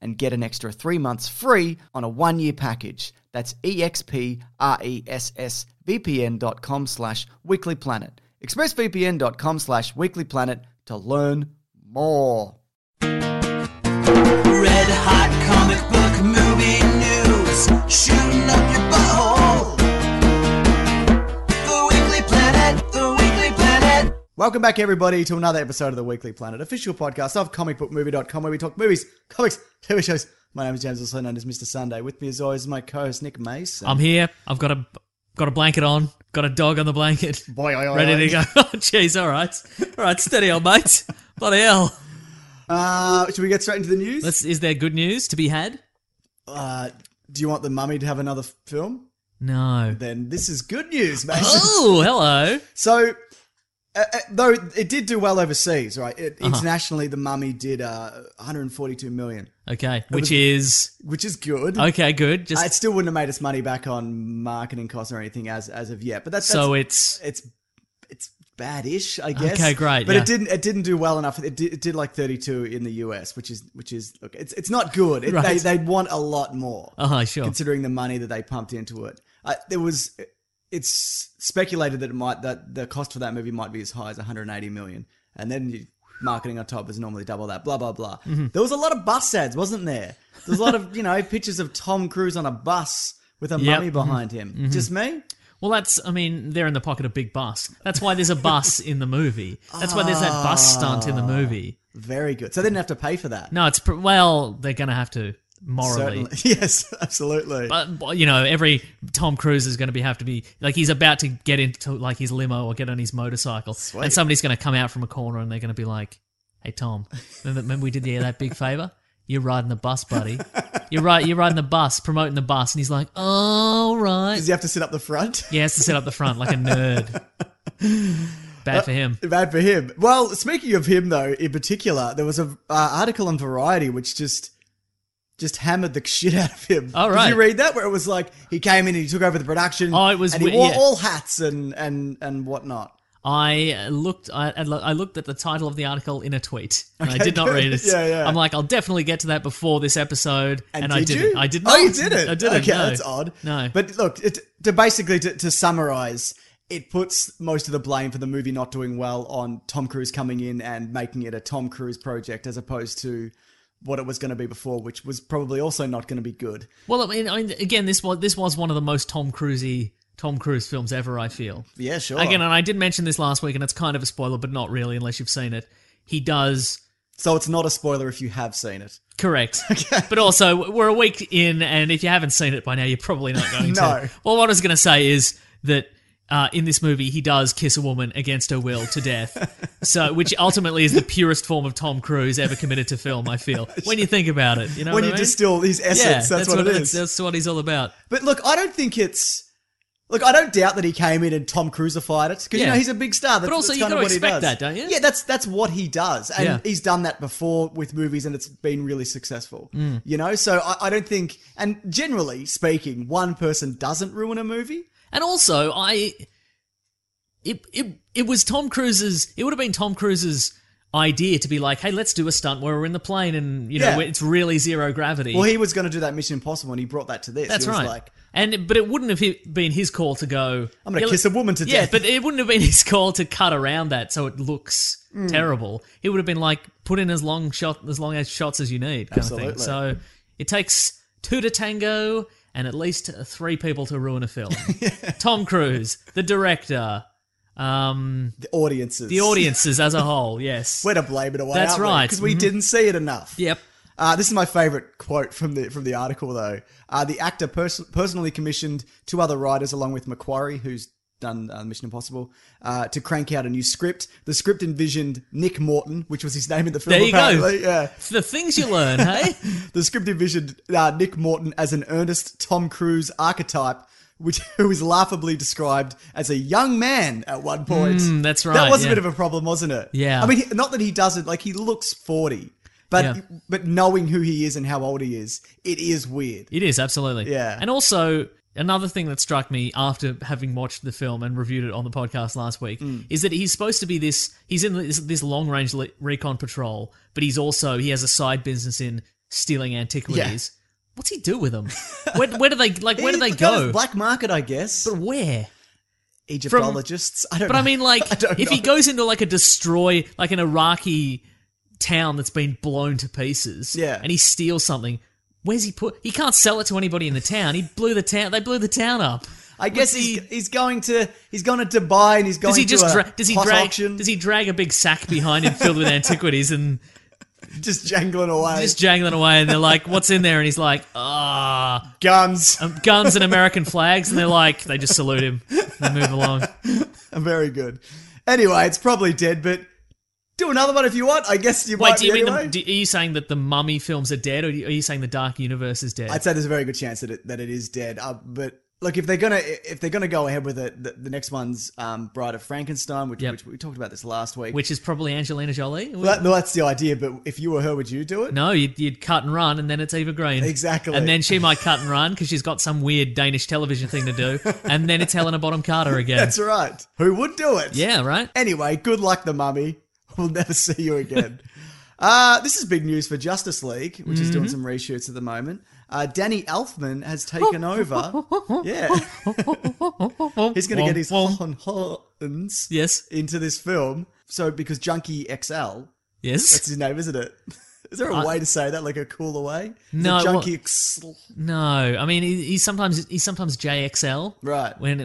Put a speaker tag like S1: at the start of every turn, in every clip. S1: and get an extra three months free on a one-year package. That's E expressvpn.com slash weeklyplanet. expressvpn.com slash weeklyplanet to learn more.
S2: Red hot comic book movie news, shooting up your butthole. The Weekly Planet, The Weekly Planet.
S1: Welcome back, everybody, to another episode of the Weekly Planet, official podcast of comicbookmovie.com, where we talk movies, comics, TV shows. My name is James, also known as Mr. Sunday. With me, as always, is my co-host Nick Mason.
S3: I'm here. I've got a got a blanket on. Got a dog on the blanket.
S1: Boy, oi, oi,
S3: ready
S1: oi.
S3: to go. Oh, jeez. All right. All right. Steady on, mate. Bloody hell.
S1: Uh, should we get straight into the news?
S3: Let's, is there good news to be had?
S1: Uh, do you want the mummy to have another f- film?
S3: No.
S1: Then this is good news, mate.
S3: Oh, hello.
S1: so, uh, uh, though it did do well overseas, right? It,
S3: Uh-huh.
S1: Internationally, the mummy did uh, 142 million,
S3: Okay. Which is
S1: which is good.
S3: okay. Good.
S1: Uh,
S3: Just
S1: it still wouldn't have made us money back on marketing costs or anything as as of yet. But that's, that's
S3: so it's
S1: it's it's badish, I guess.
S3: Okay, great,
S1: But
S3: yeah.
S1: it didn't it didn't do well enough. It did, it did like 32 in the US, which is which is look, it's it's not good. It,
S3: Right.
S1: They they want a lot more
S3: uh huh. Sure.
S1: considering the money that they pumped into it. Uh, there was it's speculated that it might that the cost for that movie might be as high as 180 million, and then you, marketing on top is normally double that. Blah blah blah.
S3: Mm-hmm.
S1: There was a lot of bus ads, wasn't there? There's a lot of you know pictures of Tom Cruise on a bus with a
S3: Yep. Mm-hmm.
S1: mummy behind him. Just me.
S3: Well, that's. I mean, they're in the pocket of big bus. That's why there's a bus in the movie. That's why there's that bus stunt
S1: Ah.
S3: in the movie.
S1: Very good. So they didn't have to pay for that.
S3: No, it's pr- well. They're gonna have to morally.
S1: Certainly. Yes, absolutely.
S3: but but, uh, you know, every Tom Cruise is going to be have to be like he's about to get into like his limo or get on his motorcycle, and somebody's going to come out from a corner and they're going to be like, "Hey Tom, remember, remember we did you that big favor? You're riding the bus, buddy. You're right. You're riding the bus, promoting the bus." And he's like, "All right."
S1: Does he have to sit up the front?
S3: Yeah, has to sit up the front like a nerd. Bad for him.
S1: Bad for him. Well, speaking of him though, in particular, there was a uh, article on Variety which just just hammered the shit out of him.
S3: All
S1: Did
S3: right.
S1: you read that? Where it was like he came in and he took over the production.
S3: Oh, it was
S1: and he
S3: wi-
S1: wore
S3: yeah.
S1: all hats and and and whatnot.
S3: I uh, looked. I, I lo- I looked at the title of the article in a tweet, and I did not
S1: good.
S3: read it.
S1: Yeah, yeah.
S3: I'm like, I'll definitely get to that before this episode, and, I
S1: did
S3: didn't.
S1: you?
S3: I did
S1: Oh,
S3: not.
S1: you did it.
S3: I didn't.
S1: Okay,
S3: no.
S1: that's odd.
S3: No,
S1: but look, it, to basically to, to summarize, it puts most of the blame for the movie not doing well on Tom Cruise coming in and making it a Tom Cruise project as opposed to what it was going to be before, which was probably also not going to be good.
S3: well, I mean, I, again, this was this was one of the most Tom Cruisey Tom Cruise films ever, I feel.
S1: Yeah, sure.
S3: Again, and I did mention this last week, and it's kind of a spoiler, but not really, unless you've seen it. He does
S1: so it's not a spoiler if you have seen it.
S3: correct, but also we're a week in, and if you haven't seen it by now, you're probably not going
S4: No.
S3: to. Well, what I was going to say is that uh, in this movie, he does kiss a woman against her will to death, so which ultimately is the purest form of Tom Cruise ever committed to film. I feel when you think about it, you know
S1: when
S3: what
S1: you
S3: I mean?
S1: distill his essence,
S3: yeah,
S1: that's, what, it
S3: that's-
S1: is.
S3: That's what he's all about.
S1: But look, I don't think it's. Look, I don't doubt that he came in and Tom Cruisified it because you
S3: Yeah.
S1: know he's a big star. That's,
S3: But also
S1: that's
S3: you
S1: kind of
S3: gotta
S1: what he
S3: expect
S1: does.
S3: that, don't you?
S1: Yeah, that's that's what he does, and
S3: Yeah.
S1: he's done that before with movies, and it's been really successful.
S3: Mm.
S1: You know, so I, I don't think, and generally speaking, one person doesn't ruin a movie.
S3: And also, I it it it was Tom Cruise's. It would have been Tom Cruise's idea to be like, "Hey, let's do a stunt where we're in the plane and you know
S1: Yeah.
S3: it's really zero gravity."
S1: Well, he was going to do that Mission Impossible, and he brought that to this.
S3: That's
S1: He was
S3: right.
S1: Like,
S3: and but it wouldn't have he- been his call to go.
S1: I'm going
S3: "Yeah,
S1: to kiss a woman to
S3: Yeah,
S1: death.
S3: but it wouldn't have been his call to cut around that so it looks
S1: Mm.
S3: terrible. He would have been like, "Put in as long shot as long as shots as you need." Kind Of
S1: Absolutely.
S3: thing. So it takes two to tango. And at least three people to ruin a film. Tom Cruise, the director, um,
S1: the audiences,
S3: the audiences as a whole, yes.
S1: we're to blame it away.
S3: That's right.
S1: because we
S3: Mhm.
S1: didn't see it enough.
S3: Yep.
S1: Uh, this is my favorite quote from the from the article, though. Uh, the actor pers- personally commissioned two other writers, along with Macquarie, who's done uh, Mission Impossible, uh, to crank out a new script. The script envisioned Nick Morton, which was his name in the film.
S3: There you go.
S1: apparently. Yeah.
S3: The things you learn, hey?
S1: The script envisioned uh, Nick Morton as an earnest Tom Cruise archetype, which who is laughably described as a young man at one point.
S3: Mm, that's right.
S1: That was a
S3: yeah.
S1: bit of a problem, wasn't it?
S3: Yeah.
S1: I mean, he- not that he doesn't like he looks forty, but
S3: Yeah.
S1: but knowing who he is and how old he is, it is weird.
S3: It is, absolutely.
S1: Yeah.
S3: And also, another thing that struck me after having watched the film and reviewed it on the podcast last week
S1: Mm.
S3: is that he's supposed to be this, he's in this, this long range le- recon patrol, but he's also, he has a side business in stealing antiquities. What's he do with them? Where, where do they, like, where do
S1: He- the
S3: they
S1: kind
S3: go?
S1: of Black market, I guess.
S3: But where?
S1: Egyptologists. I don't.
S3: But
S1: know.
S3: I mean, like,
S1: don't
S3: if he
S1: know.
S3: goes into like a destroy, like an Iraqi town that's been blown to pieces,
S1: Yeah.
S3: and he steals something, where's he put? He can't sell it to anybody in the town. He blew the town. They blew the town up.
S1: I guess
S3: What's
S1: he's,
S3: he-
S1: he's going to he's going to Dubai and he's going
S3: Does he
S1: to
S3: just
S1: a
S3: dra- does he
S1: hot
S3: drag
S1: auction,
S3: does he drag a big sack behind him filled with antiquities and
S1: just jangling away
S3: just jangling away? And they're like, "What's in there?" And he's like, "Ah,
S1: guns.
S3: um, guns and American flags." And they're like, they just salute him and they move along.
S1: Very good. Anyway, it's probably dead, but do another one if you want. I guess you
S3: Wait,
S1: might
S3: do you
S1: be
S3: mean
S1: anyway.
S3: the, do, are you saying that the Mummy films are dead, or are you saying the Dark Universe is dead?
S1: I'd say there's a very good chance that it, that it is dead. Uh, but look, if they're gonna if they're gonna go ahead with it, the, the next one's um, Bride of Frankenstein, which,
S3: Yep.
S1: which we talked about this last week.
S3: which is probably Angelina Jolie.
S1: Well, that- well, that's the idea. But if you were her, would you do it?
S3: no, you'd, you'd cut and run, and then it's Eva Green.
S1: Exactly.
S3: And then she might cut and run because she's got some weird Danish television thing to do, and then it's Helena Bottom Carter again.
S1: That's right. Who would do it?
S3: Yeah, right.
S1: Anyway, good luck, the mummy. We'll never see you again. uh, this is big news for Justice League, which is
S3: Mm-hmm.
S1: doing some reshoots at the moment. Uh, Danny Elfman has taken over. yeah. He's going to get his
S3: Womp, womp.
S1: Hon Horns
S3: yes,
S1: into this film. So, because Junkie XL, that's
S3: yes.
S1: his name, isn't it? Is there a
S3: I-
S1: way to say that, like a cooler way? Is it
S3: No,
S1: Junkie XL.
S3: No, I mean he, he's sometimes he's sometimes JXL.
S1: Right.
S3: When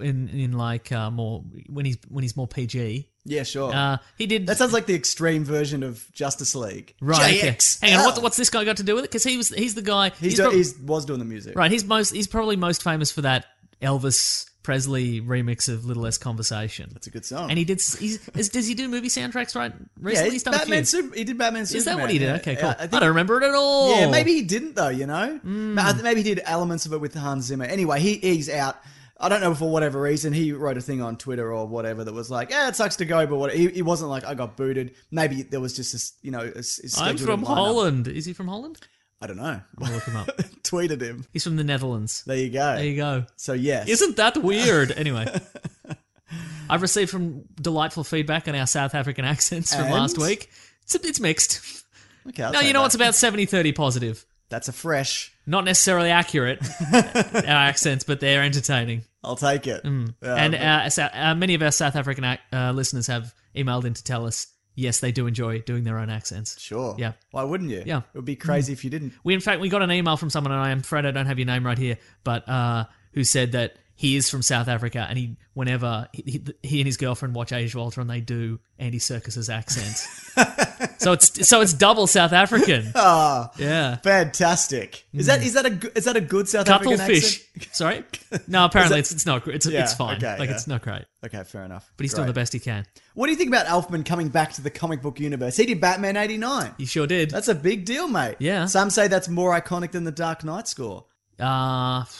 S3: in in like uh, more when he's when he's more PG.
S1: Yeah, sure.
S3: Uh, he did.
S1: that sounds like the extreme version of Justice League.
S3: right. okay.
S1: JXL.
S3: Hang on. What, what's this guy got to do with it? Because he was he's the guy.
S1: He's, do-
S3: prob-
S1: he's was doing the music.
S3: Right, he's most he's probably most famous for that Elvis Presley remix of Little Less Conversation.
S1: It's a good song.
S3: Oh. And he did s- he's, is, does he do movie soundtracks right
S1: Yeah,
S3: recently?
S1: he's
S3: he's done a
S1: Batman
S3: few.
S1: Super, he did Batman Superman.
S3: Is that what he did?
S1: yeah.
S3: okay,
S1: Yeah,
S3: cool.
S1: I
S3: I,
S1: think-
S3: don't remember it at all.
S1: yeah, maybe he didn't though. You know,
S3: Hmm.
S1: Ma- I think maybe he did elements of it with Hans Zimmer. Anyway, he, he's out. I don't know for whatever reason he wrote a thing on Twitter or whatever that was like, "Yeah, it sucks to go," but what he, he wasn't like, "I got booted." Maybe there was just this, you know, a, s- a
S3: I'm
S1: scheduled
S3: from
S1: lineup.
S3: Holland. Is he from Holland?
S1: I don't know.
S3: I'll look him up.
S1: Tweeted him.
S3: He's from the Netherlands.
S1: There you go.
S3: There you go.
S1: So yes,
S3: Isn't that weird? Anyway. I've received from delightful feedback on our South African accents from
S1: And?
S3: last week. It's, it's mixed.
S1: okay, I'll
S3: No,
S1: take
S3: you know
S1: that.
S3: what's about 70-30 positive.
S1: That's a fresh.
S3: Not necessarily accurate, our accents, but they're entertaining.
S1: I'll take it. Um, Yeah,
S3: and
S1: but-
S3: uh, so, uh, many of our South African ac- uh, listeners have emailed in to tell us, yes, they do enjoy doing their own accents.
S1: sure.
S3: yeah.
S1: Why wouldn't you?
S3: Yeah. Mm.
S1: It would be crazy if you didn't.
S3: We, in fact, we got an email from someone, and I am afraid I don't have your name right here, but uh, who said that he is from South Africa, and he whenever he, he, he and his girlfriend watch Age of Ultron, they do Andy Circus's accent. so it's so it's double South African. yeah,
S1: Ah, Fantastic. Is that is that a go- is that a good South African
S3: Mm. cuttlefish.
S1: accent?
S3: Sorry, no. Apparently, it's it's not gr- it's
S1: Yeah,
S3: it's fine.
S1: okay,
S3: like
S1: yeah.
S3: it's not great,
S1: Okay, fair enough.
S3: but he's
S1: Great.
S3: doing the best he can.
S1: What do you think about Elfman coming back to the comic book universe? He did Batman eighty nine.
S3: He sure did.
S1: That's a big deal, mate.
S3: Yeah.
S1: Some say that's more iconic than the Dark Knight score.
S3: uh,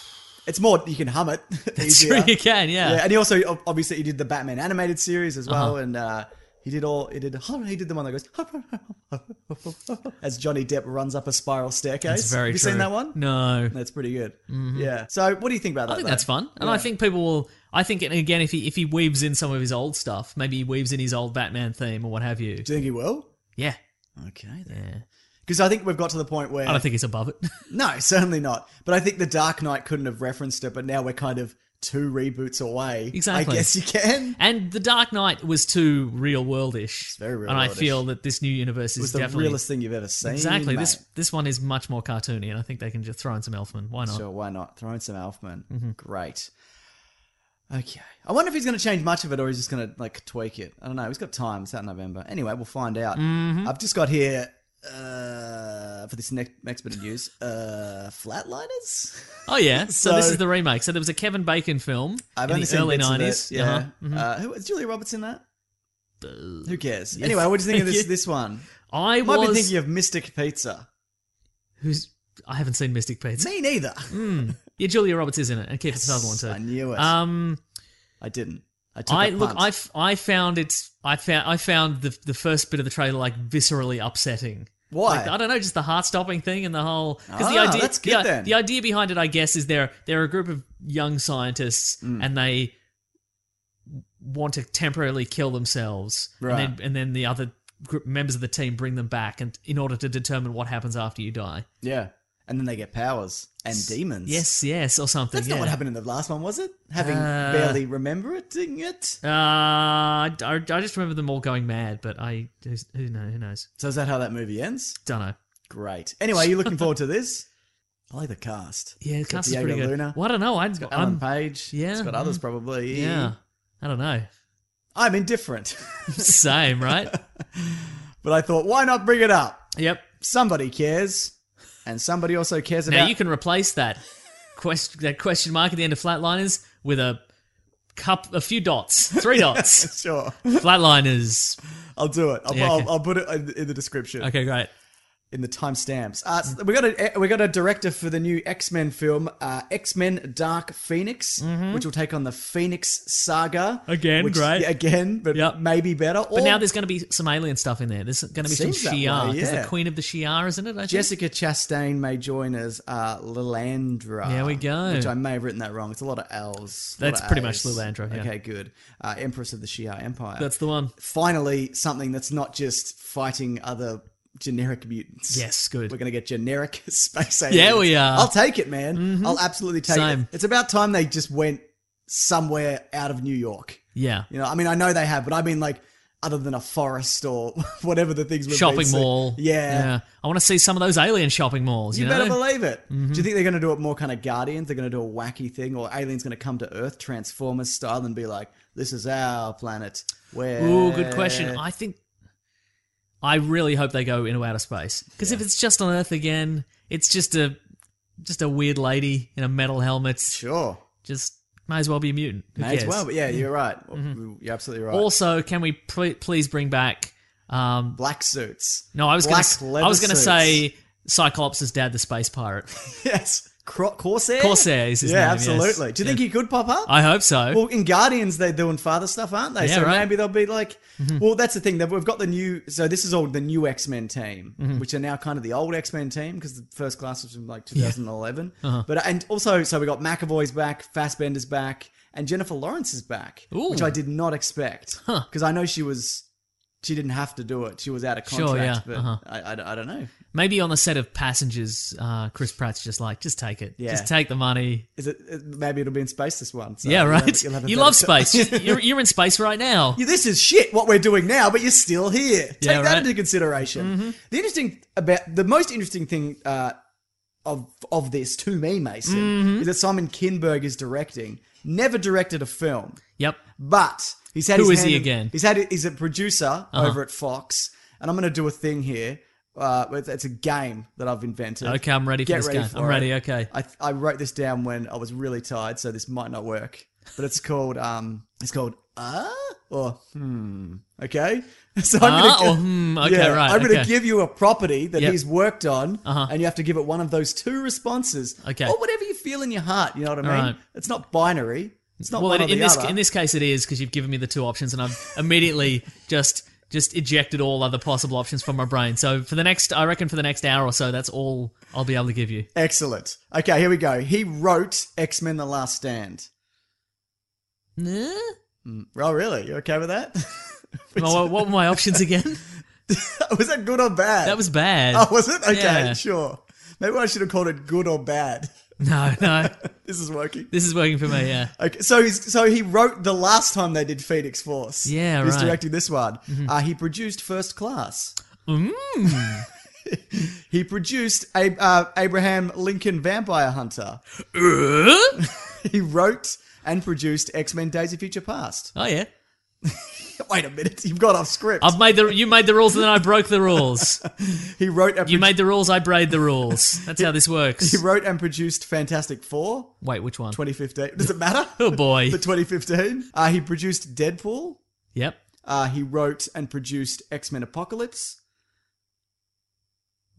S1: It's more you can hum it.
S3: it's
S1: easier.
S3: true. You can,
S1: Yeah,
S3: yeah. Uh-huh.
S1: and he also ob- obviously he did the Batman animated series as well, and uh, he did all he did. He did the one that goes as Johnny Depp runs up a spiral staircase.
S3: It's very
S1: Have you
S3: true.
S1: seen that one?
S3: No.
S1: That's pretty good. Yeah. So what do you think about that?
S3: I think
S1: though?
S3: that's fun, and I think people will. I think, and again, if he if he weaves in some of his old stuff, maybe he weaves in his old Batman theme or what have you.
S1: Do you think he will?
S3: Yeah,
S1: Okay.
S3: yeah.
S1: Because I think we've got to the point where
S3: I don't think he's above it.
S1: no, certainly not. But I think the Dark Knight couldn't have referenced it. But now we're kind of two reboots away.
S3: Exactly.
S1: I guess you can.
S3: and the Dark Knight was too real worldish. It's
S1: very
S3: And I
S1: real-worldish.
S3: feel that this new universe is
S1: It was the
S3: definitely
S1: realest thing you've ever seen.
S3: exactly
S1: mate.
S3: this. This one is much more cartoony, and I think they can just throw in some Elfman. Why not?
S1: Sure, why not? Throw in some Elfman.
S3: Mm-hmm.
S1: Great. Okay. I wonder if he's going to change much of it or he's just going to like tweak it. I don't know. He's got time. It's out in November. Anyway, we'll find out.
S3: Mm-hmm.
S1: I've just got here uh, for this next next bit of news. Uh, flatliners.
S3: Oh yeah. So, this
S1: So-
S3: is the remake. So there was a Kevin Bacon film
S1: I've
S3: in
S1: only
S3: the
S1: seen
S3: early
S1: bits of it,
S3: nineties. Uh-huh. Mm-hmm.
S1: Yeah. Uh, who is Julia Roberts in that? Who cares?
S3: yes.
S1: Anyway, what do you think of this
S3: Yeah.
S1: this one?
S3: I
S1: You might
S3: was
S1: be thinking of Mystic Pizza.
S3: who's. I haven't seen Mystic Pizza.
S1: Me neither.
S3: Mm. Yeah, Julia Roberts is in it, and Kiefer Sutherland too.
S1: I knew it.
S3: Um,
S1: I didn't. I took
S3: I
S1: a
S3: look,
S1: punt.
S3: I, f- I found it. I found I found the the first bit of the trailer like viscerally upsetting.
S1: Why?
S3: Like, I don't know, just the heart stopping thing and the whole because the
S1: Ah,
S3: idea
S1: that's
S3: the,
S1: good then.
S3: the idea behind it, I guess, is they're they're a group of young scientists
S1: Mm.
S3: and they want to temporarily kill themselves, and
S1: Right.
S3: then and then the other group members of the team bring them back and in order to determine what happens after you die.
S1: Yeah. And then they get powers and demons.
S3: Yes, yes, or something.
S1: That's not
S3: yeah.
S1: what happened in the last one, was it? Having
S3: Uh,
S1: barely remember it, didn't it?
S3: Uh, I, I just remember them all going mad, but I who's- who knows? Who knows?
S1: So is that how that movie ends?
S3: Don't know.
S1: Great. Anyway, are you looking forward to this? I like the cast.
S3: Yeah, the
S1: It's got
S3: cast is
S1: Diego
S3: pretty good.
S1: Luna.
S3: Well, I don't know. I,
S1: Alan
S3: I'm,
S1: Page.
S3: yeah,
S1: It's got
S3: mm.
S1: others probably.
S3: yeah, I don't know.
S1: I'm indifferent.
S3: Same, right?
S1: but I thought, why not bring it up?
S3: yep.
S1: Somebody cares. And somebody also cares
S3: Now
S1: about
S3: you can replace that question that question mark at the end of Flatliners with a cup, a few dots, three dots.
S1: Sure.
S3: Flatliners.
S1: I'll do it. I'll,
S3: Yeah,
S1: I'll,
S3: okay.
S1: I'll put it in in the description.
S3: Okay, great.
S1: in the timestamps. Uh, so we got a we got a director for the new X Men film, uh, X Men Dark Phoenix, which will take on the Phoenix Saga
S3: Mm-hmm. Again,
S1: which,
S3: great.
S1: yeah, again, but
S3: Yep.
S1: maybe better.
S3: But now there's going to be some alien stuff in there. There's going to be some
S1: Seems that way,
S3: Shi'ar because
S1: yeah.
S3: the Queen of the Shi'ar, isn't it? I think?
S1: Jessica Chastain may join as uh, Lilandra.
S3: There we go.
S1: Which I may have written that wrong. It's a lot of L's. a lot
S3: That's
S1: of
S3: pretty much
S1: A's.
S3: Lilandra, yeah.
S1: Okay, good. Uh, Empress of the Shia Empire.
S3: That's the one.
S1: finally something that's not just fighting other generic mutants.
S3: Yes, good.
S1: We're going to get generic space aliens.
S3: Yeah, we are. Mm-hmm.
S1: I'll take it, man. I'll absolutely take
S3: Same.
S1: it. It's about time they just went somewhere out of New York.
S3: Yeah.
S1: You know, I mean, I know they have, but I mean, like, other than a forest or whatever the things we've been
S3: Shopping
S1: seeing.
S3: mall.
S1: Yeah.
S3: I want to see some of those alien shopping malls. You,
S1: You
S3: know? Mm-hmm.
S1: better believe it. Do you think they're going to do it more kind of Guardians? They're going to do a wacky thing, or aliens going to come to Earth, Transformers style, and be like, "This is our planet." Where?
S3: Ooh, good question. I think I really hope they go into outer space because if it's just on Earth again, it's just a just a weird lady in a metal helmet.
S1: sure.
S3: Just may as well be a mutant. Who
S1: May as
S3: cares? Mm-hmm.
S1: well, but yeah, you're right. You're absolutely right.
S3: Also, can we pl- please bring back? Um,
S1: black suits.
S3: no, I was
S1: black
S3: gonna s-
S1: leather
S3: I was gonna
S1: suits.
S3: say Cyclops' dad, the space pirate.
S1: yes, Cro- corsair.
S3: Corsair is his
S1: Yeah,
S3: name, yes.
S1: absolutely. Do you think he could pop up?
S3: E I hope so.
S1: well, in Guardians, they're doing father stuff, aren't they?
S3: Yeah,
S1: so
S3: right. Mm-hmm.
S1: maybe they'll be like, well, that's the thing. That we've got the new. So this is all the new X Men team,
S3: Mm-hmm.
S1: which are now kind of the old X Men team because the first class was from like 2011.
S3: Uh-huh.
S1: But and also, so we got McAvoy's back, Fassbender's back, and Jennifer Lawrence is back,
S3: Ooh.
S1: which I did not expect because I know she was. She didn't have to do it. She was out of
S3: Sure,
S1: contract,
S3: yeah,
S1: but
S3: uh-huh.
S1: I, I, I don't know.
S3: Maybe on the set of Passengers, uh, Chris Pratt's just like, just take it,
S1: Yeah.
S3: just take the money.
S1: Is it it- maybe it'll be in space this one? so
S3: yeah,
S1: you'll have-
S3: right.
S1: you'll have a
S3: you
S1: better
S3: love
S1: time.
S3: space. you're, you're in space right now.
S1: Yeah, this is shit what we're doing now, but you're still here. Take
S3: Yeah,
S1: that
S3: right. Mm-hmm.
S1: into consideration. The interesting about the most interesting thing
S3: Mm-hmm.
S1: uh, of of this to me, Mason, is that Simon Kinberg is directing, never directed a film,
S3: Yep.
S1: but he's had
S3: Who
S1: his
S3: is he
S1: hand in-
S3: again? Uh-huh.
S1: he's had he's a producer over at Fox, and I'm going to do a thing here. Uh, it's, it's a game that I've invented.
S3: Okay, I'm ready for
S1: Get
S3: this
S1: ready
S3: game.
S1: for
S3: I'm
S1: it.
S3: ready. Okay.
S1: I, I wrote this down when I was really tired, so this might not work. But it's called um, it's called uh or hmm. Okay, so
S3: Ah,
S1: gi-
S3: or hmm, okay,
S1: yeah,
S3: right,
S1: I'm going to
S3: okay.
S1: give you a property that
S3: Yep.
S1: he's worked on,
S3: Uh-huh.
S1: and you have to give it one of those two responses,
S3: Okay.
S1: or whatever you feel in your heart. You know what I mean?
S3: Alright.
S1: It's not binary. It's not
S3: well,
S1: one
S3: in,
S1: or the
S3: in this
S1: other.
S3: in this case, it is because you've given me the two options, and I've immediately just just ejected all other possible options from my brain. So for the next, I reckon for the next hour or so, that's all I'll be able to give you.
S1: Excellent. Okay, here we go. He wrote X Men: The Last Stand.
S3: Nah?
S1: Oh, really? You okay with that?
S3: Well, what, what were my options again?
S1: was that good or bad?
S3: That was bad.
S1: Oh, was it? Okay,
S3: Yeah.
S1: sure. Maybe I should have called it good or bad.
S3: No, no,
S1: This is working.
S3: this is working for me. Yeah.
S1: Okay, so he's, so he wrote the last time they did Phoenix Force.
S3: Yeah,
S1: he's
S3: right. Mm-hmm.
S1: directing this one. Uh, he produced First Class.
S3: Mm.
S1: he produced Ab- uh, Abraham Lincoln Vampire Hunter.
S3: Uh?
S1: He wrote and produced X Men: Days of Future Past.
S3: Oh yeah.
S1: Wait a minute, you've got off script.
S3: I've made the you made the rules, and then I broke the rules.
S1: he wrote and
S3: You
S1: produ-
S3: made the rules, I braid the rules. That's how this works.
S1: he wrote and produced Fantastic Four.
S3: Wait, which one?
S1: 2015. Does it matter?
S3: Oh boy.
S1: For 2015. Uh, he produced Deadpool.
S3: Yep.
S1: Uh, he wrote and produced X Men Apocalypse.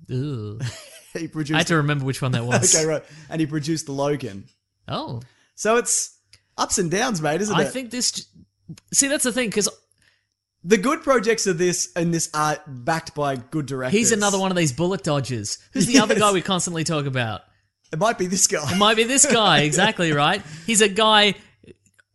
S3: Ooh.
S1: He
S3: I had
S1: produced.
S3: to remember which one that was.
S1: okay, right. And he produced Logan.
S3: Oh.
S1: So it's ups and downs, mate, isn't
S3: I
S1: it?
S3: think this. j- See, that's the thing because
S1: the good projects of this and this are backed by good directors.
S3: he's another one of these bullet dodgers. Who's the other
S1: Yes.
S3: guy we constantly talk about?
S1: It might be this guy.
S3: Might be this guy exactly right. He's a guy.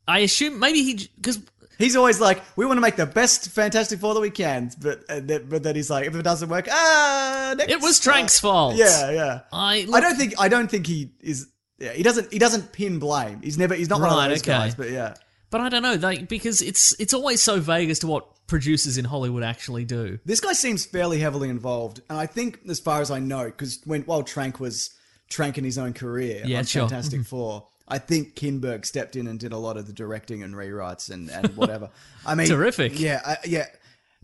S3: I assume maybe he because
S1: He's always like, we want to make the best Fantastic Four that we can, but uh, that, but then he's like, if it doesn't work, ah, next.
S3: it was Trank's fault.
S1: Yeah, yeah.
S3: I.
S1: I don't think I don't think he is. Yeah, he doesn't. He doesn't pin blame. He's never. He's not one
S3: Right,
S1: of those
S3: okay.
S1: guys. But yeah,
S3: But I don't know, like because it's it's always so vague as to what producers in Hollywood actually do.
S1: this guy seems fairly heavily involved, and I think, as far as I know, because when while Trank was Trank in his own career
S3: Yeah,
S1: on
S3: sure. Mm-hmm.
S1: Fantastic Four, I think Kinberg stepped in and did a lot of the directing and rewrites and and whatever. I mean,
S3: Terrific.
S1: Yeah, I, yeah.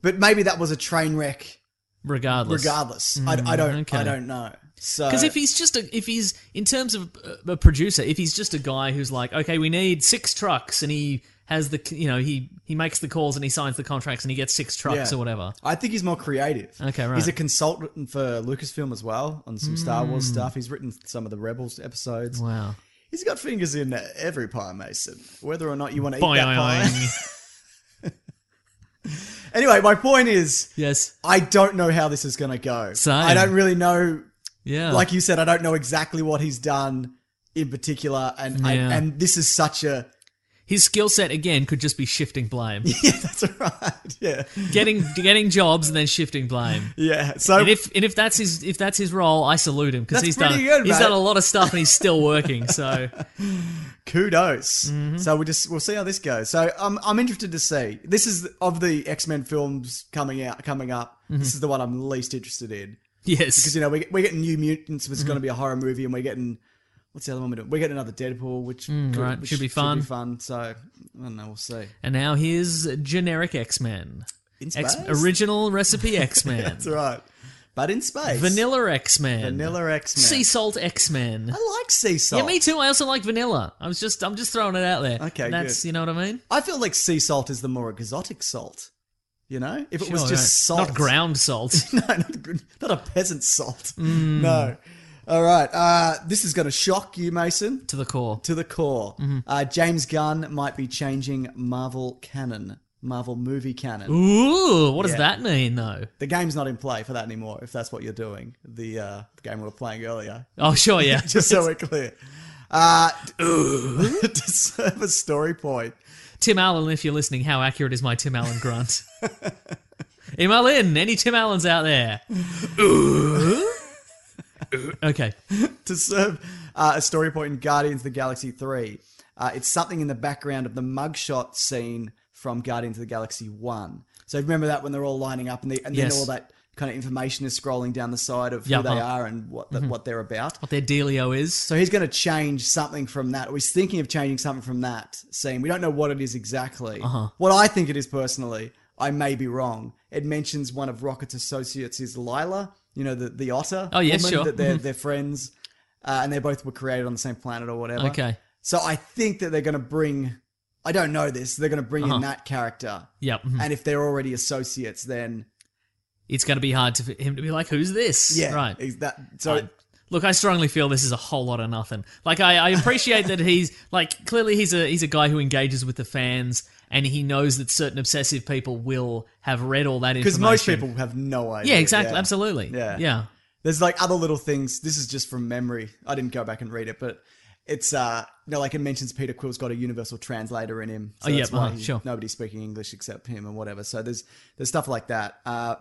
S1: But maybe that was a train wreck.
S3: Regardless,
S1: Regardless, I, I don't.
S3: Mm, okay.
S1: I don't know. So
S3: Because if he's just a, if he's in terms of uh, a producer, if he's just a guy who's like, okay, we need six trucks, and he has the you know he he makes the calls and he signs the contracts and he gets six trucks
S1: Yeah.
S3: or whatever.
S1: I think he's more creative.
S3: Okay, right.
S1: He's a consultant for Lucasfilm as well on some Star Wars
S3: Mm.
S1: stuff. He's written some of the Rebels episodes.
S3: Wow.
S1: He's got fingers in every pie, Mason. Whether or not you want to eat
S3: Boing,
S1: that
S3: boing,
S1: pie.
S3: boing.
S1: anyway, my point is,
S3: yes.
S1: I don't know how this is going to go.
S3: Same.
S1: I don't really know.
S3: Yeah.
S1: Like you said, I don't know exactly what he's done in particular, and I,
S3: Yeah.
S1: and this is such a
S3: his skill set again could just be shifting blame,
S1: yeah, that's right, yeah,
S3: getting getting jobs and then shifting blame.
S1: yeah. So
S3: And if and if that's his if that's his role, I salute him because
S1: Oh. That's
S3: he's done
S1: pretty good,
S3: he's
S1: mate.
S3: done a lot of stuff and he's still working. So
S1: kudos.
S3: Mm-hmm.
S1: So we just we'll see how this goes. So I'm I'm interested to see. This is of the X Men films coming out coming up.
S3: Mm-hmm.
S1: This is the one I'm least interested in because
S3: yes,
S1: you know we're, we're getting New Mutants, which is
S3: Mm-hmm.
S1: going to be a horror movie, and we're getting what's the other one we're doing? We're getting another Deadpool, which, could-
S3: Mm, right.
S1: which
S3: Should be fun.
S1: So I don't know. We'll see.
S3: and now here's generic X Men,
S1: In space,
S3: X original recipe X Men,
S1: That's right. But in space,
S3: vanilla X Men,
S1: vanilla X Men.
S3: sea salt X Men.
S1: I like sea salt.
S3: Yeah, me too. I also like vanilla. I was just I'm just throwing it out there.
S1: Okay,
S3: And that's
S1: good.
S3: you know what I mean.
S1: I feel like sea salt is the more exotic salt. You know, if it was just
S3: Sure, right.
S1: salt,
S3: not ground salt.
S1: no, not, good- not a peasant salt.
S3: Mm.
S1: No. All right. Uh, this is going to shock you, Mason,
S3: to the core.
S1: to the core. Uh, James Gunn might be changing Marvel canon, Marvel movie canon.
S3: Ooh, what does
S1: Yeah.
S3: that mean though?
S1: The game's not in play for that anymore. If that's what you're doing, the uh, game we were playing earlier.
S3: Oh, sure, yeah.
S1: Just so we're clear. Uh, to serve a story point,
S3: Tim Allen, if you're listening, how accurate is my Tim Allen grunt? Email in any Tim Allens out there. okay,
S1: to serve uh, a story point in Guardians of the Galaxy 3. Uh, it's something in the background of the mugshot scene from Guardians of the Galaxy 1. So remember that when they're all lining up and, they, and
S3: Yes.
S1: then all that kind of information is scrolling down the side of
S3: Yeah,
S1: who they
S3: uh-huh.
S1: are and what the, what they're about.
S3: What their dealio is.
S1: So he's going to change something from that. Or he's thinking of changing something from that scene. We don't know what it is exactly.
S3: Uh-huh.
S1: What I think it is personally, I may be wrong. It mentions one of Rocket's associates is Lila. You know the the otter.
S3: Oh, yeah,
S1: woman,
S3: sure.
S1: That they're they're friends, uh, and they both were created on the same planet or whatever.
S3: okay.
S1: So I think that they're going to bring. I don't know this. They're going to bring
S3: Uh-huh.
S1: in that character,
S3: Yep. mhm.
S1: and if they're already associates, then
S3: it's going to be hard to, for him to be like, who's this?
S1: yeah,
S3: Right.
S1: Is that so?
S3: I- look, I strongly feel this is a whole lot of nothing. Like, I, I appreciate that he's like clearly he's a he's a guy who engages with the fans, and he knows that certain obsessive people will have read all that
S1: Because
S3: information.
S1: most people have no idea.
S3: yeah, exactly, absolutely,
S1: Yeah.
S3: yeah.
S1: There's like other little things. This is just from memory. I didn't go back and read it, but it's uh, you know, like it mentions Peter Quill's got a universal translator in him. So
S3: Oh, yeah,
S1: that's why
S3: uh-huh,
S1: he-
S3: sure.
S1: nobody's speaking English except him and whatever. So there's there's stuff like that. Uh,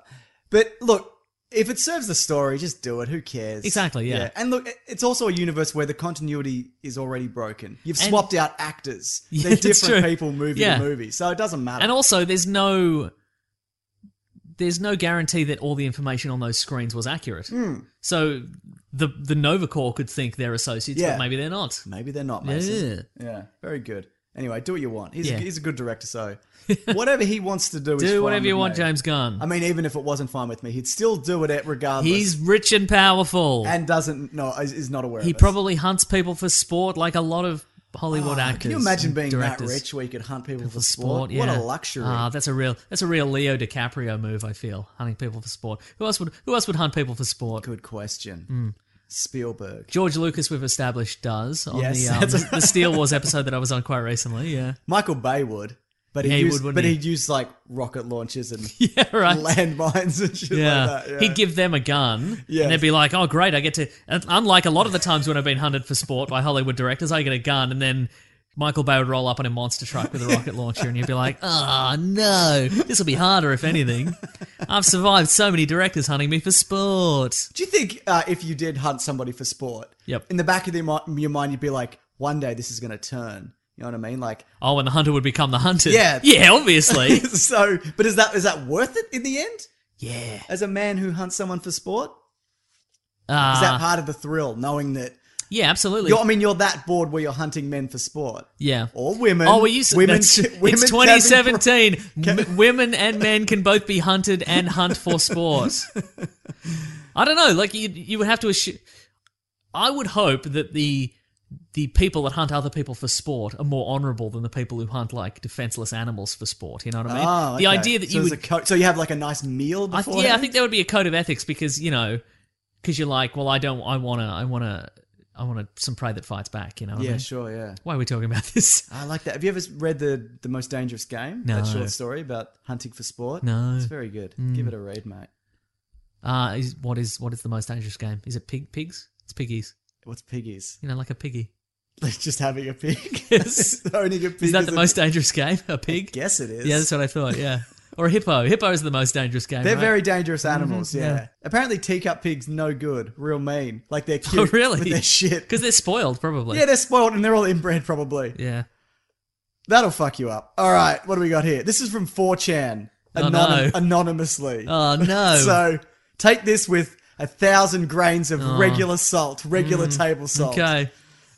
S1: but look, if it serves the story, just do it. Who cares?
S3: Exactly, yeah.
S1: And look, it- it's also a universe where the continuity is already broken. You've
S3: And-
S1: swapped out actors.
S3: Yeah,
S1: They're
S3: that's
S1: different
S3: true.
S1: people movie
S3: Yeah.
S1: to movie, so it doesn't matter.
S3: And also, there's no there's no guarantee that all the information on those screens was accurate.
S1: Hmm.
S3: So the the Nova Corps could think they're associates,
S1: Yeah.
S3: but maybe they're not.
S1: Maybe they're not, Mason.
S3: Yeah.
S1: Yeah, very good. Anyway, do what you want. He's,
S3: Yeah.
S1: a, he's a good director, so whatever he wants to do, is fine
S3: Do whatever you
S1: with
S3: want,
S1: me.
S3: James Gunn.
S1: I mean, even if it wasn't fine with me, he'd still do it regardless.
S3: He's rich and powerful.
S1: and doesn't no is, is not aware.
S3: He
S1: of us.
S3: probably hunts people for sport like a lot of Hollywood
S1: Ah,
S3: actors.
S1: Can you imagine
S3: and
S1: being
S3: directors.
S1: that rich where you could hunt people, for
S3: for
S1: sport?
S3: sport?
S1: What
S3: yeah.
S1: a luxury!
S3: Ah, that's a real that's a real Leo DiCaprio move. I feel hunting people for sport. Who else would who else would hunt people for sport?
S1: good question.
S3: Mm.
S1: Spielberg.
S3: George Lucas, we've established, does on
S1: Yes,
S3: the, um,
S1: that's-
S3: the Steel Wars episode that I was on quite recently. Yeah,
S1: Michael Bay would, but he,
S3: Yeah, he
S1: used,
S3: would, wouldn't
S1: but
S3: he?
S1: would use like rocket launches and
S3: yeah, right.
S1: landmines and shit
S3: yeah.
S1: like that. Yeah.
S3: he'd give them a gun,
S1: Yes.
S3: and they'd be like, "Oh, great! I get to." and Unlike a lot of the times when I've been hunted for sport by Hollywood directors, I get a gun, and then Michael Bay would roll up on a monster truck with a rocket launcher, and you'd be like, "Oh no, this will be harder if anything." I've survived so many directors hunting me for sport.
S1: Do you think uh, if you did hunt somebody for sport,
S3: Yep.
S1: in the back of the, mi- your mind, you'd be like, one day this is going to turn. You know what I mean? Like,
S3: Oh, and the hunter would become the hunted.
S1: Yeah.
S3: yeah, obviously.
S1: so, but is that is that worth it in the end?
S3: yeah,
S1: As a man who hunts someone for sport,
S3: uh,
S1: is that part of the thrill, knowing that
S3: yeah, absolutely.
S1: you're, I mean, you're that bored where you're hunting men for sport
S3: yeah.
S1: or women.
S3: Oh, were you?
S1: women?
S3: Women, that's,
S1: women
S3: it's
S1: can be-
S3: 2017. M- women and men can both be hunted and hunt for sport. I don't know. Like you, you would have to assume. I would hope that the the people that hunt other people for sport are more honourable than the people who hunt like defenceless animals for sport. You know what I mean?
S1: Oh,
S3: The
S1: okay.
S3: idea that
S1: So
S3: you
S1: there's
S3: would
S1: a co- so you have like a nice meal.
S3: I
S1: Before
S3: th- yeah, I think there would be a code of ethics because you know, because you're like, well, I don't, I wanna, I wanna, I wanna some prey that fights back. You know, what I
S1: yeah,
S3: mean?
S1: sure, yeah.
S3: why are we talking about this?
S1: I like that. Have you ever read the the most dangerous game?
S3: No.
S1: That short story about hunting for sport.
S3: No. Mm.
S1: it's very good. Give it a read, mate.
S3: Uh, is, what is what is the most dangerous game? Is it pig pigs? It's piggies.
S1: What's piggies?
S3: You know, like a piggy.
S1: Just having a pig.
S3: Yes.
S1: Owning a pig.
S3: Is that the
S1: a-
S3: most dangerous game? A
S1: I
S3: pig?
S1: guess it is.
S3: Yeah, that's what I thought. Yeah, or a hippo. Hippo is the most dangerous game.
S1: They're
S3: right?
S1: very dangerous animals.
S3: Mhm,
S1: yeah.
S3: yeah.
S1: Apparently, teacup pigs no good. Real mean. Like they're cute.
S3: Oh, really?
S1: But they're shit.
S3: because they're spoiled, probably.
S1: Yeah, they're spoiled and they're all inbred probably.
S3: yeah.
S1: That'll fuck you up. All right, what do we got here? This is from 4chan
S3: Oh,
S1: anonym-
S3: no.
S1: anonymously.
S3: Oh no.
S1: So take this with a thousand grains of
S3: Oh. Mm.
S1: regular salt, regular table salt.
S3: okay.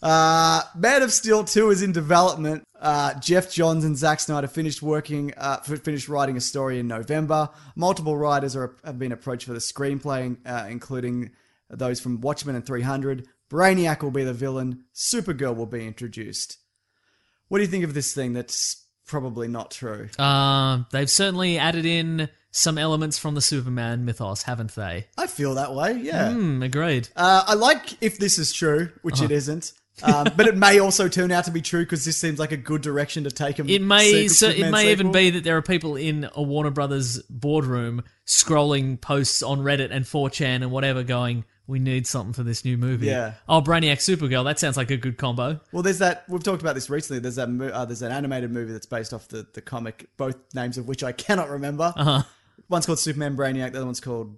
S1: Uh, Man of Steel 2 is in development. Uh, Jeff Johns and Zack Snyder finished working, uh, f- finished writing a story in November. Multiple writers are, have been approached for the screenplay, uh, including those from Watchmen and 300. Brainiac will be the villain. Supergirl will be introduced. What do you think of this thing that's probably not true?
S3: Um, they've certainly added in some elements from the Superman mythos, haven't they?
S1: I feel that way, yeah.
S3: Hmm. Agreed.
S1: Uh, I like if this is true, which
S3: Uh-huh.
S1: it isn't. Um, but it may also turn out to be true because this seems like a good direction to take him.
S3: It may so, it may even be that there are people in a Warner Brothers boardroom scrolling posts on Reddit and 4chan and whatever going, we need something for this new movie.
S1: Yeah.
S3: Oh, Brainiac Supergirl, that sounds like a good combo.
S1: Well, there's that. We've talked about this recently. There's that. mo- Uh, there's an animated movie that's based off the, the comic, both names of which I cannot remember.
S3: Uh-huh.
S1: One's called Superman Brainiac. The other one's called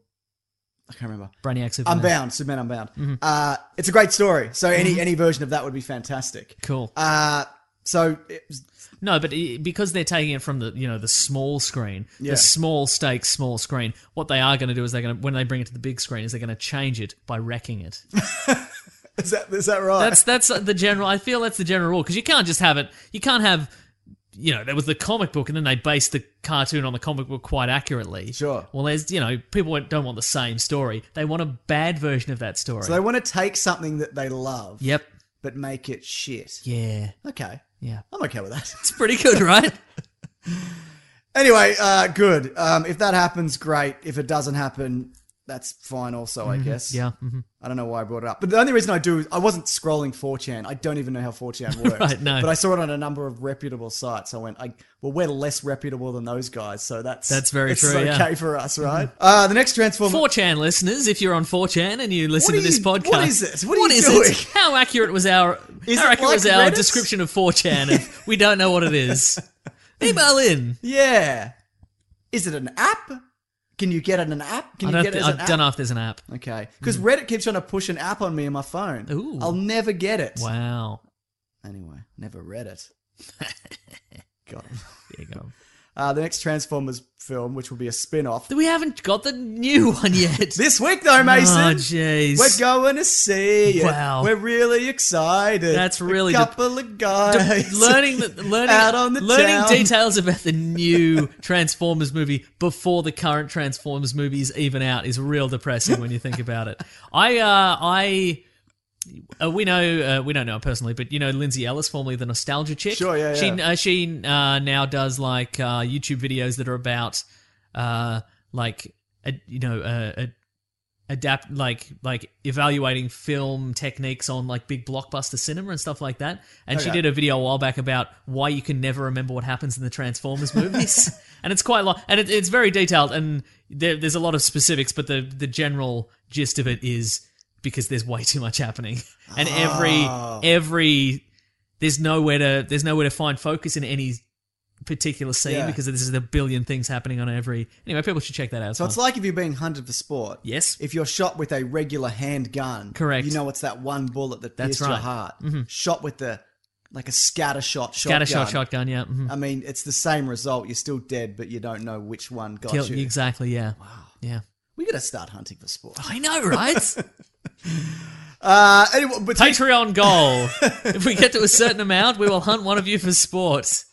S1: I can't remember.
S3: Brainiac Superman.
S1: Unbound. Superman
S3: Mm-hmm.
S1: Unbound. Uh, it's a great story. So any any version of that would be fantastic.
S3: Cool.
S1: Uh, So it's
S3: No, but i because they're taking it from the you know the small screen,
S1: Yeah.
S3: the small stakes small screen. What they are going to do is they're going to when they bring it to the big screen is they're going to change it by wrecking it.
S1: is that is that right?
S3: That's that's the general. I feel that's the general rule because you can't just have it. You can't have. You know, there was the comic book, and then they based the cartoon on the comic book quite accurately.
S1: Sure.
S3: Well, there's you know people don't want the same story. They want a bad version of that story.
S1: so they want to take something that they love,
S3: yep.
S1: but make it shit.
S3: Yeah.
S1: Okay,
S3: Yeah.
S1: I'm okay with that.
S3: It's pretty good, right?
S1: anyway, uh, good. Um, if that happens, great. If it doesn't happen, that's fine. Also, I guess.
S3: yeah. mhm.
S1: I don't know why I brought it up, but the only reason I do is I wasn't scrolling 4chan. I don't even know how 4chan works.
S3: Right, no.
S1: But I saw it on a number of reputable sites. I went, I, well, we're less reputable than those guys, so that's
S3: That's very
S1: it's
S3: true,
S1: Okay
S3: yeah. Mm-hmm.
S1: for us, right? Uh, the next transformer.
S3: 4chan listeners, if you're on 4chan and you listen
S1: What
S3: to this
S1: are you-
S3: podcast,
S1: what is this? What are you
S3: is
S1: doing?
S3: it? How accurate was our
S1: Is
S3: how
S1: it
S3: accurate
S1: like
S3: was our
S1: Reddit?
S3: description of 4chan? If we don't know what it is. Email in.
S1: yeah. Is it an app? Can you get it an app? Can
S3: I
S1: you
S3: don't,
S1: get
S3: thi-
S1: it as
S3: I
S1: an app?
S3: don't know if there's an app.
S1: Okay, because Reddit keeps trying to push an app on me on my phone.
S3: Mm-hmm. Ooh.
S1: I'll never get it.
S3: Wow.
S1: Anyway, never read it. Got it.
S3: There you go.
S1: Uh, the next Transformers film, which will be a spin-off.
S3: We haven't got the new one yet.
S1: This week, though, Mason.
S3: Oh, jeez.
S1: We're going to see it.
S3: Wow.
S1: We're really excited.
S3: That's really
S1: a
S3: de-
S1: couple of guys.
S3: learning the, learning
S1: Out on the
S3: learning
S1: town.
S3: details about the new Transformers movie before the current Transformers movie is even out is real depressing when you think about it. I uh I uh, we know uh, we don't know her personally, but you know Lindsay Ellis, formerly the Nostalgia Chick.
S1: Sure, yeah,
S3: She
S1: yeah.
S3: uh, she uh, now does like uh, YouTube videos that are about uh like a, you know uh, a adapt like like evaluating film techniques on like big blockbuster cinema and stuff like that. And she
S1: Okay.
S3: did a video a while back about why you can never remember what happens in the Transformers movies, and it's quite long and it, it's very detailed and there, there's a lot of specifics, but the the general gist of it is because there's way too much happening and
S1: Oh.
S3: every every there's nowhere to there's nowhere to find focus in any particular scene
S1: Yeah.
S3: because there's a billion things happening on every anyway people should check that out
S1: So it's like if you're being hunted for sport.
S3: yes
S1: If you're shot with a regular handgun,
S3: Correct.
S1: You know it's that one bullet that
S3: That's
S1: pierced your
S3: right.
S1: heart. Shot with the like a scatter shot.
S3: Got
S1: Scatter
S3: a shot shotgun, yeah. mhm.
S1: I mean, it's the same result. You're still dead, but you don't know which one got
S3: Kill-
S1: you.
S3: Exactly, yeah. Oh, Wow. Yeah.
S1: We gotta start hunting for sport.
S3: I know, right?
S1: Uh, anyway, but
S3: Patreon goal. if we get to a certain amount, we will hunt one of you for sport.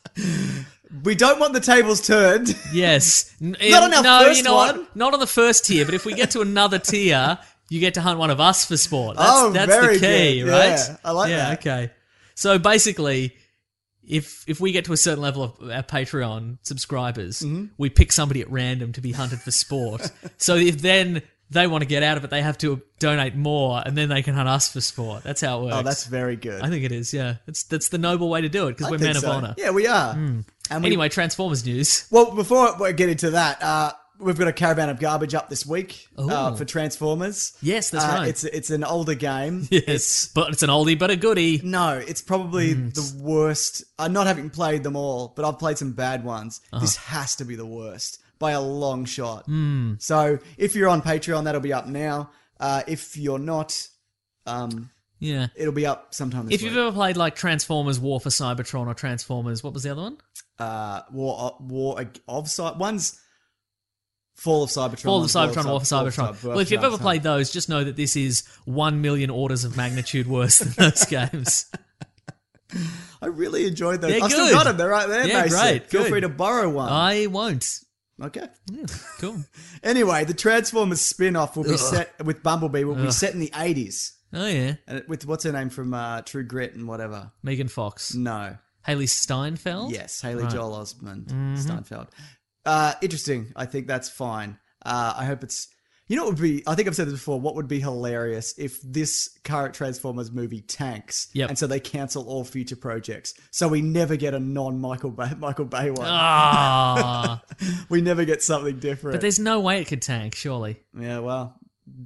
S1: we don't want the tables turned.
S3: Yes. N-
S1: Not on our
S3: no,
S1: first
S3: you know
S1: one.
S3: What? Not on the first tier, but if we get to another tier, you get to hunt one of us for sport. That's,
S1: Oh,
S3: that's
S1: very
S3: the key,
S1: good.
S3: right?
S1: Yeah, I like
S3: yeah,
S1: that.
S3: okay. So basically, if if we get to a certain level of our Patreon subscribers,
S1: Mm-hmm.
S3: we pick somebody at random to be hunted for sport. so if then they want to get out of it, they have to donate more, and then they can hunt us for sport. That's how it works.
S1: Oh, that's very good.
S3: I think it is. Yeah, it's that's the noble way to do it because
S1: I
S3: we're
S1: think
S3: men
S1: so.
S3: of honor. Hmm.
S1: Yeah, we are. And we,
S3: Anyway, Transformers news.
S1: Well, before we get into that, uh, we've got a caravan of garbage up this week uh,
S3: Ooh.
S1: for Transformers.
S3: Yes, that's
S1: Uh,
S3: right.
S1: It's it's an older game.
S3: Yes, but it's an oldie but a goodie.
S1: No, it's probably
S3: Hmm.
S1: the worst. I'm not having played them all, but I've played some bad ones.
S3: Uh-huh.
S1: This has to be the worst by a long shot.
S3: Hmm,
S1: So if you're on Patreon, that'll be up now. Uh, if you're not, um,
S3: Yeah.
S1: it'll be up sometime this
S3: If
S1: week.
S3: you've ever played like Transformers War for Cybertron or Transformers, what was the other one?
S1: uh, War War Ag- of Cybertron. One's Fall of Cybertron.
S3: Fall of
S1: one's
S3: Cybertron, War for
S1: Cy-
S3: Cybertron.
S1: War
S3: Well, if you've ever
S1: Cybertron.
S3: played those, just know that this is one million orders of magnitude worse than those games.
S1: I really enjoyed those.
S3: They're
S1: I've still
S3: good.
S1: got them. They're right there,
S3: Yeah,
S1: Mason.
S3: great,
S1: Feel
S3: good.
S1: free to borrow one.
S3: I won't.
S1: okay.
S3: Yeah, cool.
S1: Anyway, the Transformers spin-off will be set with Bumblebee. Will be set in the eighties,
S3: Oh yeah,
S1: and it- with what's her name from uh, True Grit and whatever.
S3: Megan Fox,
S1: No.
S3: Haley Steinfeld.
S1: Yes, Haley
S3: Right. Mm-hmm.
S1: Joel Osment, Steinfeld. Uh, interesting. I think that's fine. Uh, I hope it's. You know, what would be. I think I've said this before. What would be hilarious if this current Transformers movie tanks,
S3: Yep.
S1: and so they cancel all future projects, so we never get a non Michael Bay Michael Bay one.
S3: Ah,
S1: We never get something different.
S3: but there's no way it could tank. Surely,
S1: yeah, well,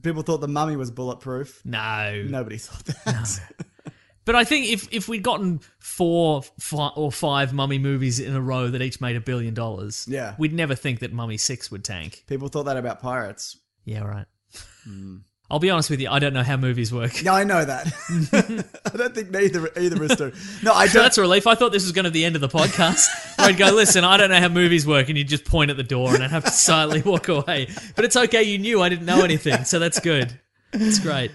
S1: people thought the Mummy was bulletproof.
S3: no.
S1: Nobody thought that.
S3: But I think if if we'd gotten four fi- or five Mummy movies in a row that each made a billion dollars,
S1: Yeah.
S3: we'd never think that Mummy Six would tank.
S1: People thought that about pirates.
S3: Yeah, right. I'll be honest with you, I don't know how movies work.
S1: Hmm. No, I know that. I don't think neither either of us do. No, I
S3: So
S1: don't.
S3: that's a relief. I thought this was going to be the end of the podcast. I'd go, listen, I don't know how movies work, and you'd just point at the door, and I'd have to silently walk away. But it's okay. You knew I didn't know anything, so that's good. It's great.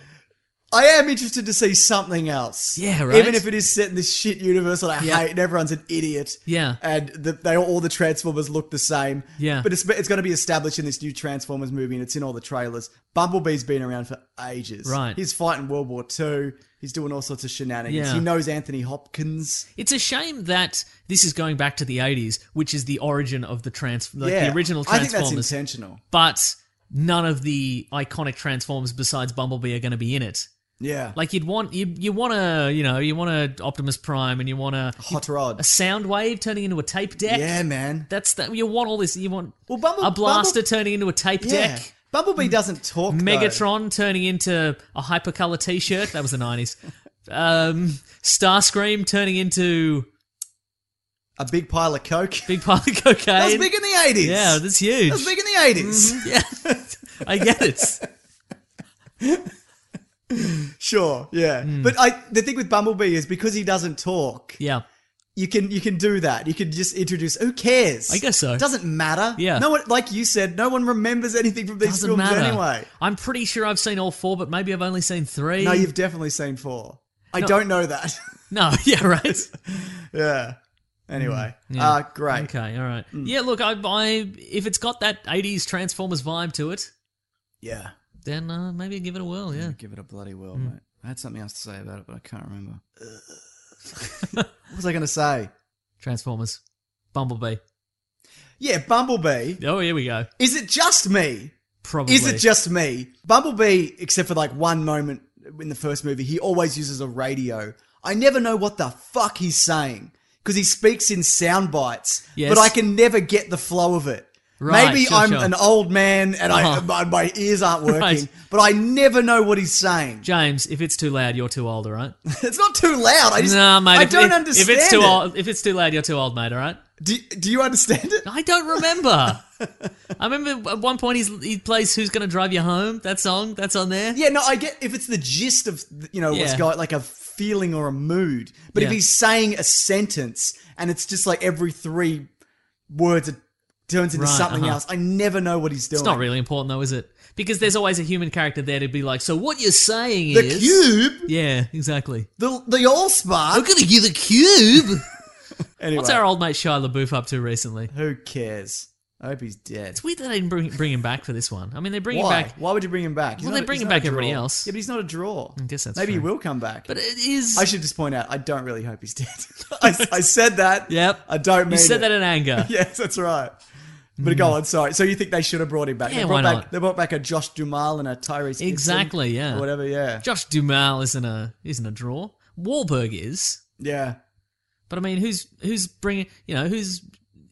S1: I am interested to see something else.
S3: Yeah, right?
S1: Even if it is set in this shit universe that I
S3: Yeah.
S1: hate and everyone's an idiot.
S3: Yeah.
S1: And the, they all the Transformers look the same.
S3: Yeah.
S1: But it's it's going to be established in this new Transformers movie, and it's in all the trailers. Bumblebee's been around for ages.
S3: Right.
S1: He's fighting World War Two. He's doing all sorts of shenanigans.
S3: Yeah.
S1: He knows Anthony Hopkins.
S3: It's a shame that this is going back to the '80s, which is the origin of the trans, like
S1: yeah.
S3: the original
S1: I think
S3: Transformers.
S1: that's intentional.
S3: but none of the iconic Transformers besides Bumblebee are going to be in it.
S1: Yeah. Like
S3: Like you'd want you you want to you know you want a Optimus Prime and you want a
S1: Hot Rod.
S3: a sound wave turning into a tape deck.
S1: Yeah, man.
S3: That's that you want all this. You want
S1: Well, Bumble-
S3: a blaster
S1: Bumble-
S3: turning into a tape
S1: Yeah.
S3: deck.
S1: Bumblebee doesn't talk. though.
S3: Megatron turning into a hypercolor T-shirt. That was the nineties. um, Starscream turning into
S1: A big pile of coke.
S3: big pile of
S1: That was
S3: cocaine.
S1: big in the eighties.
S3: yeah, that's huge.
S1: That was big in the eighties.
S3: yeah, I get it.
S1: Sure, yeah. But I the thing with Bumblebee is because he doesn't talk,
S3: Mm. Yeah,
S1: you can you can do that. You can just introduce who cares?
S3: I guess so.
S1: Doesn't matter.
S3: Yeah.
S1: No one like you said, no one remembers anything from these
S3: doesn't
S1: films
S3: matter.
S1: anyway.
S3: I'm pretty sure I've seen all four, but maybe I've only seen three.
S1: No, you've definitely seen four. I don't know that.
S3: no, yeah, right.
S1: yeah. Anyway.
S3: Mm. yeah.
S1: Uh great.
S3: Okay, all right.
S1: Hmm.
S3: Yeah, look, I, I if it's got that '80s Transformers vibe to it,
S1: Yeah.
S3: then uh, maybe give it a whirl. Yeah. Mm.
S1: Give it a bloody whirl, mate. I had something else to say about it, but I can't remember. what was I gonna say?
S3: Transformers, Bumblebee.
S1: Yeah, Bumblebee.
S3: Oh, here we go.
S1: Is it just me?
S3: Probably.
S1: Is it just me? Bumblebee, except for like one moment in the first movie, he always uses a radio. I never know what the fuck he's saying because he speaks in sound bites,
S3: Yes.
S1: but I can never get the flow of it.
S3: Right,
S1: Maybe
S3: sure,
S1: I'm
S3: sure.
S1: an old man and I,
S3: Uh-huh.
S1: my, my ears aren't working,
S3: Right.
S1: but I never know what he's saying.
S3: James? If it's too loud, you're too old. All right.
S1: It's not too loud. I just
S3: no, mate.
S1: I
S3: if,
S1: don't
S3: if-
S1: understand.
S3: If it's too
S1: it.
S3: old, if it's too loud, you're too old, mate. All right.
S1: do, do you understand it?
S3: I don't remember. I remember at one point he's, he plays "Who's Gonna Drive You Home." That song that's on there.
S1: Yeah, no, I get if it's the gist of you know what's
S3: Yeah.
S1: got like a feeling or a mood, but if
S3: Yeah.
S1: he's saying a sentence and it's just like every three words it turns into
S3: Right,
S1: something
S3: uh-huh.
S1: else, I never know what he's doing.
S3: It's not really important though, is it? Because there's always a human character there to be like, "So what you're saying
S1: the
S3: is."
S1: cube,
S3: Yeah, exactly.
S1: the the allspark.
S3: gonna give the cube.
S1: Anyway,
S3: What's our old mate Shia LaBeouf up to recently?
S1: who cares? I hope he's dead.
S3: It's weird that they didn't bring, bring him back for this one. I mean, they bring him
S1: Why?
S3: back,
S1: Why would you bring him back? He's
S3: Well,
S1: not
S3: they
S1: a-
S3: bring
S1: he's
S3: him
S1: not a
S3: back everybody
S1: draw.
S3: else.
S1: Yeah, but he's not a draw. I
S3: guess that's
S1: maybe he
S3: true.
S1: will come back.
S3: but it is.
S1: I should just point out, I don't really hope he's dead. I, I said that.
S3: Yep.
S1: I don't mean
S3: you said
S1: it.
S3: that in anger.
S1: Yes, that's right. But go on, sorry. So you think they should have brought him back?
S3: Hmm. Yeah,
S1: they, brought
S3: why
S1: back
S3: not?
S1: they brought back a Josh Duhamel and a Tyrese Gibson
S3: Exactly, yeah.
S1: or whatever. Yeah,
S3: Josh Duhamel isn't a isn't a draw. Wahlberg is,
S1: yeah.
S3: but I mean, who's who's bringing? You know, who's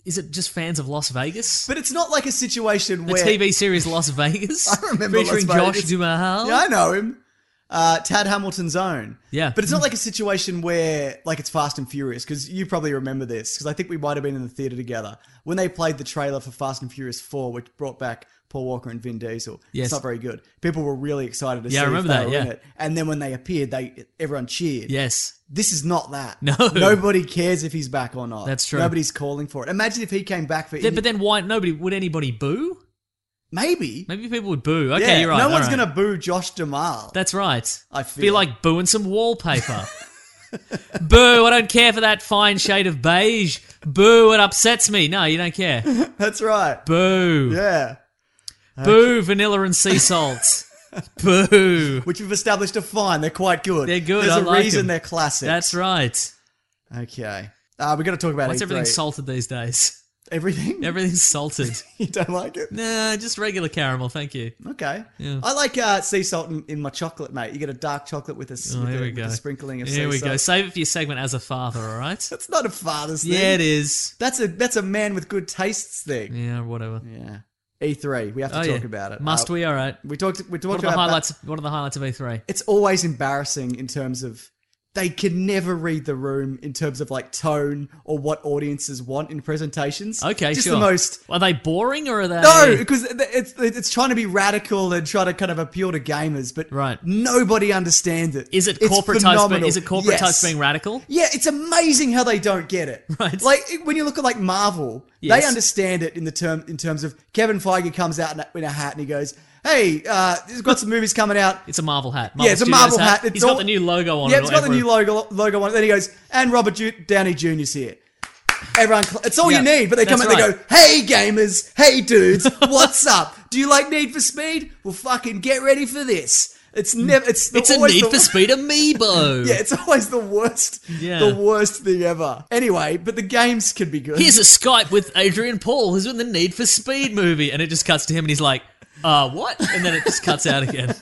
S3: is it? Just fans of Las Vegas?
S1: But it's not like a situation
S3: The
S1: where
S3: TV series Las Vegas,
S1: I remember Las
S3: featuring
S1: Vegas.
S3: Josh Duhamel.
S1: Yeah, I know him. Uh, Tad Hamilton's own.
S3: Yeah.
S1: But it's not like a situation where, like, it's Fast and Furious, because you probably remember this, because I think we might have been in the theater together when they played the trailer for Fast and Furious 4, which brought back Paul Walker and Vin Diesel. It's
S3: Yes.
S1: not very good. People were really excited to
S3: Yeah, I
S1: see
S3: remember
S1: if they
S3: that,
S1: were in
S3: yeah.
S1: it. And then when they appeared, they everyone cheered.
S3: Yes,
S1: This is not that.
S3: No.
S1: Nobody cares if he's back or not.
S3: That's true.
S1: Nobody's calling for it. Imagine if he came back for
S3: Then- but then why? Nobody would anybody boo?
S1: maybe.
S3: Maybe people would boo. Okay,
S1: yeah,
S3: you're right.
S1: no
S3: all
S1: one's
S3: right.
S1: gonna boo Josh Jamal.
S3: That's right.
S1: I feel
S3: be like booing some wallpaper. Boo! I don't care for that fine shade of beige. Boo! It upsets me. No, you don't care.
S1: That's right.
S3: Boo!
S1: Yeah.
S3: Boo! Vanilla and sea salt. Boo!
S1: Which we've established are fine. They're quite good.
S3: They're good,
S1: There's
S3: I
S1: a
S3: like
S1: reason
S3: 'em.
S1: they're classic.
S3: That's right.
S1: okay. Uh, we got to talk about
S3: What's
S1: E3.
S3: everything salted these days?
S1: Everything.
S3: Everything's salted.
S1: you don't like it?
S3: nah, just regular caramel. Thank you.
S1: Okay. I like uh, sea salt in, in my chocolate, mate. You get a dark chocolate with a, s-
S3: Oh,
S1: with
S3: here
S1: a,
S3: we
S1: with a
S3: go.
S1: sprinkling of sea
S3: Here we
S1: salt.
S3: go. Save it for your segment as a father. All right.
S1: That's not a father's thing.
S3: yeah, it is.
S1: That's a that's a man with good tastes thing.
S3: Yeah, whatever.
S1: Yeah. E3. E We have to
S3: Oh,
S1: talk
S3: yeah.
S1: about it.
S3: Must
S1: Uh,
S3: we? All right.
S1: We talked. We talked
S3: What are the E
S1: about
S3: highlights? What are the highlights of E3?
S1: It's always embarrassing in terms of they can never read the room in terms of like tone or what audiences want in presentations.
S3: Okay,
S1: just
S3: sure.
S1: the most.
S3: Are they boring or are they?
S1: No, because it's it's trying to be radical and trying to kind of appeal to gamers, but
S3: Right.
S1: nobody understands it.
S3: Is it
S1: It's
S3: corporate types? Being,
S1: phenomenal.
S3: is it corporate
S1: Yes.
S3: types being radical?
S1: Yeah, it's amazing how they don't get it.
S3: Right.
S1: Like it- when you look at like Marvel,
S3: Yes.
S1: they understand it in the term in terms of Kevin Feige comes out in a, in a hat and he goes, "Hey, uh, he's got some movies coming out.
S3: It's a Marvel hat.
S1: Yeah, it's a
S3: Studios
S1: Marvel hat. It's
S3: He's got
S1: all-
S3: the new logo on
S1: yeah,
S3: it.
S1: it's
S3: or
S1: got the new
S3: whatever.
S1: logo logo on it." Then he goes, "And Robert Ju- Downey Jr.'s here." Everyone, cl- it's all
S3: Yeah,
S1: you need. But they come out,
S3: that's
S1: and they go, "Hey gamers, hey dudes, what's up? Do you like Need for Speed? Well, fucking get ready for this." It's never. It's
S3: Hmm. It's a
S1: always
S3: Need
S1: the-
S3: for Speed amiibo.
S1: Yeah, it's always the worst.
S3: Yeah.
S1: The worst thing ever. Anyway, but the games can be good.
S3: Here's a Skype with Adrian Paul, who's in the Need for Speed movie, and it just cuts to him, and he's like, "Uh, what?" And then it just cuts out again.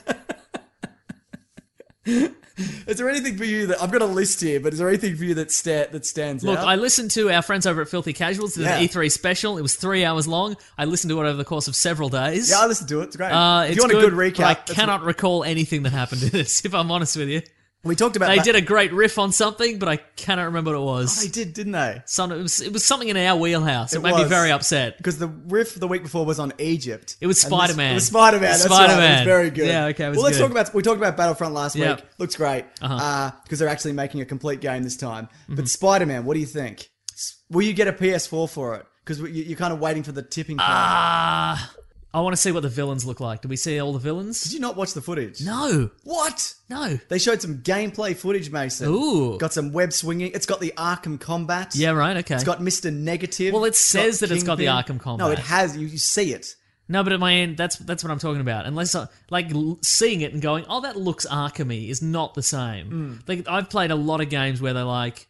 S1: Is there anything for you that I've got a list here? But is there anything for you that sta- that stands
S3: Look,
S1: out?
S3: I listened to our friends over at Filthy Casuals did an
S1: Yeah.
S3: E3 special. It was three hours long. I listened to it over the course of several days.
S1: yeah, I listened to it. It's great.
S3: uh,
S1: if
S3: it's
S1: you want
S3: good,
S1: a good recap,
S3: but I
S1: that's-
S3: cannot recall anything that happened in this. If I'm honest with you,
S1: We talked about.
S3: they
S1: that.
S3: did a great riff on something, but I cannot remember what it
S1: They
S3: was.
S1: did, didn't they?
S3: Some, it, was it was something in our wheelhouse. It,
S1: It
S3: made me
S1: was.
S3: very upset.
S1: Because the riff the week before was on Egypt.
S3: It was
S1: And this-
S3: Spider-Man.
S1: It was Spider Man. That's Spider Right. It
S3: Spider-Man.
S1: was very good.
S3: Yeah, okay, it was
S1: well, let's
S3: good.
S1: talk about. We talked about Battlefront last
S3: Yeah.
S1: week. Looks great.
S3: Uh-huh. Mm-hmm.
S1: Uh, because they're actually making a complete game this time. But Spider Man, what do you think? S- Will you get a PS4 for it? Because you're kind of waiting for the tipping point.
S3: Ah, I want to see what the villains look like. Did we see all the villains?
S1: Did you not watch the footage?
S3: No,
S1: What?
S3: no.
S1: They showed some gameplay footage, Mason.
S3: Ooh.
S1: Got some web swinging. It's got the Arkham combat.
S3: Yeah, right. Okay.
S1: It's got Mr. Negative.
S3: Well, it
S1: It's
S3: says that it's got the
S1: Kingpin.
S3: Arkham combat.
S1: No, it has. You, you see it.
S3: No, but at my end, that's that's what I'm talking about. Unless I, like l- seeing it and going, "Oh, that looks Arkhamy," is not the
S1: Mm.
S3: same. Like I've played a lot of games where they're like,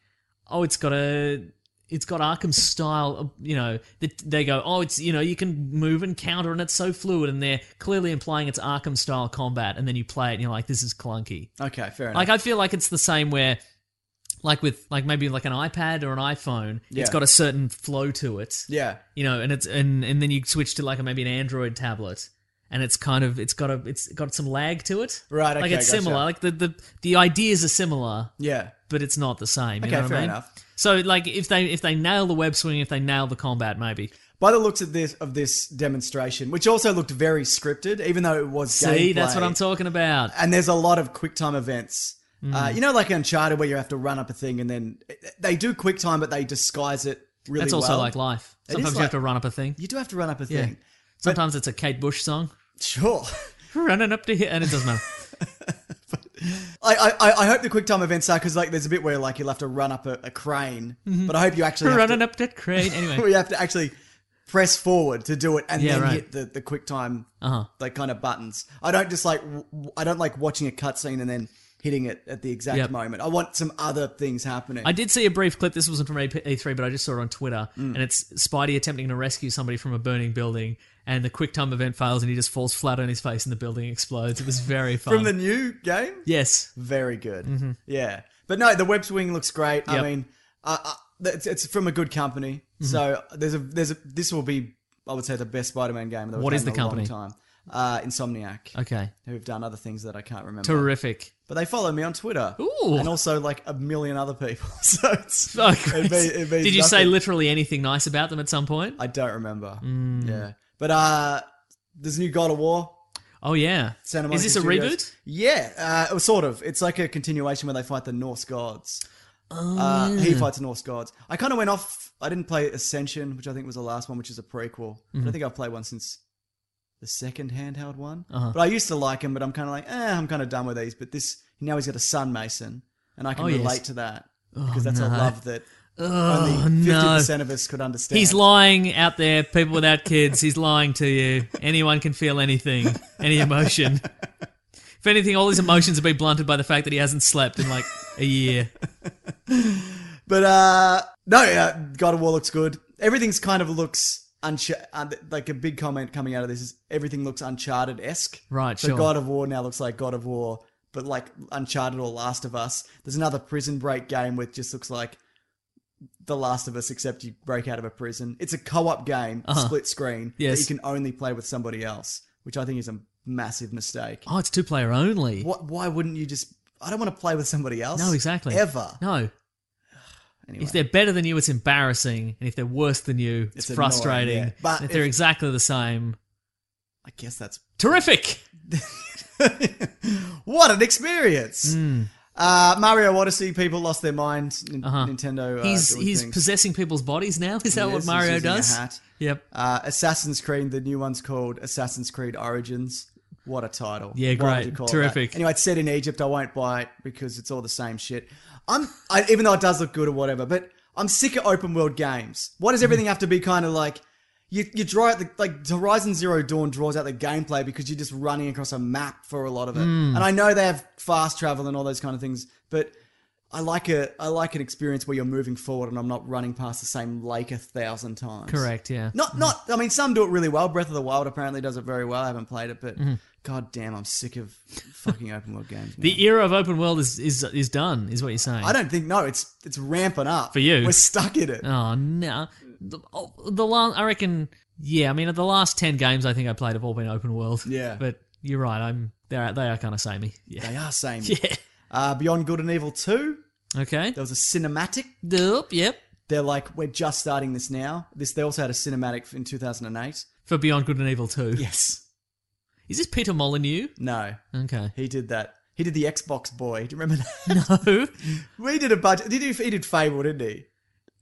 S3: "Oh, it's got a." It's got Arkham style, uh, you know. That they go, oh, it's you know, you can move and counter, and it's so fluid, and they're clearly implying it's Arkham style combat. And then you play it, and you're like, this is clunky.
S1: Okay, fair enough.
S3: Like I feel like it's the same where, like with like maybe like an iPad or an iPhone,
S1: Yeah.
S3: it's got a certain flow to it
S1: yeah.
S3: you know and it's and and then you switch to like a, maybe an android tablet and it's kind of it's got a it's got some lag to it
S1: Right,
S3: like
S1: okay,
S3: it's
S1: gotcha.
S3: similar like the, the the ideas are similar
S1: Yeah.
S3: but it's not the same you
S1: Okay,
S3: know what
S1: fair
S3: I mean?
S1: enough.
S3: so like if they if they nail the web swing if they nail the combat maybe
S1: By the looks of this of this demonstration, which also looked very scripted, even though it was
S3: see
S1: gameplay.
S3: that's what i'm talking Mm. about
S1: And there's a lot of quick time events. Uh, you know, like Uncharted, where you have to run up a thing and then eh, they do quick time, but they disguise it really
S3: that's also
S1: well.
S3: like life
S1: is
S3: sometimes you
S1: like-
S3: have to run up a thing
S1: You do have to run up a
S3: Yeah.
S1: thing.
S3: sometimes it's a kate bush song
S1: Sure.
S3: running up to here and it doesn't matter
S1: I, I, I- I hope the quick time events are because like there's a bit where like you'll have to run up a, a crane, but I hope you actually have
S3: running
S1: to,
S3: Mm-hmm. up that crane anyway
S1: we have to actually press forward to do it and
S3: Yeah,
S1: then
S3: right.
S1: hit the the quick time
S3: Uh-huh.
S1: like kind of buttons. I don't just like w- w- I don't like watching a cutscene and then hitting it at the exact
S3: Yep.
S1: moment. I want some other things happening.
S3: I did see a brief clip. This wasn't from E3, but I just saw it on Twitter.
S1: Mm.
S3: And it's Spidey attempting to rescue somebody from a burning building, and the quick time event fails, and he just falls flat on his face, and the building explodes. It was very fun.
S1: From the new game,
S3: yes,
S1: very good. Yeah, but no, the web swing looks great. I
S3: Mm-hmm. Yep. Mm-hmm.
S1: mean, uh, uh, it's, it's from a good company, so there's a there's a this will be I would say the best Spider-Man game. That
S3: What is the company?
S1: Long time. Uh, Insomniac,
S3: okay,
S1: who've done other things that I can't remember.
S3: terrific.
S1: But they follow me on Twitter,
S3: Ooh.
S1: and also like a million other people. So it's
S3: Oh,
S1: it
S3: great.
S1: mean- it means
S3: Did you say
S1: nothing.
S3: literally anything nice about them at some point? Mm.
S1: I don't remember.
S3: Mm-hmm.
S1: Yeah, but uh, there's a new God of War.
S3: oh yeah.
S1: Santa Monica
S3: Is this a
S1: Studios.
S3: reboot?
S1: Yeah, uh, it was sort of. It's like a continuation where they fight the Norse gods.
S3: Oh,
S1: Uh,
S3: yeah.
S1: He fights the Norse gods. I kind of went off. I didn't play Ascension, which I think was the last one, which is a prequel. I
S3: Mm.
S1: don't think I've played one since the second handheld one.
S3: Uh-huh.
S1: But I used to like him. But I'm kind of like, eh, I'm kind of done with these. But this now he's got a son, Mason, and I can
S3: Oh, yes. Oh,
S1: relate to that because that's a
S3: no.
S1: love that
S3: Oh,
S1: only fifty
S3: no.
S1: percent of us could understand.
S3: He's lying out there, people without kids. He's lying to you. Anyone can feel anything, any emotion. If anything, all his emotions have been blunted by the fact that he hasn't slept in like a year.
S1: But uh no, uh, God of War looks good. Everything's kind of looks unch- un- like a big comment coming out of this is everything looks Uncharted esque.
S3: Right,
S1: So
S3: sure.
S1: God of War now looks like God of War, but like Uncharted or Last of Us. There's another Prison Break game which just looks like The Last of Us, except you break out of a prison. It's a co-op game,
S3: Uh-huh.
S1: split screen
S3: Yes.
S1: that you can only play with somebody else, which I think is a massive mistake.
S3: Oh, it's two player only.
S1: What? Why wouldn't you just? I don't want to play with somebody else.
S3: No, exactly.
S1: Ever.
S3: No.
S1: Anyway.
S3: If they're better than you, it's embarrassing, and if they're worse than you, it's,
S1: It's annoying,
S3: frustrating.
S1: yeah. But
S3: And if, they're
S1: if-
S3: exactly the same,
S1: I guess that's
S3: terrific.
S1: what an experience.
S3: Mm.
S1: Uh, Mario Odyssey people lost their mind. Nin-
S3: Uh-huh.
S1: Nintendo. Uh,
S3: he's
S1: doing
S3: he's
S1: things.
S3: possessing people's bodies now. Is that
S1: Yes,
S3: what
S1: he's
S3: Mario
S1: using a
S3: does?
S1: hat.
S3: Yep.
S1: Uh, Assassin's Creed, the new one's called Assassin's Creed Origins. What a title!
S3: Yeah,
S1: Why
S3: great.
S1: would you call it
S3: Terrific.
S1: that? Anyway, it's set in Egypt. I won't buy it because it's all the same shit. I'm I, even though it does look good or whatever, but I'm sick of open world games. Why
S3: Hmm.
S1: does everything have to be kind of like? You, you draw out the like Horizon Zero Dawn draws out the gameplay because you're just running across a map for a lot of it.
S3: Hmm.
S1: And I know they have fast travel and all those kind of things, but I like a I like an experience where you're moving forward and I'm not running past the same lake a thousand times.
S3: Correct. Yeah.
S1: Not, not. I mean, some do it really well. Breath of the Wild apparently does it very well. I haven't played it, but god damn, I'm sick of fucking open world games. man.
S3: Mm-hmm. The E era of open world is is is done. Is what you're saying?
S1: I don't think no. It's it's ramping up
S3: For you.
S1: We're stuck in it.
S3: Oh no. The, oh, the last I reckon. Yeah. I mean, the last ten games I think I played have all been open world.
S1: Yeah.
S3: But you're right. I'm. They are. They are kind of samey. Yeah.
S1: They are same.
S3: Yeah.
S1: Uh, Beyond Good and Evil Two.
S3: Okay.
S1: There was a cinematic.
S3: Yup, Yep.
S1: They're like we're just starting this now. This they also had a cinematic in 2008.
S3: For Beyond Good and Evil Two.
S1: Yes.
S3: Is this Peter Molyneux?
S1: No.
S3: Okay.
S1: He did that. He did the Xbox Boy. Do you remember that?
S3: No.
S1: we did a budget. Did he, he did Fable, didn't he?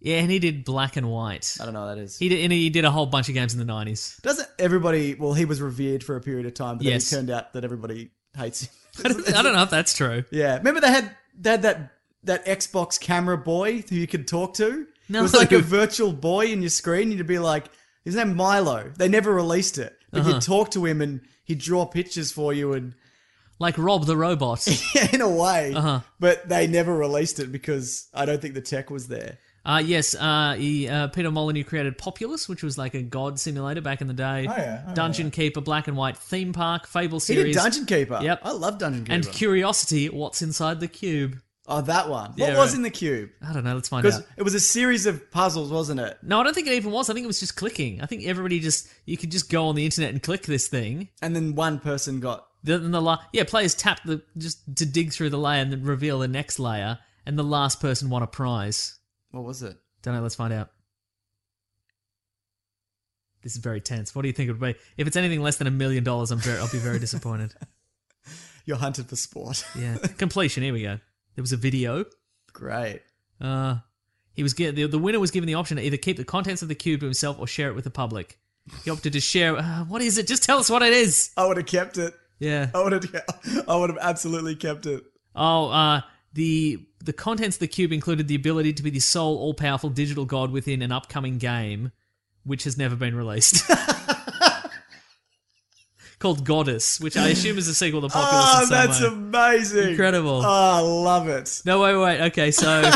S3: yeah, and he did Black and White.
S1: I don't know what that is.
S3: He did, and he did a whole bunch of games in the nineties.
S1: Doesn't everybody? Well, he was revered for a period of time, but then
S3: Yes.
S1: it turned out that everybody hates him.
S3: I don't, I don't know if that's true.
S1: yeah, remember they had they had that that Xbox camera boy who you could talk to.
S3: No.
S1: it was like a virtual boy in your screen. You'd be like, his name Milo. They never released it, but
S3: Uh-huh.
S1: you'd talk to him and he'd draw pictures for you, and
S3: Like Rob the Robot.
S1: in a way.
S3: Uh-huh.
S1: But they never released it because I don't think the tech was there.
S3: Uh, yes, uh, he, uh, Peter Molyneux created Populous, which was like a god simulator back in the day.
S1: Oh, yeah. Oh,
S3: Dungeon Keeper, Black and White Theme Park, Fable
S1: He
S3: series,
S1: did Dungeon Keeper.
S3: Yep.
S1: I love Dungeon Keeper.
S3: and Curiosity. What's inside the cube?
S1: oh, that one. What
S3: Yeah,
S1: was
S3: right.
S1: in the cube?
S3: I don't know. Let's find
S1: Because
S3: out.
S1: it was a series of puzzles, wasn't it?
S3: No, I don't think it even was. I think it was just clicking. I think everybody just you could just go on the internet and click this thing.
S1: And then one person got
S3: Then the la- yeah, players tap the just to dig through the layer and then reveal the next layer, and the last person won a prize.
S1: what was it?
S3: Don't know. Let's find out. This is very tense. What do you think it would be? If it's anything less than a million dollars, I'm very, I'll be very disappointed.
S1: You're hunted for sport.
S3: Yeah, completion. Here we go. There was a video.
S1: Great.
S3: Uh, he was gi- the, the winner was given the option to either keep the contents of the cube to himself or share it with the public. He opted to share. Uh, what is it? Just tell us what it is.
S1: I would have kept it.
S3: Yeah.
S1: I would have. I would have absolutely kept it.
S3: Oh, uh, the the contents of the cube included the ability to be the sole all powerful digital god within an upcoming game, which has never been released. Called Goddess, which I assume is a sequel to Populous.
S1: Oh,
S3: in some
S1: that's
S3: way.
S1: amazing!
S3: Incredible.
S1: Oh, I love it.
S3: No, wait, wait. Okay, so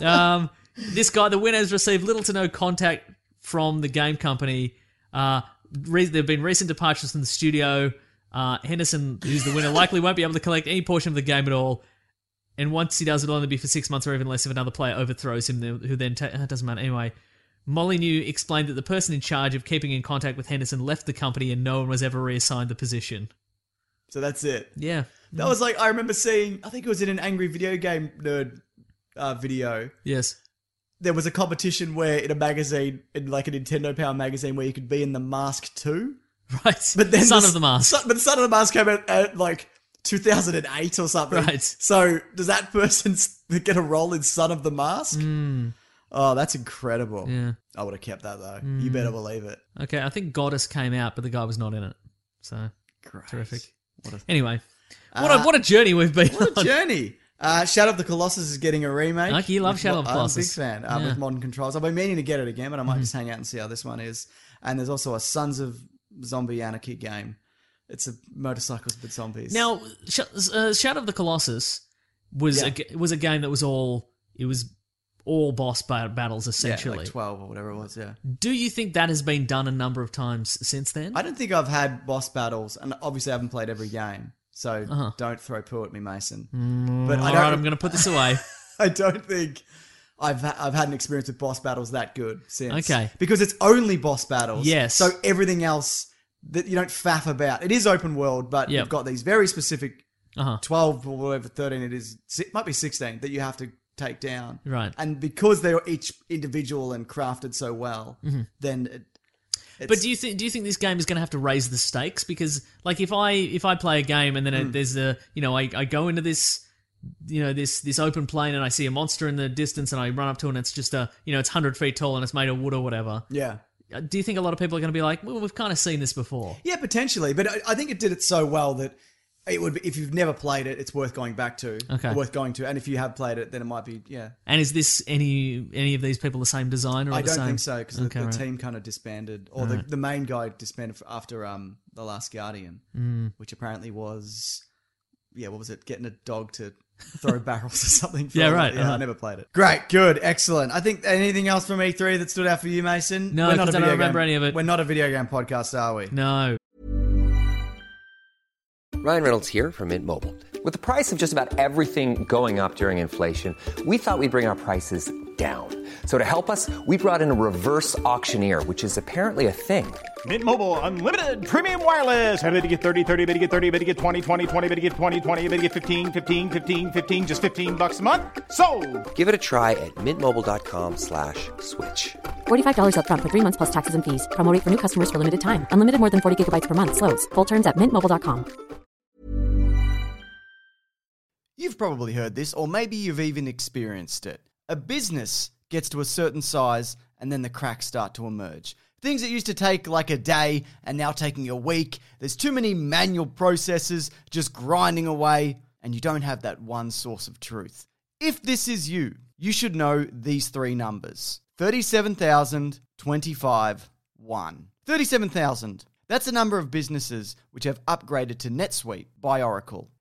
S3: um, this guy, the winner, has received little to no contact from the game company. Uh, re- there have been recent departures from the studio. Uh, Henderson, who's the winner, likely won't be able to collect any portion of the game at all. And once he does, it'll only be for six months or even less if another player overthrows him, then- who then ta- uh, doesn't matter anyway. Molyneux explained that the person in charge of keeping in contact with Henderson left the company and no one was ever reassigned the position.
S1: So that's it.
S3: Yeah.
S1: That was like I remember seeing. I think it was in an angry video game nerd uh, video.
S3: Yes.
S1: There was a competition where in a magazine, in like a Nintendo Power magazine, where you could be in the Mask Two.
S3: Right.
S1: But then
S3: Son
S1: the-
S3: of the Mask.
S1: Son- but Son of the Mask came out at like 2008 or something.
S3: Right.
S1: So does that person s- get a role in Son of the Mask? Oh, that's incredible.
S3: Mm. Hmm. yeah. Mm.
S1: I would have kept that though. You better believe it.
S3: Okay, I think Goddess came out, but the guy was not in it. So
S1: Great.
S3: terrific.
S1: What a-
S3: anyway, what a what a journey we've been
S1: Uh, What a
S3: on.
S1: journey. Uh, Shadow of the Colossus is getting a remake.
S3: Like, you love
S1: With
S3: Shadow
S1: mo-
S3: of the Colossus.
S1: I'm a big fan uh,
S3: Yeah. Mm-hmm.
S1: with modern controls. I've been meaning to get it again, but I might just hang out and see how this one is. And there's also a Sons of Zombie Anarchy game. It's a motorcycles but zombies.
S3: Now, Sh- uh, Shadow of the Colossus was
S1: Yeah.
S3: a g was a game that was all it was all boss ba- battles
S1: yeah,
S3: essentially. Mm-hmm.
S1: like 12 or whatever it was. Yeah.
S3: Do you think that has been done a number of times since then?
S1: I don't think I've had boss battles, and obviously I haven't played every game, so
S3: Uh-huh.
S1: don't throw poo at me, Mason. but
S3: Mm, all
S1: I
S3: right,
S1: don't,
S3: I'm going to put this away.
S1: I don't think I've ha- I've had an experience with boss battles that good since.
S3: Okay.
S1: because it's only boss battles.
S3: Yes.
S1: so everything else that you don't faff about. It is open world, but
S3: Yep.
S1: you've got these very specific
S3: Uh-huh.
S5: 12 or whatever, 13 it is, it might be 16 that you have to take down.
S3: Right.
S5: And because they're each individual and crafted so well, then it, it's,
S3: Mm-hmm. But do you think do you think this game is going to have to raise the stakes? Because like if I if I play a game and then
S1: Hmm.
S3: it- there's a you know I, I go into this you know this this open plain and I see a monster in the distance and I run up to it and it's just a you know it's hundred feet tall and it's made of wood or whatever.
S5: yeah.
S3: Uh, Do you think a lot of people are going to be like, well, we've kind of seen this before?
S5: Yeah, potentially. But I, I think it did it so well that it would be, if you've never played it, it's worth going back to.
S3: Okay.
S5: Worth going to. And if you have played it, then it might be, yeah.
S3: And is this any any of these people the same designer? Or
S5: I
S3: the
S5: don't
S3: same?
S5: think so because
S3: Okay,
S5: the, the
S3: right.
S5: team kind of disbanded, or the, the main guy disbanded f- after um the Last Guardian,
S3: Mm.
S5: which apparently was, yeah, what was it? Getting a dog to throw barrels or something. for
S3: Yeah,
S5: a-
S3: right,
S5: Yeah,
S3: uh-huh.
S5: I never played it. Great, good, excellent. I think anything else from E3 that stood out for you, Mason?
S3: No, 'cause I don't
S5: video
S3: remember
S5: game-
S3: any of it.
S5: We're not a video game podcast, are we?
S3: No.
S6: Ryan Reynolds here from Mint Mobile. With the price of just about everything going up during inflation, we thought we'd bring our prices down. So to help us, we brought in a reverse auctioneer, which is apparently a thing.
S7: Mint Mobile unlimited premium wireless. Ready to get 30, 30, bit to get 30, bit to get 20, 20, 20, bit to get 20, 20, bit to get 15, 15, 15, 15 just 15 bucks a month. So,
S6: Give it a try at mintmobile.com slash switch.
S8: $45 upfront for three months plus taxes and fees. Promo rate for new customers for limited time. Unlimited more than 40 gigabytes per month. Slows. Full terms at mintmobile.com.
S1: You've probably heard this, or maybe you've even experienced it. A business gets to a certain size, and then the cracks start to emerge. Things that used to take like a day and now taking a week. There's too many manual processes just grinding away, and you don't have that one source of truth. If this is you, you should know these three numbers 37,025, 1. 37,000. That's the number of businesses which have upgraded to NetSuite by Oracle.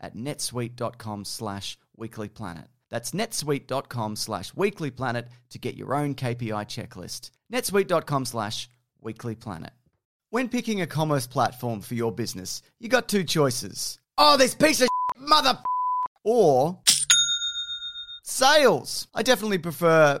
S1: at netsuite.com slash weeklyplanet. That's netsuite.com slash weeklyplanet to get your own KPI checklist. netsuite.com slash weeklyplanet. When picking a commerce platform for your business, you got two choices. Oh, this piece of shit, mother f- or sales. I definitely prefer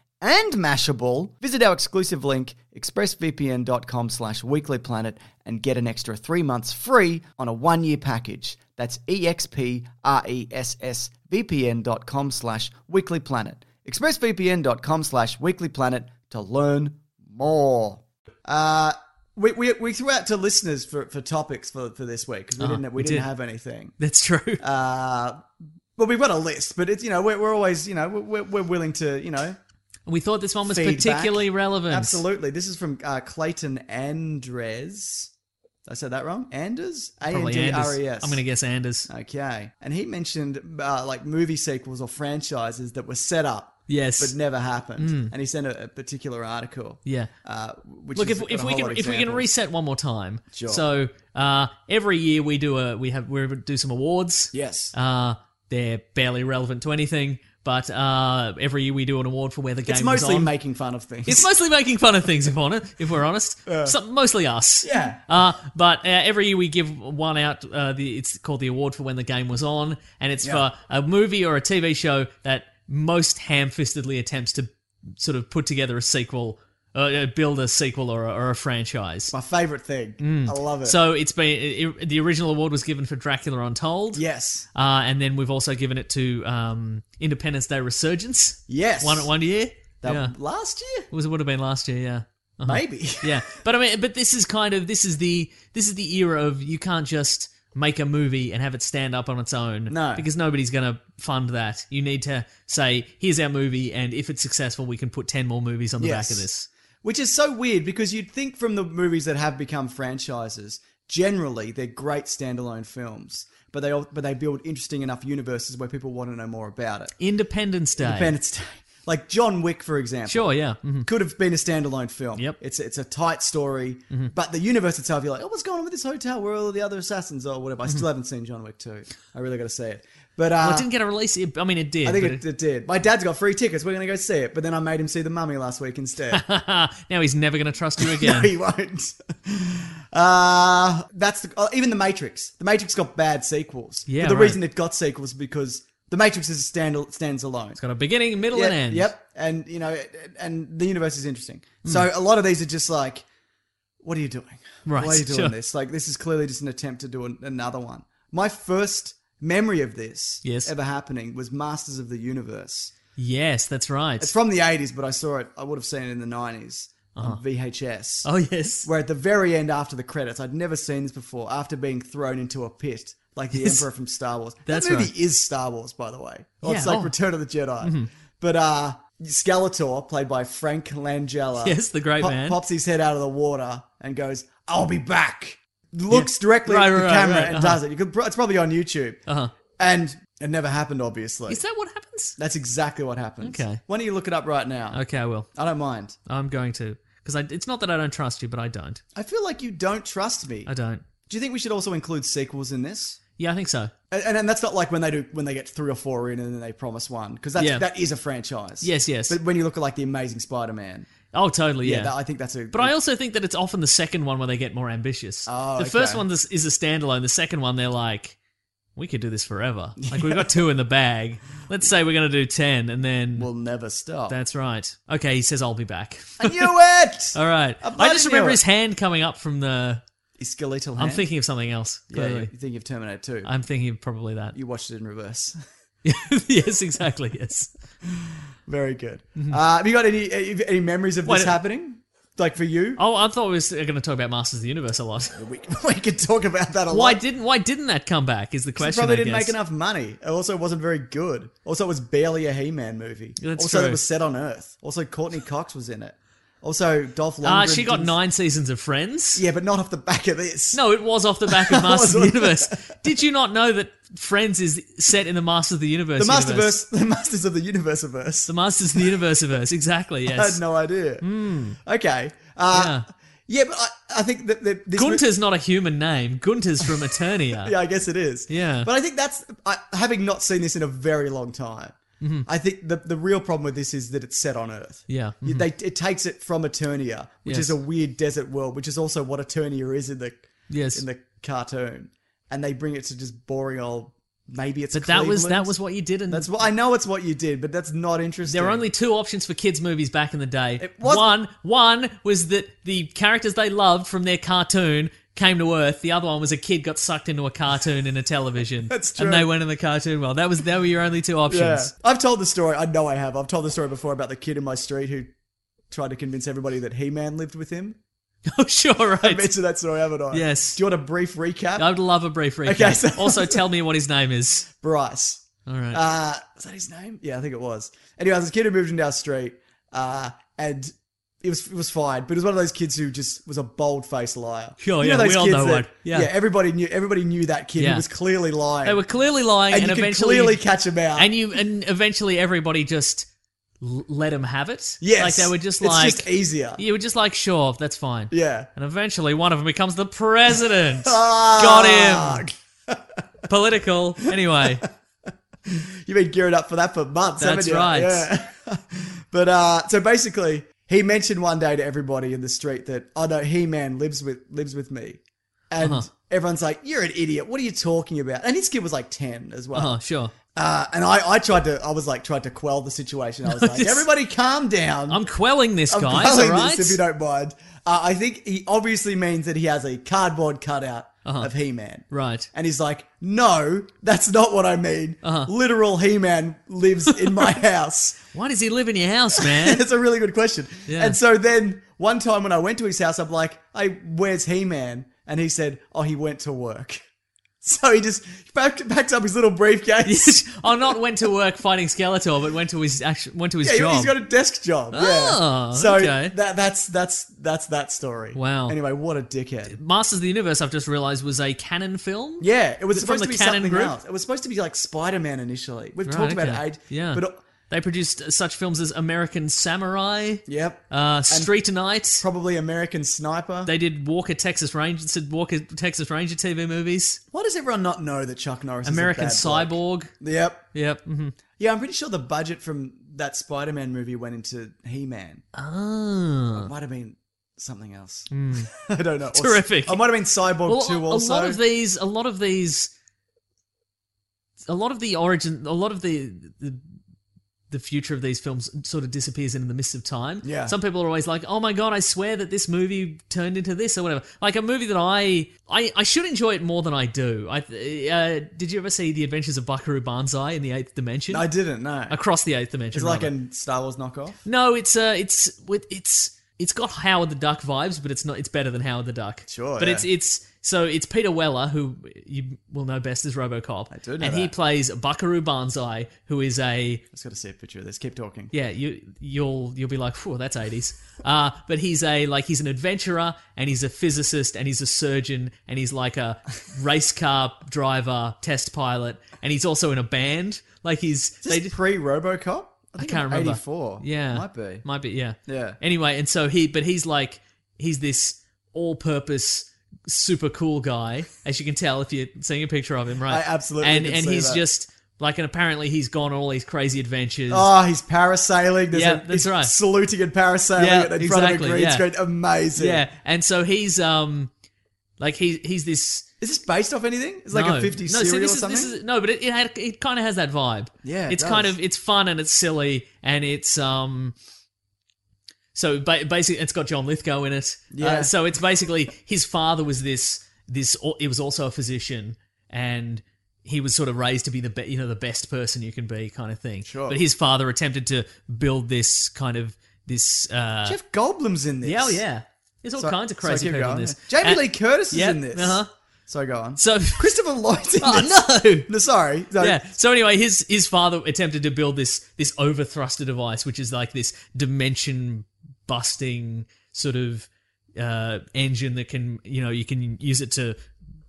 S4: and Mashable, visit our exclusive link, expressvpn.com slash weeklyplanet, and get an extra three months free on a one-year package. That's E expressvpn.com slash weeklyplanet. expressvpn.com slash weeklyplanet to learn more.
S1: Uh, we, we, we threw out to listeners for, for topics for, for this
S4: Ah,
S1: week because we didn't we
S3: we
S1: didn't
S3: did.
S1: have anything.
S3: That's true.
S1: Uh, But we've got a list. But it's you know we're, we're always you know we're, we're willing to you know
S3: we thought this one was
S1: feedback.
S3: particularly relevant.
S1: Absolutely. This is from uh, Clayton Andres. Did I said that wrong? Anders? A N
S3: Probably
S1: D
S3: Anders.
S1: R E S.
S3: I'm going to guess Anders.
S1: Okay. And he mentioned uh, like movie sequels or franchises that were set up
S3: Yes.
S1: but
S3: Hmm.
S1: never happened. And he sent a, a particular article.
S3: yeah.
S1: Uh, which
S3: Look,
S1: is
S3: if,
S1: got
S3: if
S1: a
S3: we
S1: whole
S3: can
S1: lot of
S3: if we can
S1: examples.
S3: reset one more time. Sure. So uh, every year we do a we have we do some awards.
S1: Yes.
S3: Uh, they're barely relevant to anything, but uh, every year we do an award for where the game
S1: it's
S3: was
S1: mostly
S3: on.
S1: making fun of things.
S3: It's mostly making fun of things if on it, if we're honest. Some, mostly us.
S1: Yeah.
S3: Uh, but uh, every year we give one out. Uh, the it's called the award for when the game was on, and it's for a movie or a TV show that most ham-fistedly attempts to sort of put together a sequel, uh, uh, build a sequel or a, or a franchise.
S1: my favorite thing. I love it.
S3: Hmm. So it's been it, the original award was given for Dracula Untold.
S1: yes.
S3: Uh, and then we've also given it to um, Independence Day Resurgence.
S1: Yes.
S3: One one year.
S1: That-
S3: yeah.
S1: Last year?
S3: It was it would have been last year, yeah.
S1: Maybe.
S3: Yeah. But I mean but this is kind of this is the this is the era of you can't just make a movie and have it stand up on its own.
S1: No.
S3: Because nobody's gonna fund that. You need to say, here's our movie and if it's successful we can put ten more movies on the
S1: Yes.
S3: back of this.
S1: Which is so weird because you'd think from the movies that have become franchises, generally they're great standalone films, but they all, but they build interesting enough universes where people want to know more about it.
S3: Independence Day.
S1: Independence Day, like John Wick, for example,
S3: Sure, yeah. mhm.
S1: could have been a standalone film.
S3: Yep. Mm-hmm.
S1: it's it's a tight story, but the universe itself, you're like, oh, what's going on with this hotel? Where are all the other assassins or whatever? I still haven't seen John Wick two. I really got to see it, but uh,
S3: Mm-hmm. Well, it didn't get a release. It- I mean, it did.
S1: I think
S3: but
S1: it, it did. My dad's got free tickets. We're gonna go see it, but then I made him see the Mummy last week instead.
S3: now he's never going to trust you again.
S1: he won't. Uh, that's the, uh, even the Matrix. The Matrix got bad sequels.
S3: Yeah,
S1: but the
S3: right.
S1: reason it got sequels is because the Matrix is a stand stands alone.
S3: Got a beginning, middle,
S1: Yeah,
S3: and end.
S1: Yep, and you know, it- it- and the universe is interesting.
S3: Hmm.
S1: So a lot of these are just like, what are you doing?
S3: Right,
S1: Why are you doing
S3: sure.
S1: this? Like, this is clearly just an attempt to do an, another one. My first memory of this
S3: Yes.
S1: ever happening was Masters of the Universe.
S3: Yes, that's right.
S1: It's from the eighties, but I saw it. I would have seen it in the 90s on VHS.
S3: Uh-huh. oh yes.
S1: Where at the very end, after the credits, I'd never seen this before. After being thrown into a pit, like the
S3: Yes.
S1: Emperor from Star Wars.
S3: That's
S1: that movie
S3: right.
S1: is Star Wars, by the way. Well, it's
S3: Yeah,
S1: like
S3: oh.
S1: Return of the Jedi. But uh, Skeletor, played by Frank Langella,
S3: Yes, the great man.
S1: pops his head out of the water and goes, "I'll be back." Looks directly
S3: Right,
S1: at the
S3: right, right,
S1: camera
S3: right,
S1: and
S3: uh-huh.
S1: does it. You could, pro- it's probably on YouTube.
S3: Uh-huh.
S1: And it never happened, obviously.
S3: Is that what happens?
S1: That's exactly what happens.
S3: Okay.
S1: Why don't you look it up right now?
S3: Okay, I will.
S1: I don't mind.
S3: I'm going to because it's not that I don't trust you, but I don't.
S1: I feel like you don't trust me.
S3: I don't.
S1: Do you think we should also include sequels in this?
S3: Yeah, I think so.
S1: And, and, and that's not like when they do when they get three or four in and then they promise one because that's
S3: Yeah.
S1: that is a franchise.
S3: Yes, yes.
S1: But when you look at like the Amazing Spider-Man,
S3: Oh, totally. Yeah.
S1: Yeah, that, I think that's a.
S3: but I also think that it's often the second one where they get more ambitious.
S1: Oh,
S3: the first
S1: okay.
S3: one is, is a standalone. The second one, they're like, we could do this forever. Like, we've got two in the bag. Let's say we're going to do 10, and then.
S1: will never stop.
S3: that's right. Okay, he says, I'll be back.
S1: I knew it.
S3: All right.
S1: I
S3: I just
S1: bloody knew
S3: remember
S1: it.
S3: his hand coming up from the.
S1: His skeletal
S3: I'm
S1: hand.
S3: thinking of something else.
S1: Yeah,
S3: Clearly.
S1: you think of Terminator 2.
S3: I'm thinking of probably that.
S1: you watched it in reverse.
S3: yes, exactly. Yes.
S1: Very good.
S3: Mm-hmm.
S1: Uh, have you got any any any memories of
S3: Why
S1: this
S3: don't-
S1: happening? Like for you,
S3: Oh, I thought we were going to talk about Masters of the Universe a lot.
S1: we, we could talk about that a
S3: Why
S1: lot.
S3: didn't Why didn't that come back? Is the
S1: It
S3: question.
S1: probably
S3: I
S1: didn't
S3: guess.
S1: make enough money. It also wasn't very good. Also, it was barely a He-Man movie.
S3: That's
S1: also,
S3: true.
S1: it was set on Earth. Also, Courtney Cox was in it. Also, Dolph Lundgren.
S3: Ah, she got
S1: didn't-
S3: nine seasons of Friends.
S1: Yeah, but not off the back of this.
S3: No, it was off the back of Masters of the
S1: Was it?
S3: Universe. Did you not know that Friends is set in the Masters of the Universe?
S1: the Masterverse, the Masters of the Universe verse.
S3: The Masters of the Universe verse. Exactly.
S1: I had
S3: Yes. Hmm.
S1: no idea. Okay. Uh,
S3: Yeah.
S1: yeah. but I, I think that, that this
S3: Gunter's not a human name. Gunter's from Eternia.
S1: Yeah, I guess it is.
S3: Yeah.
S1: But I think that's I, having not seen this in a very long time.
S3: Mm-hmm.
S1: I think the the real problem with this is that it's set on Earth.
S3: Yeah,
S1: You- They, it takes it from Eternia, which
S3: Mm-hmm. Yes.
S1: is a weird desert world, which is also what Eternia is in the
S3: Yes.
S1: in the cartoon, and they bring it to just boring old. Maybe it's
S3: but that was that
S1: Cleveland.
S3: was what you did, and
S1: that's what I know. It's what you did, but that's not interesting.
S3: There were only two options for kids' movies back in the day.
S1: wasn't-
S3: one one was that the characters they loved from their cartoon came to Earth. The other one was a kid got sucked into a cartoon in a television.
S1: That's
S3: And
S1: true.
S3: they went in the cartoon world. That was there were your only two
S1: Yeah.
S3: options.
S1: I've told the story. I know I have. I've told the story before about the kid in my street who tried to convince everybody that He Man lived with him.
S3: oh sure,
S1: I
S3: right.
S1: mentioned that story, haven't I?
S3: Yes.
S1: Do you want a brief recap?
S3: I would love a brief recap.
S1: Okay, so-
S3: also, tell me what his name is.
S1: Bryce.
S3: All right.
S1: Uh, is that his name? Yeah, I think it was. Anyway, this kid who moved into our street, uh, and it was it was fine, but it was one of those kids who just was a bold faced liar.
S3: Sure, yeah,
S1: those
S3: we all know
S1: that-
S3: one. Yeah.
S1: everybody knew everybody knew that kid.
S3: Yeah.
S1: He was clearly lying.
S3: they were clearly lying,
S1: and,
S3: and,
S1: you could
S3: eventually,
S1: clearly catch him out.
S3: and you, and eventually, everybody just l- let him have it.
S1: yes,
S3: like they were just
S1: it's
S3: like
S1: just easier.
S3: you were just like, sure, that's fine.
S1: Yeah.
S3: And eventually, one of them becomes the president.
S1: Ah.
S3: Got him. Political. Anyway,
S1: You've been gearing up for that for months, haven't
S3: That's
S1: you?
S3: right.
S1: Yeah. but uh, so basically, he mentioned one day to everybody in the street that, "Oh no, He Man lives with lives with me," and
S3: Uh-huh.
S1: everyone's like, "You're an idiot! What are you talking about?" And his kid was like ten as well.
S3: oh sure.
S1: Uh, and I, I tried to, I was like, tried to quell the situation. I was like,
S3: Just-
S1: "Everybody, calm down."
S3: I'm quelling this,
S1: I'm
S3: guys. All
S1: quelling
S3: right.
S1: this if you don't mind. Uh, I think he obviously means that he has a cardboard cutout of He Man.
S3: Uh-huh. Right. Uh-huh.
S1: And he's like, no, that's not what I mean. Literal He Man lives in my house.
S3: Why does he live in your house, man?
S1: That's a really good question.
S3: Yeah.
S1: And so then one time when I went to his house, I'm like, hey, where's He Man? And he said, oh, he went to work. So he just back, backs up his little briefcase.
S3: oh, not went to work fighting Skeletor, but went to his actual, went to his
S1: Yeah, he-
S3: job.
S1: he's got a desk job.
S3: Oh,
S1: yeah. So
S3: okay.
S1: that, that's that's that's that story.
S3: Wow.
S1: Anyway, what a dickhead.
S3: Masters of the Universe. I've just realised was a canon film.
S1: Yeah, it was
S3: Is it from
S1: supposed
S3: the
S1: to be
S3: Canon
S1: something
S3: group?
S1: else. It was supposed to be like Spider Man initially. We've
S3: Right,
S1: talked about
S3: okay.
S1: it. Age,
S3: Yeah.
S1: But
S3: They produced such films as American Samurai,
S1: yep.
S3: uh, Street Night.
S1: probably American Sniper.
S3: they did Walker Texas Ranger, said Walker Texas Ranger TV movies.
S1: Why does everyone not know that Chuck Norris
S3: American
S1: is a bad bloke?
S3: Cyborg.
S1: Yep.
S3: Yep. hmm
S1: Yeah, I'm pretty sure the budget from that Spider Man movie went into He Man.
S3: Uh. Oh.
S1: Might have been something else. I don't know. Or s-
S3: Hmm. Terrific.
S1: I might have been Cyborg
S3: Well,
S1: 2 also.
S3: a lot of these, a lot of these, a lot of the origin, a lot of the, the the future of these films sort of disappears into the mist of time.
S1: Yeah.
S3: Some people are always like, "Oh my god, I swear that this movie turned into this or whatever." Like a movie that I I, I should enjoy it more than I do. I uh, did you ever see The Adventures of Buckaroo Banzai in the Eighth Dimension?
S1: I didn't, know.
S3: Across the Eighth Dimension.
S1: It's like
S3: rather.
S1: a Star Wars knockoff.
S3: No, it's uh, it's with it's it's got Howard the Duck vibes, but it's not. It's better than Howard the Duck.
S1: Sure,
S3: but
S1: yeah.
S3: it's it's so it's Peter Weller who you will know best as RoboCop. I
S1: do know
S3: and he
S1: that.
S3: plays Buckaroo Banzai, who is a
S1: Just got to see a picture of this. Keep talking.
S3: yeah. You you'll you'll be like, "Phew, that's eighties. uh, but he's a like he's an adventurer and he's a physicist and he's a surgeon and he's like a race car driver, test pilot, and he's also in a band. Like he's
S1: Is this pre RoboCop? I, think
S3: can't
S1: it was
S3: remember.
S1: 84.
S3: Yeah,
S1: Might be.
S3: might be. Yeah,
S1: Yeah.
S3: Anyway, and so he, but he's like, he's this all-purpose, super cool guy, as you can tell if you're seeing a picture of him, right?
S1: I absolutely
S3: And
S1: can
S3: and
S1: see
S3: he's
S1: that.
S3: just Like, and apparently he's gone on all these crazy adventures.
S1: Oh, he's parasailing. There's
S3: Yeah,
S1: a-
S3: that's
S1: he's
S3: right.
S1: Saluting and parasailing
S3: Yeah,
S1: in front of
S3: exactly,
S1: a green
S3: yeah.
S1: screen. Amazing.
S3: yeah, and so he's um, like he he's this.
S1: Is this based off anything? It's like
S3: no.
S1: a 50
S3: no, see,
S1: serial or
S3: this is-
S1: something?
S3: this is- no, but it it, had, it kind of has that vibe.
S1: Yeah, it
S3: it's kind
S1: does.
S3: of it's fun and it's silly and it's um. So ba- basically, it's got John Lithgow in it. Uh,
S1: Yeah.
S3: so it's basically his father was this this. It was also a physician, and he was sort of raised to be the be- you know the best person you can be kind of thing.
S1: Sure.
S3: But his father attempted to build this kind of this. Uh,
S1: Jeff Goldblum's in this.
S3: yeah, oh yeah. There's all
S1: So-
S3: kinds of
S1: so
S3: crazy
S1: keep
S3: people in
S1: going.
S3: this.
S1: Jamie
S3: And-
S1: Lee Curtis is
S3: yeah,
S1: in this.
S3: Uh-huh.
S1: So go on.
S3: So
S1: Christopher Lloyd's in this.
S3: Oh no.
S1: No, sorry. No,
S3: Yeah. So anyway, his his father attempted to build this this overthruster device, which is like this dimension busting sort of uh, engine that can you know you can use it to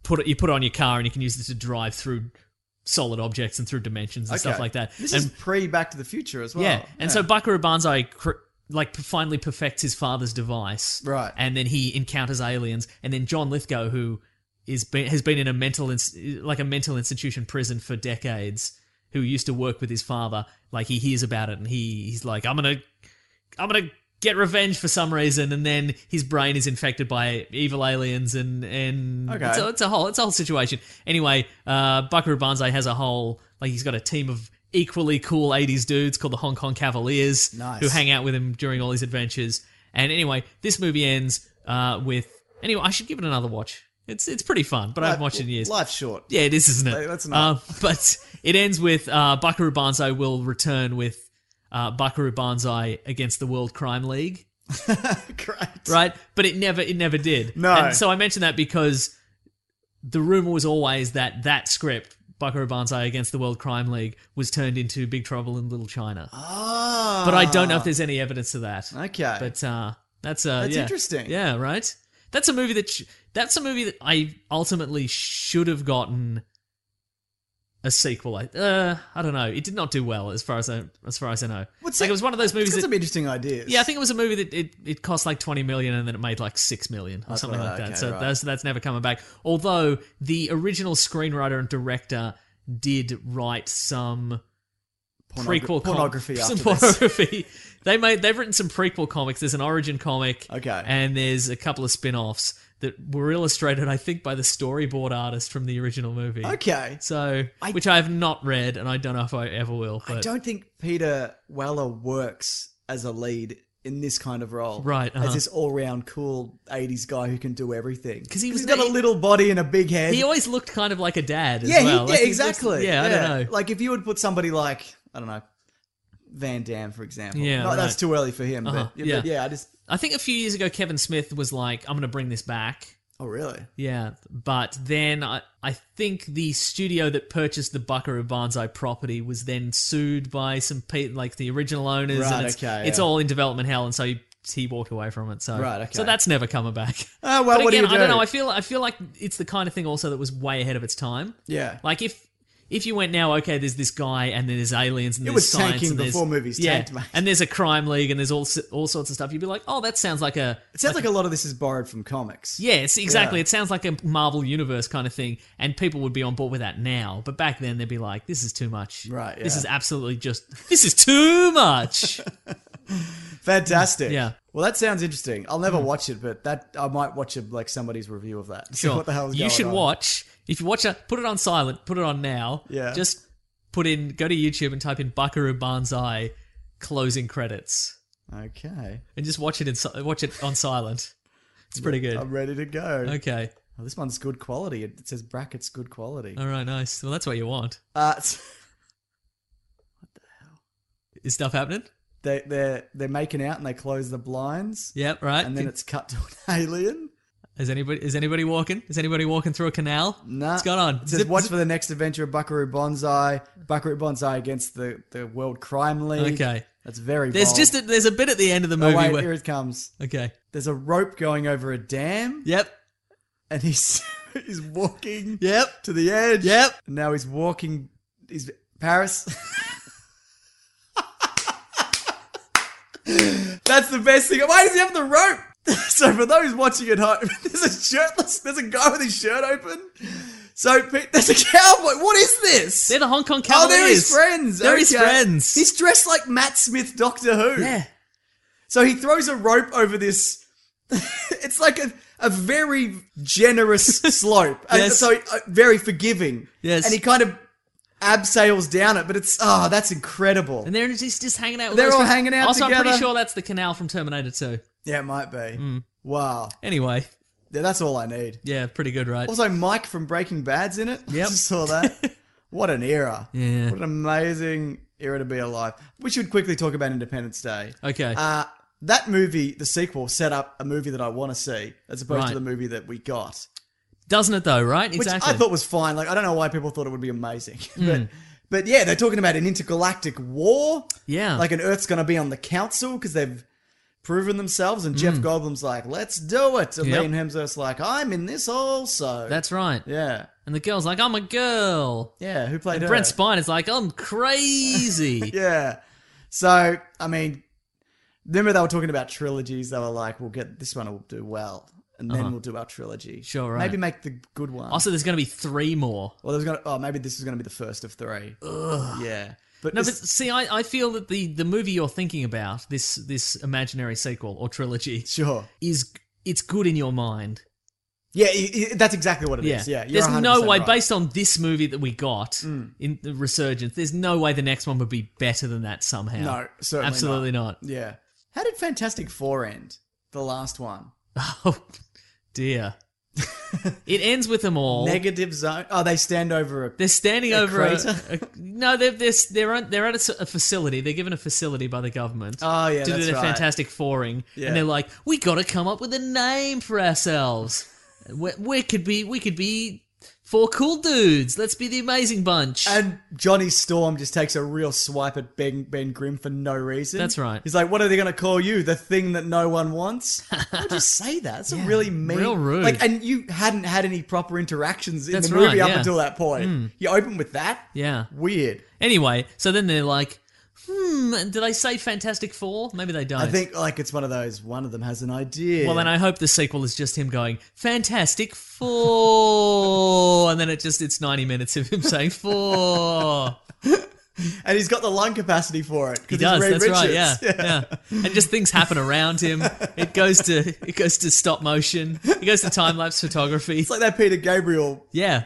S3: put it you put it on your car and you can use it to drive through solid objects and through dimensions and stuff
S1: Okay.
S3: like that.
S1: This
S3: and
S1: is pre Back to the Future as well.
S3: yeah, and so Buckaroo Banzai cr- like finally perfects his father's device,
S1: Right.
S3: And then he encounters aliens, and then John Lithgow, who is been, has been in a mental ins- like a mental institution prison for decades, who used to work with his father, like he hears about it, and he, he's like, I'm gonna, I'm gonna get revenge for some reason, and then his brain is infected by evil aliens, and and
S1: Okay.
S3: it's a- it's a whole it's a whole situation. Anyway, uh, Buckaroo Banzai has a whole like he's got a team of equally cool '80s dudes called the Hong Kong Cavaliers,
S1: Nice.
S3: who hang out with him during all his adventures. And anyway, this movie ends uh, with anyway. I should give it another watch. It's it's pretty fun, but I haven't watched it in years.
S1: Life's short.
S3: Yeah, it is, isn't it?
S1: Like, that's not-
S3: Uh, but it ends with uh, Buckaroo Banzai will return with uh, Buckaroo Banzai against the World Crime League,
S1: Great.
S3: right? But it never, it never did.
S1: No.
S3: And so I mentioned that because the rumor was always that that script, Buckaroo Banzai against the World Crime League, was turned into Big Trouble in Little China.
S1: Ah.
S3: But I don't know if there's any evidence to that.
S1: Okay.
S3: But uh, that's uh,
S1: That's
S3: yeah.
S1: interesting.
S3: Yeah, right. That's a movie that sh- that's a movie that I ultimately should have gotten a sequel. I uh, I don't know. It did not do well as far as I as far as I know.
S1: What's
S3: like
S1: that-
S3: it was one of those
S1: It's
S3: movies.
S1: got
S3: That,
S1: some interesting ideas.
S3: yeah, I think it was a movie that it, it cost like twenty million and then it made like six million or something
S1: right,
S3: like that.
S1: okay,
S3: so
S1: right.
S3: that's that's never coming back. Although the original screenwriter and director did write some
S1: Pornogra-
S3: prequel com-
S1: pornography
S3: some
S1: after this.
S3: pornography. they made they've written some prequel comics. There's an origin comic,
S1: Okay.
S3: and there's a couple of spin-offs that were illustrated, I think, by the storyboard artist from the original movie.
S1: Okay.
S3: so
S1: I-
S3: which I have not read, and I don't know if I ever will. But
S1: I don't think Peter Weller works as a lead in this kind of role.
S3: Right, uh-huh.
S1: As this all round cool 80s guy who can do everything.
S3: 'Cause he was
S1: he's got
S3: the-
S1: a little body and a big head.
S3: he always looked kind of like a dad. As
S1: yeah, he-
S3: well. Like,
S1: yeah,
S3: he looks-
S1: exactly.
S3: yeah, I don't know.
S1: Like if you would put somebody like, I don't know, Van Damme, for example.
S3: Yeah,
S1: Not- That's
S3: right.
S1: too early for him.
S3: Uh-huh,
S1: But, yeah.
S3: yeah.
S1: but yeah, I just.
S3: I think a few years ago, Kevin Smith was like, "I'm going to bring this back."
S1: Oh, really?
S3: Yeah, but then I, I think the studio that purchased the Buckaroo Banzai property was then sued by some people, like the original owners,
S1: Right,
S3: and it's,
S1: okay,
S3: it's
S1: yeah.
S3: all in development hell, and so he, he walked away from it. So
S1: Right, okay.
S3: so that's never coming back.
S1: Oh, well,
S3: but
S1: what
S3: again,
S1: do you do?
S3: I don't know. I feel I feel like it's the kind of thing also that was way ahead of its time.
S1: yeah.
S3: Like if if you went now, okay, there's this guy and then there's aliens and
S1: It
S3: there's
S1: was
S3: science
S1: tanking
S3: and there's-
S1: before movies
S3: yeah,
S1: tanked, mate.
S3: and there's a crime league and there's all s- all sorts of stuff. You'd be like, oh, that sounds like a
S1: It sounds like a lot of this is borrowed from comics.
S3: Yes, exactly.
S1: Yeah.
S3: It sounds like a Marvel Universe kind of thing, and people would be on board with that now. But back then, they'd be like, "This is too much.
S1: Right,
S3: This
S1: yeah.
S3: is absolutely just. This is too much."
S1: Fantastic.
S3: Yeah. Hmm.
S1: Well, that sounds interesting. I'll never watch it, but that I might watch it like somebody's review of that. See
S3: sure.
S1: what the hell is
S3: you
S1: going
S3: should
S1: on.
S3: watch. If you watch it, put it on silent. Put it on now.
S1: Yeah.
S3: Just put in. Go to YouTube and type in Buckaroo Banzai closing credits,
S1: Okay.
S3: and just watch it in. si- Watch it on silent. It's pretty
S1: I'm
S3: good.
S1: ready to go.
S3: Okay.
S1: Oh, this one's good quality. It it says brackets good quality.
S3: All right. Nice. Well, that's what you want.
S1: Uh, it's-
S3: Is stuff happening?
S1: they they're they're making out and they close the blinds.
S3: Yep. Right.
S1: And then it's cut to an alien.
S3: Is anybody is anybody walking? Is anybody walking through a canal?
S1: No.
S3: What's going on?
S1: It says,
S3: Zip,
S1: watch
S3: zip.
S1: for the next adventure of Buckaroo Bonsai. Buckaroo Bonsai against the, the World Crime League.
S3: Okay.
S1: That's very
S3: There's
S1: bold.
S3: just a, there's a bit at the end of the
S1: Oh,
S3: movie
S1: wait,
S3: where
S1: here it comes.
S3: okay.
S1: There's a rope going over a dam.
S3: Yep.
S1: and he's he's walking
S3: Yep.
S1: to the edge.
S3: Yep.
S1: And now he's walking. He's Paris. That's the best thing. Why does he have the rope? so for those watching at home, there's a shirtless. There's a guy with his shirt open. So Pete, there's a cowboy. What is this?
S3: They're the Hong Kong
S1: oh,
S3: Cavaliers.
S1: they're his friends.
S3: They're his
S1: Okay.
S3: friends.
S1: He's dressed like Matt Smith, Doctor Who.
S3: yeah.
S1: So he throws a rope over this. it's like a, a very generous slope. And
S3: Yes.
S1: so uh, very forgiving.
S3: Yes.
S1: And he kind of abseils down it, but it's, oh, that's incredible.
S3: And they're just, just hanging out. With
S1: They're
S3: those
S1: all
S3: friends.
S1: hanging out
S3: Also, I'm
S1: together.
S3: pretty sure that's the canal from Terminator 2.
S1: yeah, it might be.
S3: Hmm.
S1: Wow.
S3: Anyway,
S1: Yeah, that's all I need.
S3: yeah, pretty good, right?
S1: Also, Mike from Breaking Bad's in it.
S3: Yep.
S1: Just saw that. what an era.
S3: Yeah.
S1: What an amazing era to be alive. We should quickly talk about Independence Day.
S3: Okay.
S1: Uh, that movie, the sequel, set up a movie that I want to see as opposed
S3: Right.
S1: to the movie that we got,
S3: Doesn't it though, right?
S1: which
S3: Exactly. Hmm.
S1: I thought was fine. Like, I don't know why people thought it would be amazing. but, but yeah, they're talking about an intergalactic war.
S3: yeah.
S1: Like, an Earth's going to be on the council because they've proven themselves. And Jeff Goldblum's like, let's do it. And
S3: Hmm. Yep.
S1: Liam Hemsworth's like, I'm in this also.
S3: that's right.
S1: yeah.
S3: And the girl's like, I'm a girl.
S1: Yeah, who played
S3: And
S1: her?
S3: Brent Spiner's like, I'm crazy.
S1: Yeah. So I mean, remember they were talking about trilogies. They were like, "We'll get this one will do well, and then we'll do our trilogy."
S3: Uh-huh. Sure, right.
S1: Maybe make the good one.
S3: Also, there's going to be three more.
S1: well, there's gonna. Oh, maybe this is gonna be the first of three. Yeah. But,
S3: No, but
S1: this-
S3: see, I, I feel that the, the movie you're thinking about, this this imaginary sequel or trilogy,
S1: sure.
S3: is it's good in your mind.
S1: Yeah, i i that's exactly what it is.
S3: Yeah,
S1: yeah. Yeah. you're
S3: There's
S1: 100%
S3: no way,
S1: right. Mm.
S3: based on this movie that we got in the resurgence, there's no way the next one would be better than that somehow.
S1: No, certainly
S3: absolutely not.
S1: Yeah. How did Fantastic Four end? The last one.
S3: Oh dear. it ends with them all.
S1: Negative zone. Oh, they stand over a.
S3: They're standing
S1: A
S3: over a,
S1: crater?
S3: a- no. They're they're s- they're, on, they're at a, s- a facility. They're given a facility by the government.
S1: Oh, yeah,
S3: to do
S1: that's
S3: their
S1: right.
S3: fantastic fouring,
S1: Yeah.
S3: and they're like, we got to come up with a name for ourselves. we, we could be we could be four cool dudes. Let's be the amazing bunch.
S1: And Johnny Storm just takes a real swipe at Ben Ben Grimm for no reason.
S3: That's right.
S1: He's like, "What are they going to call you? The thing that no one wants?" Why would you say that? That's a really mean,
S3: real rude.
S1: Like, and you hadn't had any proper interactions in
S3: That's
S1: the movie
S3: right,
S1: up
S3: yeah. Hmm.
S1: until that point. You open with that?
S3: yeah.
S1: Weird.
S3: Anyway, so then they're like, hmm. Did I say Fantastic Four? Maybe they don't.
S1: I think like it's one of those. One of them has an idea.
S3: Well, then I hope the sequel is just him going Fantastic Four, and then it just it's ninety minutes of him saying four.
S1: and he's got the lung capacity for it. 'cause
S3: He
S1: he's
S3: does.
S1: Ray
S3: That's right. Yeah,
S1: Richards.
S3: yeah, And just things happen around him. It goes to it goes to stop motion. It goes to time lapse photography.
S1: It's like that Peter Gabriel.
S3: Yeah,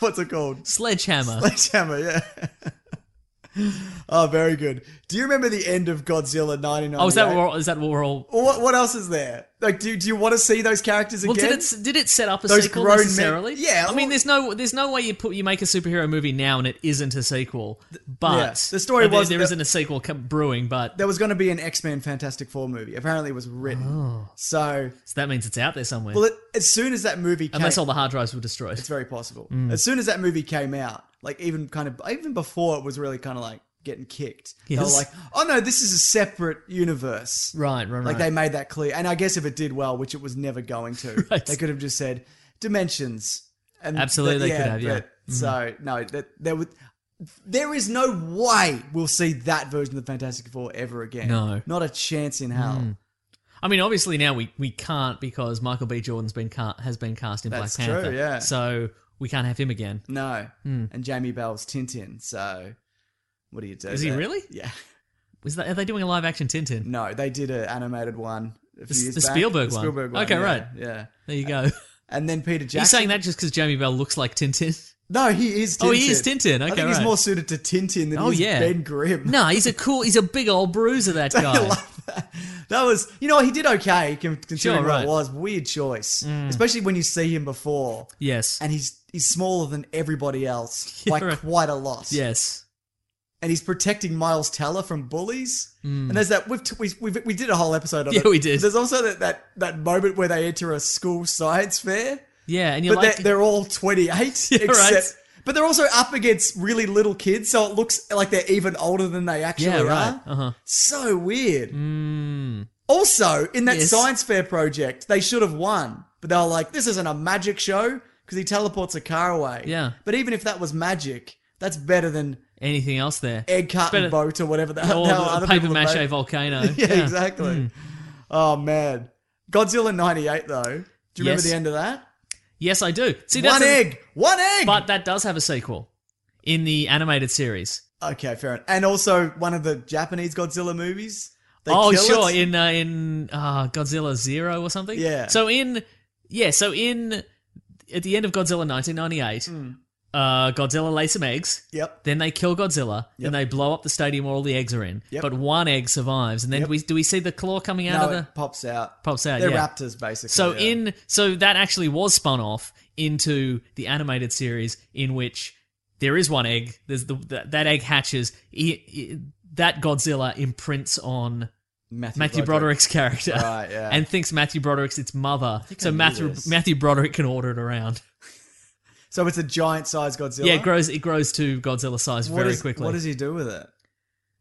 S1: What's it called?
S3: sledgehammer.
S1: Sledgehammer, yeah. oh, very good. Do you remember the end of Godzilla 99?
S3: Oh, is that what, is that what we're all?
S1: What, what else is there? Like, do, do you want to see those characters
S3: Well,
S1: again?
S3: did it did it set up a
S1: Those
S3: sequel
S1: grown men-
S3: necessarily?
S1: Yeah,
S3: I mean,
S1: well-
S3: there's no there's no way you put you make a superhero movie now and it isn't a sequel. But
S1: yeah. The story
S3: and there-
S1: was
S3: there
S1: that-
S3: isn't a sequel com- brewing, but
S1: There was going to be an X Men Fantastic Four movie. Apparently, it was written.
S3: Oh.
S1: So,
S3: So that means it's out there somewhere.
S1: well, it, as soon as that movie came,
S3: Unless Mm. all the hard drives were destroyed.
S1: it's very possible. As soon as that movie came out, like even kind of even before it was really kind of like getting kicked. They were
S3: Yes.
S1: like, oh no, this is a separate universe.
S3: Right, right, right.
S1: Like they made that clear. And I guess if it did well, which it was never going to,
S3: Right.
S1: they could have just said dimensions. And
S3: Absolutely, they could have, yeah. Mm-hmm.
S1: but- So no, that there would. There is no way we'll see that version of the Fantastic Four ever again.
S3: No. Mm.
S1: not a chance in hell.
S3: I mean, obviously now we, we can't because Michael B. Jordan's been ca- has been cast in
S1: That's
S3: Black
S1: true,
S3: Panther.
S1: yeah.
S3: So we can't have him again.
S1: No,
S3: Mm.
S1: and Jamie Bell's Tintin. So, what do you do?
S3: Is he
S1: there?
S3: really?
S1: Yeah.
S3: Is that, are they doing a live action Tintin?
S1: No, they did an animated one. A few
S3: The-
S1: years
S3: the
S1: back.
S3: Spielberg
S1: The
S3: one.
S1: Spielberg one.
S3: Okay,
S1: yeah,
S3: right.
S1: Yeah.
S3: There you go.
S1: Uh, And then Peter Jackson.
S3: You're saying that just because Jamie Bell looks like Tintin?
S1: No, he is. Tintin.
S3: Oh, he is Tintin.
S1: I
S3: Okay,
S1: think he's
S3: right.
S1: more suited to Tintin than
S3: Oh,
S1: he is
S3: yeah.
S1: Ben Grimm.
S3: No, he's a cool, he's a big old bruiser. That
S1: I
S3: guy.
S1: love that. That was, you know, he did okay con- considering
S3: Sure,
S1: what it
S3: right. Mm.
S1: was. Weird choice, especially when you see him before,
S3: Yes.
S1: and he's he's smaller than everybody else by
S3: right.
S1: quite a lot.
S3: yes.
S1: and he's protecting Miles Teller from bullies. And there's that we've, t- we we we did a whole episode on
S3: Mm. Yeah,
S1: it.
S3: we did.
S1: There's also that, that that moment where they enter a school science fair,
S3: Yeah, and you're
S1: but
S3: like,
S1: they're, they're all 28
S3: Yeah, right.
S1: except. But they're also up against really little kids, so it looks like they're even older than they actually
S3: yeah,
S1: are.
S3: right. Uh huh.
S1: So weird. Also, in that
S3: Yes.
S1: science fair project, they should have won, but they were like, "This isn't a magic show because he teleports a car away."
S3: Yeah.
S1: But even if that was magic, that's better than
S3: Anything else there?
S1: egg carton
S3: better-
S1: boat or whatever the
S3: or
S1: hell
S3: the
S1: other
S3: paper
S1: people have
S3: mache Hmm.
S1: made.
S3: volcano.
S1: Yeah, exactly. Oh man, Godzilla '98 though. Do you remember
S3: Yes.
S1: the end of that?
S3: Yes, I do. See, that's
S1: One
S3: the-
S1: egg. One egg.
S3: But that does have a sequel in the animated series.
S1: okay, fair enough. And also one of the Japanese Godzilla movies. They
S3: oh,
S1: kill
S3: sure,
S1: it.
S3: in uh, in uh, Godzilla Zero or something.
S1: Yeah.
S3: So in yeah, so in at the end of Godzilla 1998, uh, Godzilla lays some eggs.
S1: Hmm. Yep.
S3: Then they kill Godzilla,
S1: Yep.
S3: and they blow up the stadium where all the eggs are in.
S1: Yep.
S3: But one egg survives, and then we do we see the claw coming out
S1: No,
S3: of the
S1: it pops out.
S3: pops out.
S1: They're
S3: yeah.
S1: raptors, basically.
S3: So
S1: yeah.
S3: in so that actually was spun off into the animated series in which there is one egg. There's the that, that egg hatches. He- he- that Godzilla imprints on Matthew Broderick's character
S1: Right, yeah.
S3: and thinks Matthew Broderick's its mother. So
S1: knew
S3: Matthew
S1: this.
S3: Matthew Broderick can order it around.
S1: So it's a giant-sized Godzilla.
S3: Yeah, it grows it grows to Godzilla size
S1: What
S3: very
S1: is-
S3: quickly.
S1: What does he do with it?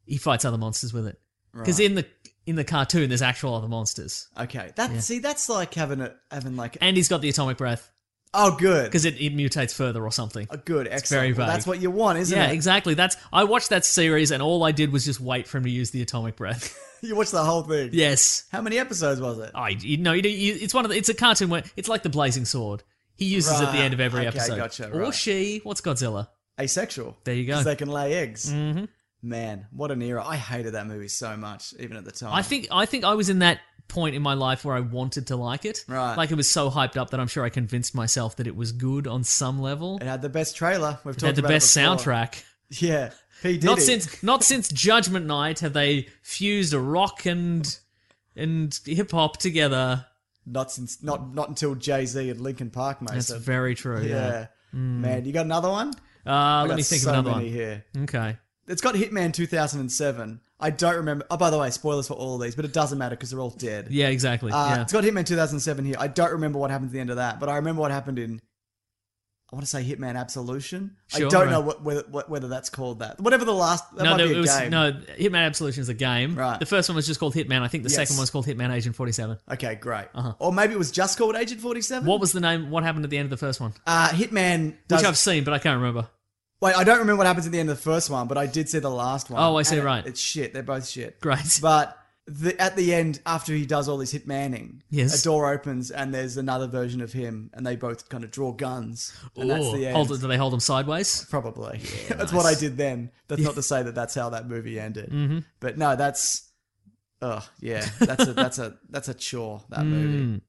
S3: he fights other monsters with it because in the in the cartoon there's actual other monsters
S1: Okay, that see, that's like having a having like
S3: and he's got the atomic breath
S1: oh, good,
S3: because it, it mutates further or something.
S1: a good, excellent.
S3: very
S1: Well,
S3: vague.
S1: that's what you want, isn't
S3: Yeah,
S1: it?
S3: exactly. That's I watched that series and all I did was just wait for him to use the atomic breath.
S1: You watch the whole thing.
S3: yes,
S1: How many episodes was it?
S3: I you know you, do- you, it's one of the, it's a cartoon where it's like the blazing sword. He uses at the
S1: Right,
S3: end of every
S1: okay,
S3: episode.
S1: gotcha,
S3: Or
S1: right.
S3: she. What's Godzilla?
S1: Asexual.
S3: There you go.
S1: 'Cause They can lay eggs. Mm-hmm. Man, what an era! I hated that movie so much, even at the time.
S3: I think I think I was in that point in my life where I wanted to like it.
S1: Right.
S3: Like it was so hyped up that I'm sure I convinced myself that it was good on some level.
S1: it had the best trailer. We've
S3: It
S1: talked
S3: had the
S1: about
S3: best
S1: it before.
S3: soundtrack.
S1: Yeah, he did.
S3: Not
S1: it.
S3: since not since Judgment Night have they fused a rock and and hip hop together.
S1: not since not not until Jay Z and Linkin Park, mate.
S3: That's
S1: so-
S3: very true. Yeah.
S1: yeah, man, you got another one?
S3: Uh,
S1: I
S3: let
S1: got
S3: me think
S1: so
S3: of another
S1: many
S3: one.
S1: here.
S3: Okay.
S1: It's got Hitman 2007. I don't remember. Oh, by the way, spoilers for all of these, but it doesn't matter because they're all dead.
S3: Yeah. Exactly.
S1: Uh,
S3: yeah.
S1: It's got Hitman 2007 here. I don't remember what happened at the end of that, but I remember what happened in. I want to say Hitman Absolution.
S3: Sure,
S1: I don't
S3: right.
S1: know what, whether, what- whether that's called that. Whatever the last. That
S3: no,
S1: might
S3: there,
S1: be a
S3: it was
S1: game.
S3: no Hitman Absolution is a game.
S1: Right.
S3: The first one was just called Hitman. I think the
S1: Yes.
S3: second one was called Hitman Agent Forty Seven.
S1: Okay, great.
S3: Uh-huh.
S1: Or maybe it was just called Agent 47.
S3: What was the name? What happened at the end of the first one?
S1: Uh, Hitman.
S3: Which
S1: Does,
S3: I've seen, but I can't remember.
S1: wait, I don't remember what happens at the end of the first one, but I did see the last one.
S3: Oh, I see,
S1: And it-
S3: right.
S1: It's shit. They're both shit.
S3: Great.
S1: But the, at the end, after he does all this hitmanning,
S3: Yes.
S1: a door opens and there's another version of him, and they both kind of draw guns, and that's
S3: Ooh.
S1: the end.
S3: Hold, do they hold them sideways?
S1: Probably. that's what I did then. That's not to say that that's how that movie ended,
S3: Mm.
S1: but no, that's. Oh yeah, that's a that's a that's a chore that movie.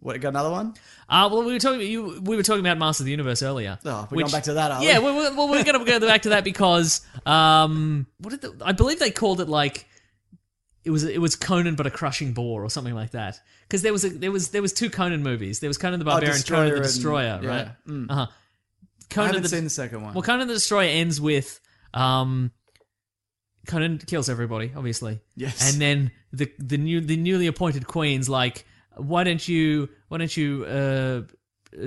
S1: What got another one?
S3: Mm. Uh, well, we were talking. You, we were talking about Master of the Universe earlier.
S1: Oh, we're
S3: which-
S1: going back to that. Are
S3: yeah,
S1: we?
S3: well, well, well, we're going to go back to that because um, what did the, I believe they called it like it was it was Conan but a crushing bore or something like that because there was a, there was there was two Conan movies. There was Conan the Barbarian, and Conan
S1: Oh, Destroyer
S3: the
S1: and-
S3: Destroyer,
S1: yeah,
S3: right?
S1: mm.
S3: Uh-huh.
S1: I
S3: Conan
S1: haven't
S3: the
S1: seen the second one.
S3: well, Conan the Destroyer ends with um, Conan kills everybody, obviously.
S1: Yes.
S3: And then the the new the newly appointed queen's like, why don't you why don't you uh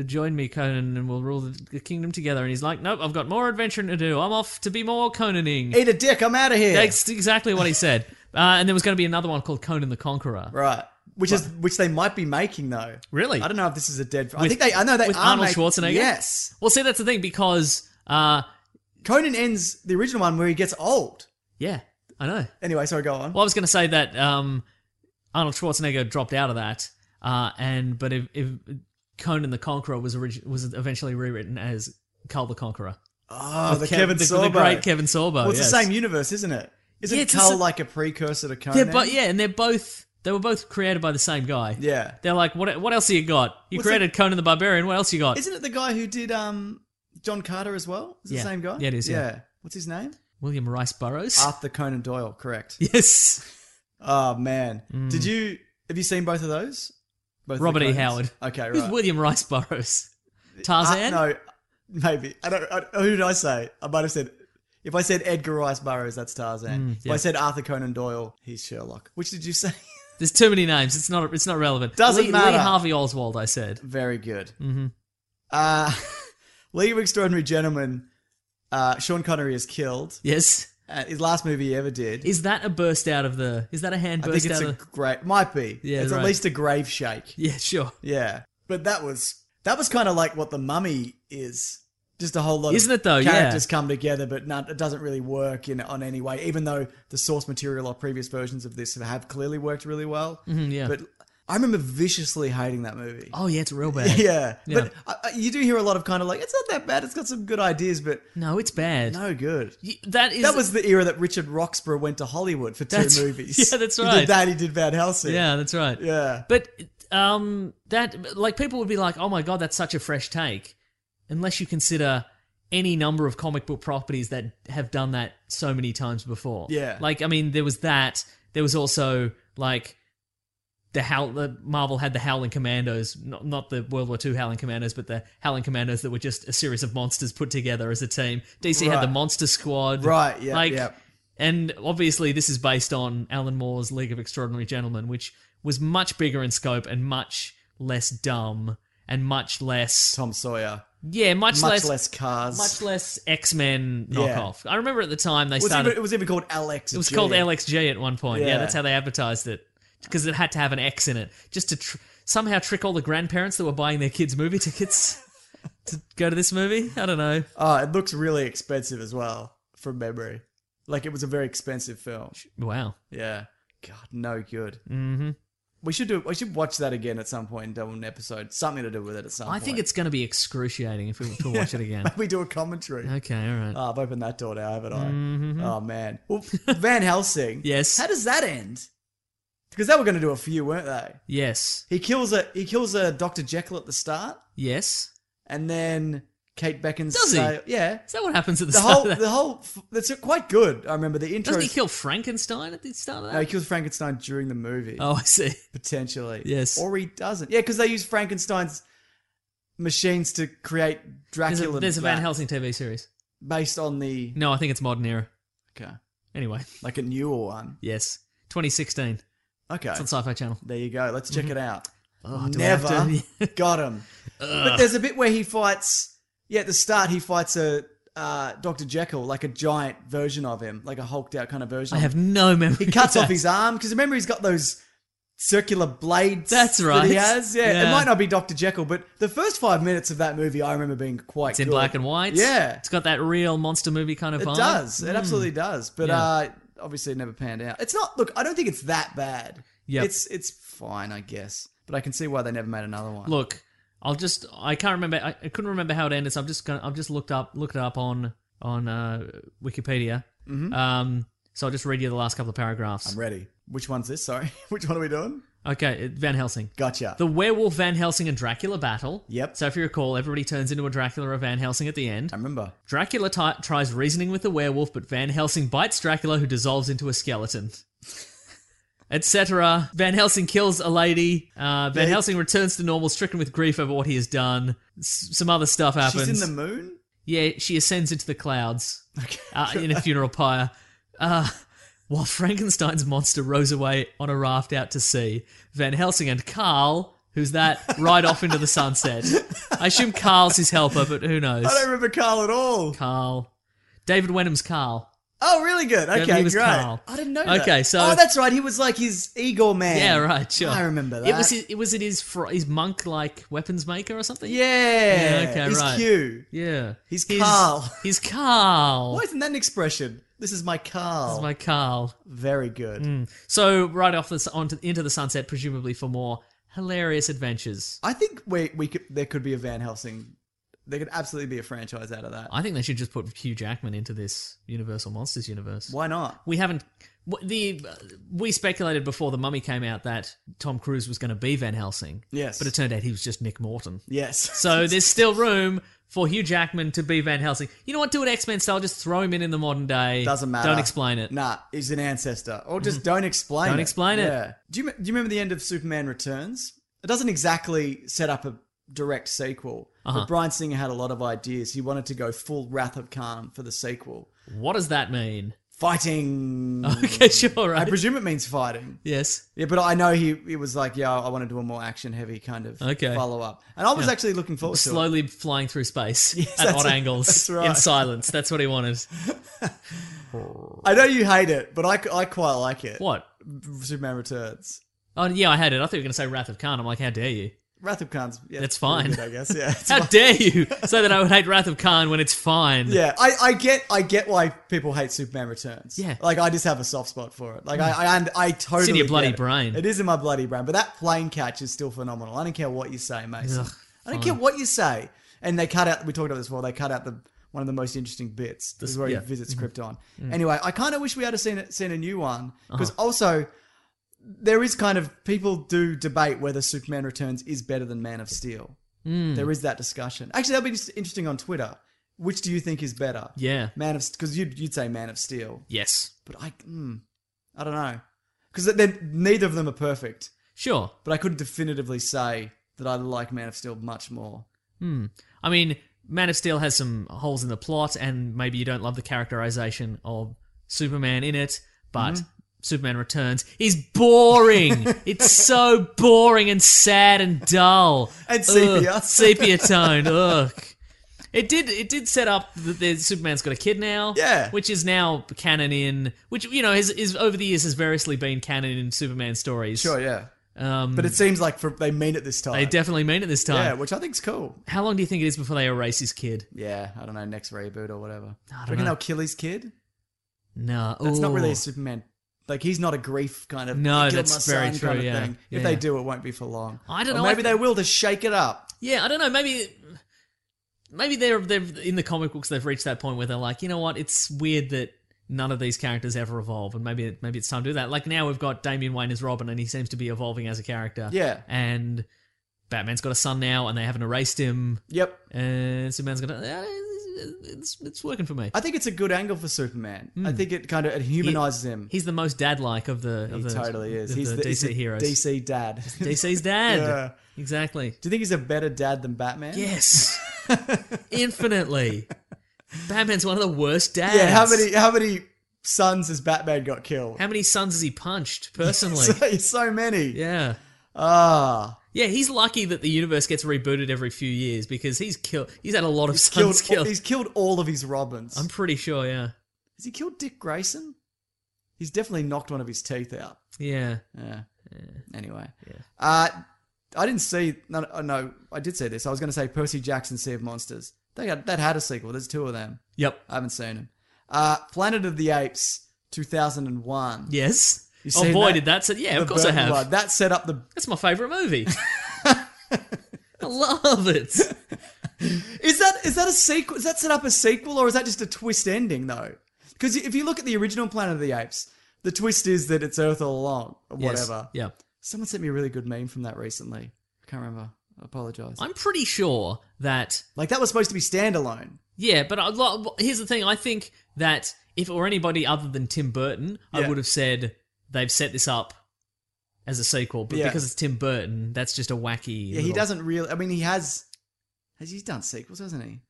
S3: join me, Conan, and we'll rule the, the kingdom together? And he's like, nope, I've got more adventuring to do. I'm off to be more Conaning.
S1: Eat a dick. I'm out of here.
S3: That's exactly what he said. Uh, and there was going to be another one called Conan the Conqueror.
S1: Right. Which is which they might be making though.
S3: Really?
S1: I don't know if this is a dead. I
S3: With-
S1: think they. I know they
S3: with
S1: are
S3: Arnold
S1: making-
S3: Schwarzenegger?
S1: Yes.
S3: Well, see, that's the thing because, uh,
S1: Conan ends the original one where he gets old.
S3: yeah, I know.
S1: Anyway, sorry, go on.
S3: Well, I was going to say that um, Arnold Schwarzenegger dropped out of that, uh, and but if, if Conan the Conqueror was origi- was eventually rewritten as Carl the Conqueror.
S1: oh, the
S3: Kev-
S1: Kevin
S3: the,
S1: Sorbo.
S3: the great Kevin Sorbo.
S1: Well, it's
S3: yes.
S1: the same universe, isn't it? Isn't
S3: Yeah, it's
S1: Cull
S3: a-
S1: like a precursor to Conan?
S3: They're bo- yeah, and they're both they were both created by the same guy.
S1: Yeah.
S3: They're like, what what else you got? You
S1: What's
S3: created Conan the Barbarian. What else you got?
S1: Isn't it the guy who did um John Carter as well? Is it
S3: Yeah.
S1: the same guy?
S3: Yeah, it is, yeah.
S1: What's his name?
S3: William Rice Burroughs.
S1: Arthur Conan Doyle. Correct.
S3: yes.
S1: Oh man, did you have you seen both of those? Both of the
S3: Mm. Robert E.
S1: Conans?
S3: Howard.
S1: Okay, right.
S3: Who's William Rice Burroughs?
S1: Uh,
S3: Tarzan.
S1: no, maybe. I don't. I, who did I say? I might have said. If I said Edgar Rice Burroughs, that's Tarzan.
S3: Mm,
S1: If
S3: yeah.
S1: I said Arthur Conan Doyle, he's Sherlock. Which did you say?
S3: There's too many names. It's not it's not relevant.
S1: Doesn't
S3: Lee, Lee
S1: matter.
S3: Harvey Oswald. I said.
S1: Very good.
S3: Mhm.
S1: Uh, League of Extraordinary Gentlemen. Uh, Sean Connery is killed.
S3: Yes.
S1: Uh, his last movie he ever did.
S3: Is that a burst out of the? Is that a hand
S1: I think
S3: burst
S1: it's
S3: out
S1: a
S3: of? the-
S1: great. Might be.
S3: Yeah,
S1: it's
S3: right.
S1: at least a grave shake.
S3: Yeah, sure.
S1: Yeah. But that was that was kind of like what the Mummy is. Just a whole lot
S3: Isn't
S1: of
S3: it though? Yeah.
S1: characters come together, but not, it doesn't really work in on any way. Even though the source material or previous versions of this have clearly worked really well,
S3: Mhm, yeah.
S1: But I I remember viciously hating that movie.
S3: Oh yeah, it's real bad.
S1: yeah.
S3: Yeah.
S1: But I, I- you do hear a lot of kind of like, it's not that bad. It's got some good ideas, but
S3: No, it's bad.
S1: no good.
S3: Y- That is
S1: That was the era that Richard Roxburgh went to Hollywood for two
S3: That's-
S1: movies.
S3: yeah, that's
S1: He
S3: right.
S1: did that, he did Van Helsing.
S3: Yeah, that's right.
S1: Yeah.
S3: But um that like people would be like, "Oh my god, that's such a fresh take." Unless you consider any number of comic book properties that have done that so many times before.
S1: Yeah.
S3: Like I mean, there was that. There was also like the howl the Marvel had the Howling Commandos, not not the World War II Howling Commandos, but the Howling Commandos that were just a series of monsters put together as a team. DC had the
S1: Right.
S3: Monster Squad.
S1: Right, yeah,
S3: Like
S1: yeah.
S3: and obviously, this is based on Alan Moore's League of Extraordinary Gentlemen, which was much bigger in scope and much less dumb and much less.
S1: Tom Sawyer.
S3: Yeah, much,
S1: Much
S3: less,
S1: less, cars.
S3: Much less X Men
S1: Yeah.
S3: knockoff. I remember at the time they
S1: was
S3: started.
S1: even, it was even called Alex.
S3: it was called LXG at one point. Yeah,
S1: Yeah.
S3: that's how they advertised it because it had to have an X in it just to tr- somehow trick all the grandparents that were buying their kids movie tickets to go to this movie. I don't know.
S1: Oh, it looks really expensive as well from memory. Like it was a very expensive film.
S3: Wow.
S1: Yeah. God, no good. Mm-hmm. We should do. We should watch that again at some point and do an episode, something to do with it at some
S3: I
S1: point.
S3: think it's going to be excruciating if we, if we watch it again.
S1: we do a commentary.
S3: Okay, all right.
S1: Oh, I've opened that door now, haven't I? Oh man. Well, Van Helsing.
S3: Mm-hmm. Yes.
S1: How does that end? Because they were going to do a few, weren't they?
S3: Yes.
S1: He kills a he kills a Doctor Jekyll at the start,
S3: Yes.
S1: and then Kate Beckinsale.
S3: Does he?
S1: Yeah.
S3: Is that what happens at the,
S1: The
S3: start
S1: whole
S3: of that?
S1: the whole f- that's quite good. I remember the intro.
S3: Doesn't he kill Frankenstein at the start of
S1: No,
S3: that?
S1: he kills Frankenstein during the movie.
S3: oh, I see.
S1: potentially.
S3: Yes.
S1: Or he doesn't. Yeah, because they use Frankenstein's machines to create
S3: There's a,
S1: Dracula.
S3: there's a Van
S1: that-
S3: Helsing TV series.
S1: based on the
S3: No, I think it's modern era.
S1: okay,
S3: Anyway,
S1: like a newer one.
S3: yes. 2016.
S1: Okay,
S3: It's on Sci Fi Channel. Oh,
S1: there you go. Let's check it out.
S3: do I have
S1: Never
S3: to-
S1: got him. But there's a bit where he fights. Yeah, at the start he fights a uh, Doctor Jekyll, like a giant version of him, like a hulked out kind of version.
S3: I
S1: of him.
S3: have no memory.
S1: He cuts
S3: of that.
S1: off his arm because remember he's got those circular blades.
S3: That's
S1: That
S3: right.
S1: he has. Yeah.
S3: Yeah.
S1: It might not be Doctor Jekyll, but the first five minutes of that movie, I remember being quite.
S3: It's in
S1: good.
S3: black and white.
S1: Yeah.
S3: It's got that real monster movie kind of
S1: It
S3: vibe.
S1: does. It absolutely does. But
S3: Hmm. Yeah.
S1: uh, obviously, it never panned out. It's not. Look, I don't think it's that bad.
S3: Yep.
S1: It's it's fine, I guess. But I can see why they never made another one.
S3: Look, I'll just. I can't remember. I, I couldn't remember how it ended. So I'm just gonna. I've just looked up. Looked it up on on uh, Wikipedia. Um. So I'll just read you the last couple of paragraphs.
S1: Mm-hmm. I'm ready. Which one's this? Sorry. Which one are we doing?
S3: okay, uh, Van Helsing.
S1: Gotcha.
S3: The werewolf Van Helsing and Dracula battle.
S1: Yep.
S3: So if you recall, everybody turns into a Dracula or Van Helsing at the end.
S1: I remember.
S3: Dracula ti tries reasoning with the werewolf, but Van Helsing bites Dracula, who dissolves into a skeleton. Etc. Van Helsing kills a lady. Uh, Van
S1: Yeah, he-
S3: Helsing returns to normal, stricken with grief over what he has done. S- some other stuff happens.
S1: She's in the moon.
S3: Yeah, she ascends into the clouds uh, in a funeral pyre. Uh, while Frankenstein's monster rows away on a raft out to sea, Van Helsing and Carl, who's that, ride off into the sunset. I assume Carl's his helper, but who knows?
S1: I don't remember Carl at all.
S3: Carl. David Wenham's Carl.
S1: Oh, really good. Okay,
S3: he was
S1: great.
S3: Carl.
S1: I didn't know.
S3: Okay,
S1: that.
S3: so-
S1: oh, that's right. He was like his Igor man.
S3: Yeah, right, sure.
S1: I remember that.
S3: It was his, it was it his fr- his monk like weapons maker or something?
S1: yeah.
S3: Yeah, okay,
S1: he's
S3: right.
S1: Q.
S3: Yeah.
S1: He's Carl.
S3: He's Carl.
S1: Why isn't that an expression? This is my Carl.
S3: This is my Hmm. Carl.
S1: Very good.
S3: So right off this onto into the sunset, presumably for more hilarious adventures.
S1: I think we we could there could be a Van Helsing. There could absolutely be a franchise out of that.
S3: I think they should just put Hugh Jackman into this Universal Monsters universe.
S1: Why not?
S3: We haven't. w- The we speculated before the Mummy came out that Tom Cruise was going to be Van Helsing,
S1: Yes.
S3: but it turned out he was just Nick Morton.
S1: yes.
S3: So there's still room for Hugh Jackman to be Van Helsing. You know what? Do it X Men style. Just throw him in in the modern day.
S1: Doesn't matter.
S3: Don't explain it. Mm-hmm.
S1: Nah, he's an ancestor. Or just don't explain
S3: Don't
S1: it.
S3: explain it.
S1: Yeah. Do you, do you remember the end of Superman Returns? It doesn't exactly set up a direct sequel.
S3: Uh-huh.
S1: But Brian Singer had a lot of ideas. He wanted to go full Wrath of Khan for the sequel.
S3: What does that mean?
S1: Fighting.
S3: Okay, sure.
S1: Mm. I
S3: Right.
S1: presume it means fighting.
S3: yes.
S1: Yeah, but I know he, he was like, yeah, I want to do a more action heavy kind of
S3: Okay.
S1: follow up. And I was actually looking forward to it.
S3: Slowly flying through space at
S1: that's
S3: odd
S1: right.
S3: angles
S1: That's right.
S3: in silence. That's what he wanted.
S1: I know you hate it, but I, I quite like it.
S3: What?
S1: Superman Returns.
S3: Oh yeah, I had it. I thought you were going to say Wrath of Khan. I'm like, how dare you?
S1: Wrath of Khan's. Yeah,
S3: That's
S1: pretty
S3: fine.
S1: good, I guess. Yeah. it's
S3: How
S1: fine.
S3: dare you say that I would hate Wrath of Khan when it's fine?
S1: Yeah, I, I get I get why people hate Superman Returns.
S3: Yeah. Hmm.
S1: like I just have a soft spot for it. Like I I, and I totally
S3: It's in your bloody
S1: get it.
S3: brain.
S1: It is in my bloody brain. But that plane catch is still phenomenal. I don't care what you say, Mason.
S3: Ugh,
S1: I don't care what you say. And they cut out. We talked about this before. They cut out the one of the most interesting bits. This is where
S3: yeah. Mm-hmm. Mm.
S1: he visits Krypton. Anyway, I kind of wish we had seen it- seen a new one because
S3: Uh-huh.
S1: also. There is kind of people do debate whether Superman Returns is better than Man of Steel.
S3: Hmm.
S1: There is that discussion. Actually, that'll be just interesting on Twitter. Which do you think is better?
S3: Yeah.
S1: Man of because you'd you'd say Man of Steel,
S3: Yes.
S1: but I mm, I don't know because then neither of them are perfect.
S3: Sure.
S1: But I could definitively say that I like Man of Steel much more.
S3: I mean, Man of Steel has some holes in the plot, and maybe you don't love the characterization of Superman in it, but
S1: Mm-hmm.
S3: Superman Returns is boring. it's so boring and sad and dull.
S1: And
S3: Ugh,
S1: sepia.
S3: sepia tone. Ugh. It did. It did set up that the Superman's got a kid now.
S1: Yeah.
S3: which is now canon in which you know is, is over the years has variously been canon in Superman stories.
S1: Sure, yeah,
S3: um,
S1: but it seems like for, they mean it this time.
S3: they definitely mean it this time.
S1: yeah, which I think's cool.
S3: How long do you think it is before they erase his kid?
S1: Yeah, I don't know next reboot or whatever. I
S3: don't
S1: Reckon
S3: know.
S1: they'll kill his kid.
S3: No,
S1: That's not really
S3: Ooh.
S1: a Superman. Like he's not a grief kind of.
S3: No,
S1: "You killed
S3: that's
S1: my
S3: very
S1: son"
S3: true,
S1: Kind of
S3: yeah.
S1: thing. If
S3: Yeah.
S1: they do, it won't be for long.
S3: I don't
S1: Or
S3: know, I
S1: Maybe they
S3: think-
S1: will to shake it up.
S3: Yeah, I don't know. Maybe, maybe they're they've in the comic books they've reached that point where they're like, you know what? It's weird that none of these characters ever evolve, and maybe maybe it's time to do that. Like now we've got Damian Wayne as Robin, and he seems to be evolving as a character.
S1: Yeah.
S3: and Batman's got a son now, and they haven't erased him.
S1: Yep.
S3: And Superman's gonna. "Ah, It's, it's working for me.
S1: I think it's a good angle for Superman. I
S3: Hmm.
S1: think it kind of it humanizes him.
S3: He's the most dad-like of the. Of
S1: He
S3: the
S1: totally is.
S3: Of
S1: He's
S3: the,
S1: the,
S3: DC
S1: he's the
S3: heroes.
S1: DC dad.
S3: DC's dad.
S1: Yeah.
S3: Exactly.
S1: Do you think he's a better dad than Batman?
S3: Yes. Infinitely. Batman's one of the worst dads.
S1: Yeah. How many how many sons has Batman got killed?
S3: How many sons has he punched personally?
S1: so, so many.
S3: yeah.
S1: Ah.
S3: Yeah, he's lucky that the universe gets rebooted every few years because he's killed. He's had a lot of
S1: Killed,
S3: sons killed.
S1: He's killed all of his Robins.
S3: I'm pretty sure. Yeah.
S1: Has he killed Dick Grayson? He's definitely knocked one of his teeth out.
S3: Yeah.
S1: Yeah. Anyway. Uh, I didn't see. No, oh, no, I did see this. I was going to say Percy Jackson, Sea of Monsters. They got, that had a sequel. There's two of them.
S3: Yep.
S1: I haven't seen them. Uh, Planet of the Apes, 2001.
S3: Yes.
S1: You
S3: Oh
S1: seen
S3: boy,
S1: that?
S3: did that set? Yeah,
S1: The
S3: of course I
S1: Burton
S3: have.
S1: one. That set up the.
S3: That's my favorite movie. I love it.
S1: Is that is that a sequel? Is that set up a sequel or is that just a twist ending though? Because if you look at the original Planet of the Apes, the twist is that it's Earth all along or
S3: Yes.
S1: whatever.
S3: Yeah.
S1: Someone sent me a really good meme from that recently. I can't remember. I apologize.
S3: I'm pretty sure that
S1: Like that was supposed to be standalone.
S3: Yeah, but I, lo- here's the thing. I think that if it were anybody other than Tim Burton,
S1: Yeah.
S3: I would have said they've set this up as a sequel. But
S1: Yeah.
S3: because it's Tim Burton, that's just a wacky.
S1: Yeah, he
S3: little-
S1: doesn't really. I mean, he has. Has he done sequels? Hasn't he?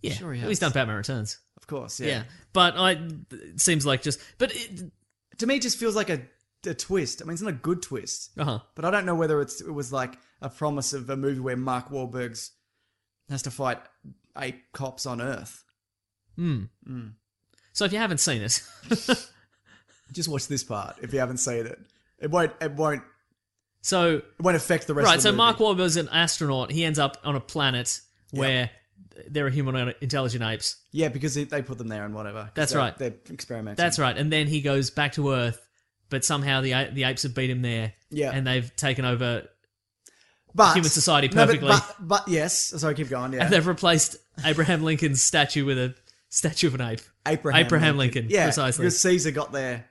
S3: Yeah,
S1: sure he
S3: he's
S1: has.
S3: done Batman Returns.
S1: Of course.
S3: Yeah,
S1: Yeah.
S3: but I it seems like just. But it,
S1: To me, it just feels like a a twist. I mean, it's not a good twist,
S3: uh-huh.
S1: but I don't know whether it's it was like a promise of a movie where Mark Wahlberg's has to fight eight cops on Earth.
S3: so if you haven't seen it,
S1: Just watch this part if you haven't seen it. It won't. It won't.
S3: so
S1: It won't affect the rest.
S3: right.
S1: of
S3: So
S1: the movie.
S3: Mark Wahlberg's an astronaut. He ends up on a planet where there are human intelligent apes.
S1: Yeah, because it, they put them there and whatever. 'cause
S3: That's
S1: they're-
S3: right.
S1: They're experimenting.
S3: That's right. And then he goes back to Earth, but somehow the a- the apes have beat him there.
S1: Yeah.
S3: And they've taken over
S1: But
S3: human society
S1: No, but-
S3: perfectly.
S1: but, but, yes. Sorry, keep going. Yeah.
S3: and they've replaced Abraham Lincoln's statue with a statue of an ape.
S1: Abraham,
S3: Abraham Lincoln,
S1: Yeah,
S3: precisely.
S1: Because Caesar got there.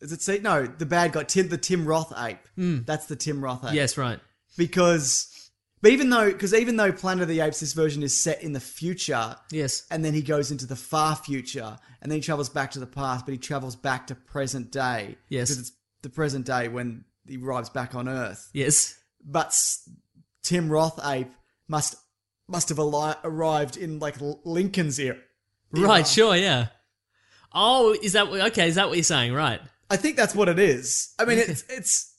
S1: Is it Caesar? No, the bad guy, Tim, the Tim Roth ape. That's the Tim Roth ape.
S3: Hmm. Yes, right.
S1: Because, but even though, because even though Planet of the Apes, this version is set in the future,
S3: Yes.
S1: and then he goes into the far future, and then he travels back to the past, but he travels back to present day.
S3: Yes.
S1: Because it's the present day when he arrives back on Earth.
S3: Yes.
S1: But s- Tim Roth ape must must have ali- arrived in like L- Lincoln's era.
S3: Right, sure, yeah. Oh, is that what- okay? Is that what you're saying? Right.
S1: I think that's what it is. I mean, it's it's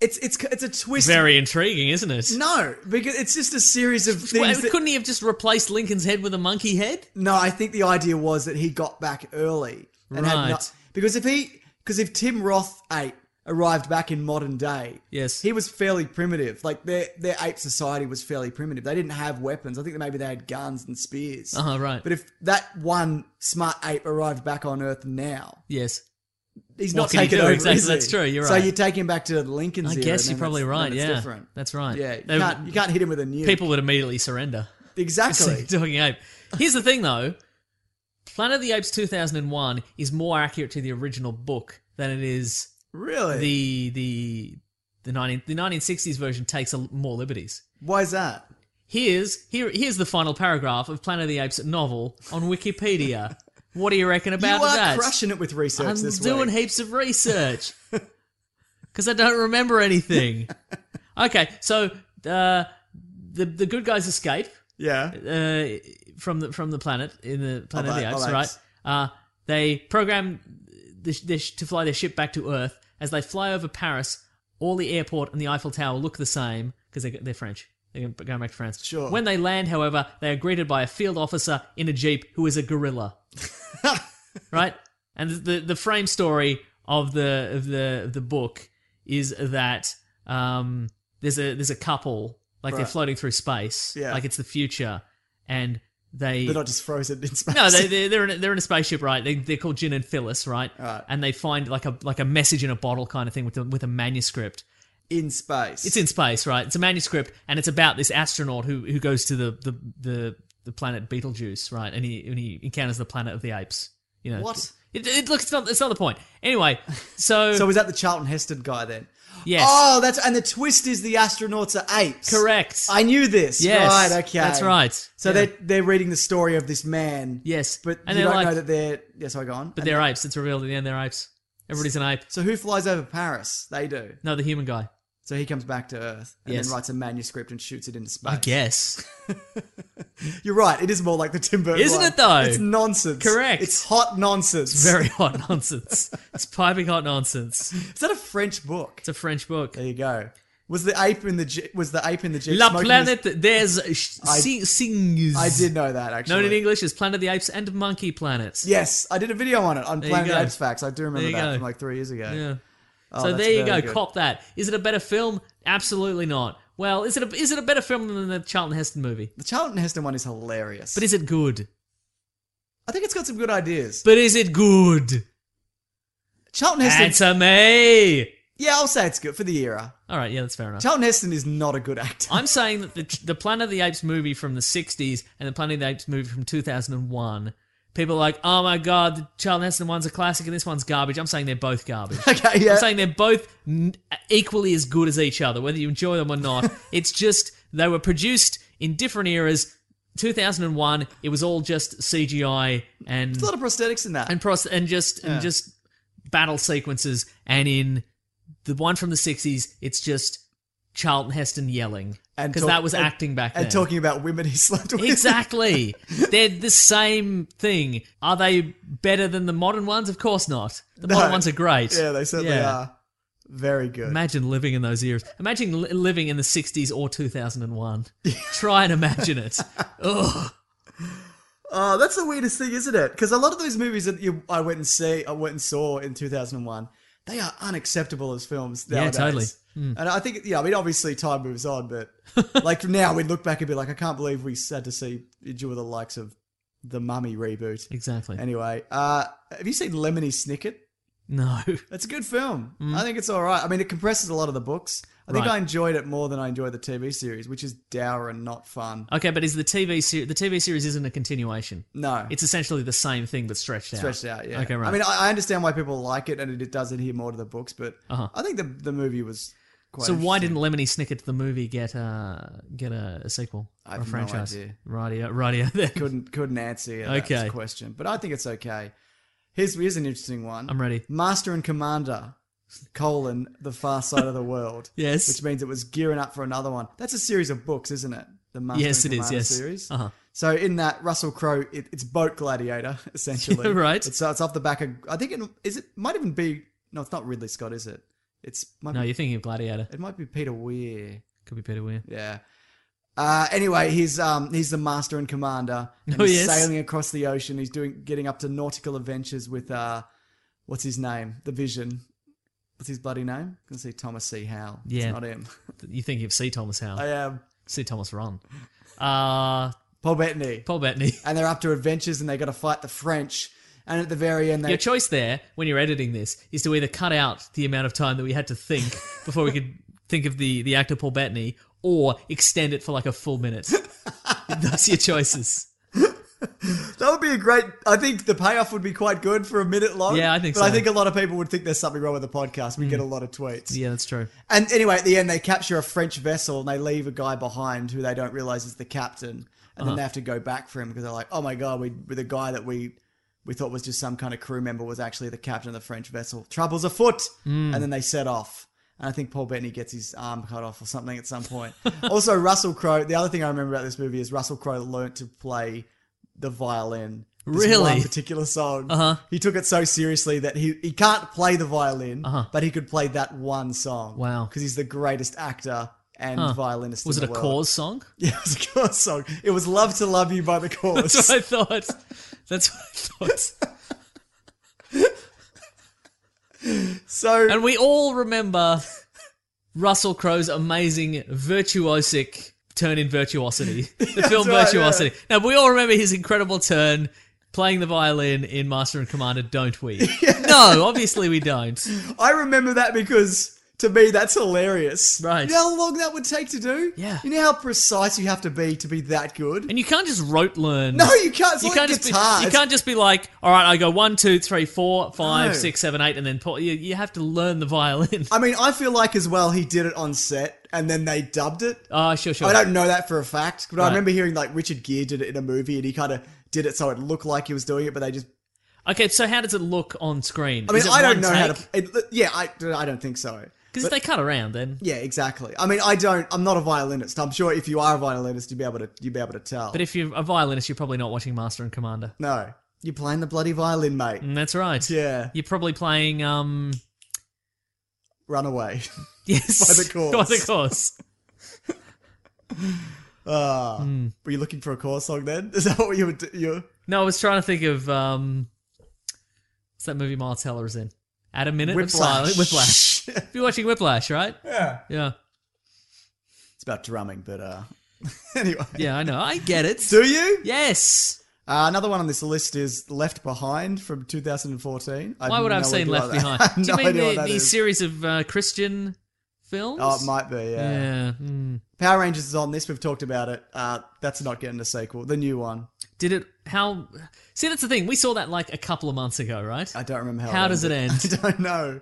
S1: it's it's it's a twist.
S3: Very intriguing, isn't it?
S1: no, because it's just a series of
S3: Well,
S1: things. that-
S3: couldn't he have just replaced Lincoln's head with a monkey head?
S1: no, I think the idea was that he got back early and had
S3: Right.
S1: not because if he because if Tim Roth ate arrived back in modern day.
S3: Yes.
S1: He was fairly primitive. Like their their ape society was fairly primitive. They didn't have weapons. I think that maybe they had guns and spears.
S3: Uh-huh, right.
S1: But if that one smart ape arrived back on Earth now,
S3: yes.
S1: he's
S3: What
S1: not
S3: can he
S1: taking
S3: do?
S1: over.
S3: Exactly,
S1: is he?
S3: that's true, you're
S1: So
S3: right.
S1: you take him back to Lincoln's.
S3: I
S1: era,
S3: guess
S1: and
S3: you're
S1: then
S3: probably
S1: it's-
S3: right.
S1: then it's
S3: Yeah,
S1: different.
S3: that's right.
S1: Yeah, you
S3: They-
S1: can't you can't hit him with a nuke.
S3: people would immediately surrender.
S1: exactly.
S3: Talking ape. Here's the thing, though. Planet of the Apes 2001 is more accurate to the original book than it is
S1: Really?
S3: the the the 19 the 1960s version takes a, l- more liberties.
S1: Why is that?
S3: Here's here here's the final paragraph of Planet of the Apes novel on Wikipedia. what do you reckon
S1: You
S3: about
S1: are
S3: that?
S1: crushing it with research
S3: I'm
S1: this
S3: doing
S1: week.
S3: heaps of research because I don't remember anything. okay, so uh, the the good guys escape
S1: yeah.
S3: uh, from the from the planet in the planet of the
S1: Of
S3: apes,
S1: apes.
S3: right? Uh, they program the, sh- the, sh- to fly their ship back to Earth. As they fly over Paris, all the airport and the Eiffel Tower look the same because they, they're French. They're going back to France.
S1: Sure.
S3: When they land, however, they are greeted by a field officer in a jeep who is a gorilla, right? And the the frame story of the of the of the book is that um, there's a there's a couple like they're
S1: Right.
S3: floating through space,
S1: Yeah.
S3: like it's the future, and they
S1: They're not just frozen in space.
S3: no, they, they're they're in, a, they're in a spaceship, right? They, they're called Jin and Phyllis, right?
S1: Right.
S3: And they find like a like a message in a bottle kind of thing with a, with a manuscript.
S1: in space.
S3: It's in space, right? It's a manuscript, and it's about this astronaut who who goes to the the the, the planet Betelgeuse, right? And he and he encounters the planet of the apes. You know
S1: What?
S3: It, it looks it's not it's not the point. Anyway, so,
S1: So was that the Charlton Heston guy then?
S3: yes,
S1: Oh, that's and the twist is the astronauts are apes.
S3: correct.
S1: I knew this.
S3: yes,
S1: Right. Okay.
S3: that's right.
S1: So
S3: Yeah.
S1: they're they're reading the story of this man.
S3: yes,
S1: But
S3: and
S1: you
S3: they're
S1: don't
S3: like,
S1: know that they're. Yes, I go on.
S3: but
S1: And-
S3: they're apes. It's revealed at the end they're apes. Everybody's an ape.
S1: So who flies over Paris? They do.
S3: No, the human guy.
S1: So he comes back to Earth and
S3: Yes.
S1: then writes a manuscript and shoots it into space.
S3: I guess.
S1: You're right. It is more like the Tim Burton.
S3: Isn't
S1: one.
S3: it, though?
S1: It's nonsense.
S3: Correct.
S1: It's hot nonsense.
S3: Very hot nonsense. It's piping hot nonsense.
S1: Is that a French book?
S3: It's a French book.
S1: There you go. Was the ape in the Je- was the ape in the jeep?
S3: La
S1: smoking
S3: Planet There's sh-
S1: I-
S3: sing- Sings.
S1: His- I did know that actually.
S3: Known in English as Planet of the Apes and Monkey Planet.
S1: Yes, I did a video on it on
S3: There you
S1: Planet of the
S3: go.
S1: Apes Facts. I do remember
S3: There you
S1: that
S3: go.
S1: from like three years ago.
S3: Yeah.
S1: Oh,
S3: so
S1: that's
S3: there you go.
S1: very good.
S3: Cop that. Is it a better film? Absolutely not. Well, is it a, is it a better film than the Charlton Heston movie?
S1: The Charlton Heston one is hilarious.
S3: But is it good?
S1: I think it's got some good ideas.
S3: But is it good?
S1: Charlton Heston.
S3: Answer me.
S1: yeah, I'll say it's good for the era.
S3: All right. Yeah, that's fair enough.
S1: Charlton Heston is not a good actor.
S3: I'm saying that the, the Planet of the Apes movie from the 60s and the Planet of the Apes movie from 2001, people are like, oh my god, the Charlton Heston one's a classic and this one's garbage. I'm saying they're both garbage.
S1: okay, yeah.
S3: I'm saying they're both n- equally as good as each other, whether you enjoy them or not. it's just they were produced in different eras. 2001, it was all just CGI and
S1: There's a lot of prosthetics in that.
S3: and pros- and just and just battle sequences. And in the one from the sixties, it's just Charlton Heston yelling
S1: And
S3: because
S1: talk-
S3: that was
S1: and-
S3: acting back then.
S1: and talking about women he slept with.
S3: exactly, they're the same thing. Are they better than the modern ones? Of course not. The
S1: No.
S3: modern ones are great.
S1: Yeah, they certainly
S3: Yeah.
S1: are. Very good.
S3: Imagine living in those years. Imagine li- living in the 60s or 2001. Try and imagine it. Ugh.
S1: Oh, that's the weirdest thing, isn't it? Because a lot of those movies that you, I went and see, I went and saw in 2001, they are unacceptable as films.
S3: Yeah,
S1: Nowadays.
S3: totally. Hmm.
S1: And I think, yeah, I mean, obviously time moves on, but like now we look back and be like, I can't believe we had to see endure the likes of the Mummy reboot.
S3: Exactly.
S1: Anyway, uh, have you seen Lemony Snicket?
S3: No.
S1: It's a good film. I think it's all right. I mean, it compresses a lot of the books. I think
S3: Mm-hmm. Right.
S1: I enjoyed it more than I enjoyed the TV series, which is dour and not fun.
S3: Okay, but is the TV series the TV series isn't a continuation?
S1: No,
S3: It's essentially the same thing but stretched out.
S1: stretched out. Yeah.
S3: Okay, right.
S1: I mean, I, I understand why people like it, and it, it does adhere more to the books. But
S3: Uh-huh.
S1: I think the the movie was quite.
S3: so why
S1: interesting.
S3: didn't Lemony Snicket the movie get a get a, a sequel
S1: I
S3: or a
S1: have no
S3: franchise?
S1: idea.
S3: Radio, radio. There.
S1: couldn't couldn't answer that
S3: Okay.
S1: question? But I think it's okay. Here's here's an interesting one.
S3: I'm ready.
S1: Master and Commander, colon the Far Side of the World.
S3: Yes.
S1: which means it was gearing up for another one. That's a series of books, isn't it? The Master
S3: Yes,
S1: and
S3: it is,
S1: Commander
S3: yes.
S1: series.
S3: Uh-huh.
S1: So in that Russell Crowe, it, it's boat gladiator essentially.
S3: Right.
S1: It's, it's off the back of. I think it is. It might even be. No, it's not Ridley Scott, is it? It's might
S3: No,
S1: be
S3: you're thinking of Gladiator.
S1: it might be Peter Weir.
S3: Could be Peter Weir.
S1: Yeah. Uh, anyway, he's um he's the master and commander. And
S3: Oh,
S1: he's
S3: yes.
S1: sailing across the ocean. He's doing getting up to nautical adventures with uh what's his name? The Vision. What's his bloody name? I can see Thomas C. Howe.
S3: Yeah.
S1: It's not him.
S3: You think of C. Thomas Howe,
S1: I am
S3: C. Thomas Ron, uh,
S1: Paul Bettany.
S3: Paul Bettany.
S1: And they're up to adventures and they got to fight the French. And at the very end, they
S3: Your choice there, when you're editing this, is to either cut out the amount of time that we had to think before we could think of the the actor Paul Bettany, or extend it for like a full minute. Those are your choices.
S1: That would be a great. I think the payoff would be quite good for a minute long.
S3: Yeah, I think
S1: but
S3: so. Mm.
S1: I think a lot of people would think there's something wrong with the podcast. We get a lot of tweets.
S3: Yeah, that's true.
S1: And anyway, at the end, they capture a French vessel and they leave a guy behind who they don't realize is the captain. And then they have to go back for him because they're like, "Oh my god, we the guy that we we thought was just some kind of crew member was actually the captain of the French vessel. Trouble's afoot." And then they set off. And I think Paul Bettany gets his arm cut off or something at some point. also, Russell Crowe. The other thing I remember about this movie is Russell Crowe learnt to play the violin. This
S3: Really?
S1: one particular song. Uh-huh. He took it so seriously that he, he can't play the violin, but he could play that one song.
S3: Uh-huh. Wow.
S1: Because he's the greatest actor and violinist.
S3: Was
S1: in
S3: it a
S1: the world.
S3: cause song?
S1: Yeah, it was a cause song. It was Love to Love You by the Cause.
S3: That's what I thought. That's what I thought.
S1: So
S3: And we all remember Russell Crowe's amazing virtuosic turn in virtuosity, the film
S1: right,
S3: Virtuosity. Now we all remember his incredible turn playing the violin in Master and Commander, don't we? No, obviously we don't.
S1: I remember that because to me that's hilarious.
S3: Right.
S1: You know how long that would take to do?
S3: Yeah.
S1: You know how precise you have to be to be that good?
S3: And you can't just rote learn.
S1: No, you can't. It's
S3: you
S1: like
S3: can't just be,
S1: guitar.
S3: you can't just be like, all right, I go one, two, three, four, five,
S1: No.
S3: six, seven, eight, and then pull. You, you have to learn the violin.
S1: I mean, I feel like as well he did it on set and then they dubbed it.
S3: Oh, sure, sure.
S1: I don't know that for a fact, but I
S3: Right.
S1: remember hearing like Richard Gere did it in a movie, and he kind of did it so it looked like he was doing it, but they just.
S3: Okay, so how does it look on screen?
S1: I mean, I don't know how to. It, yeah, I, I don't think so.
S3: Because if they cut around, then.
S1: Yeah, exactly. I mean, I don't. I'm not a violinist. I'm sure if you are a violinist, you'd be able to. You'd be able to tell.
S3: But if you're a violinist, you're probably not watching Master and Commander.
S1: no, you're playing the bloody violin, mate.
S3: And that's right.
S1: Yeah,
S3: You're probably playing, um.
S1: run away.
S3: Yes.
S1: By the Course.
S3: By the course.
S1: Were you looking for a chorus song then? Is that what you were? do- You
S3: No, I was trying to think of, um. What's that movie Miles Teller is in? At a minute of
S1: Whiplash.
S3: silence. Whiplash. if you're watching Whiplash, right? Yeah. Yeah.
S1: it's about drumming, but uh, anyway.
S3: Yeah, I know. I get it.
S1: Do you?
S3: Yes.
S1: Uh, another one on this list is Left Behind from 2014. I
S3: Why would I have
S1: no
S3: seen
S1: idea
S3: Left
S1: what that-
S3: Behind?
S1: I have
S3: Do you
S1: no
S3: mean
S1: idea what
S3: the,
S1: that
S3: the
S1: is.
S3: series of uh, Christian films?
S1: Oh, it might be, yeah.
S3: Yeah. mm.
S1: Power Rangers is on this. We've talked about it. Uh, that's not getting a sequel. The new one.
S3: Did it? How? See, that's the thing. We saw that like a couple of months ago, right?
S1: I don't remember how.
S3: How does it end?
S1: I don't know.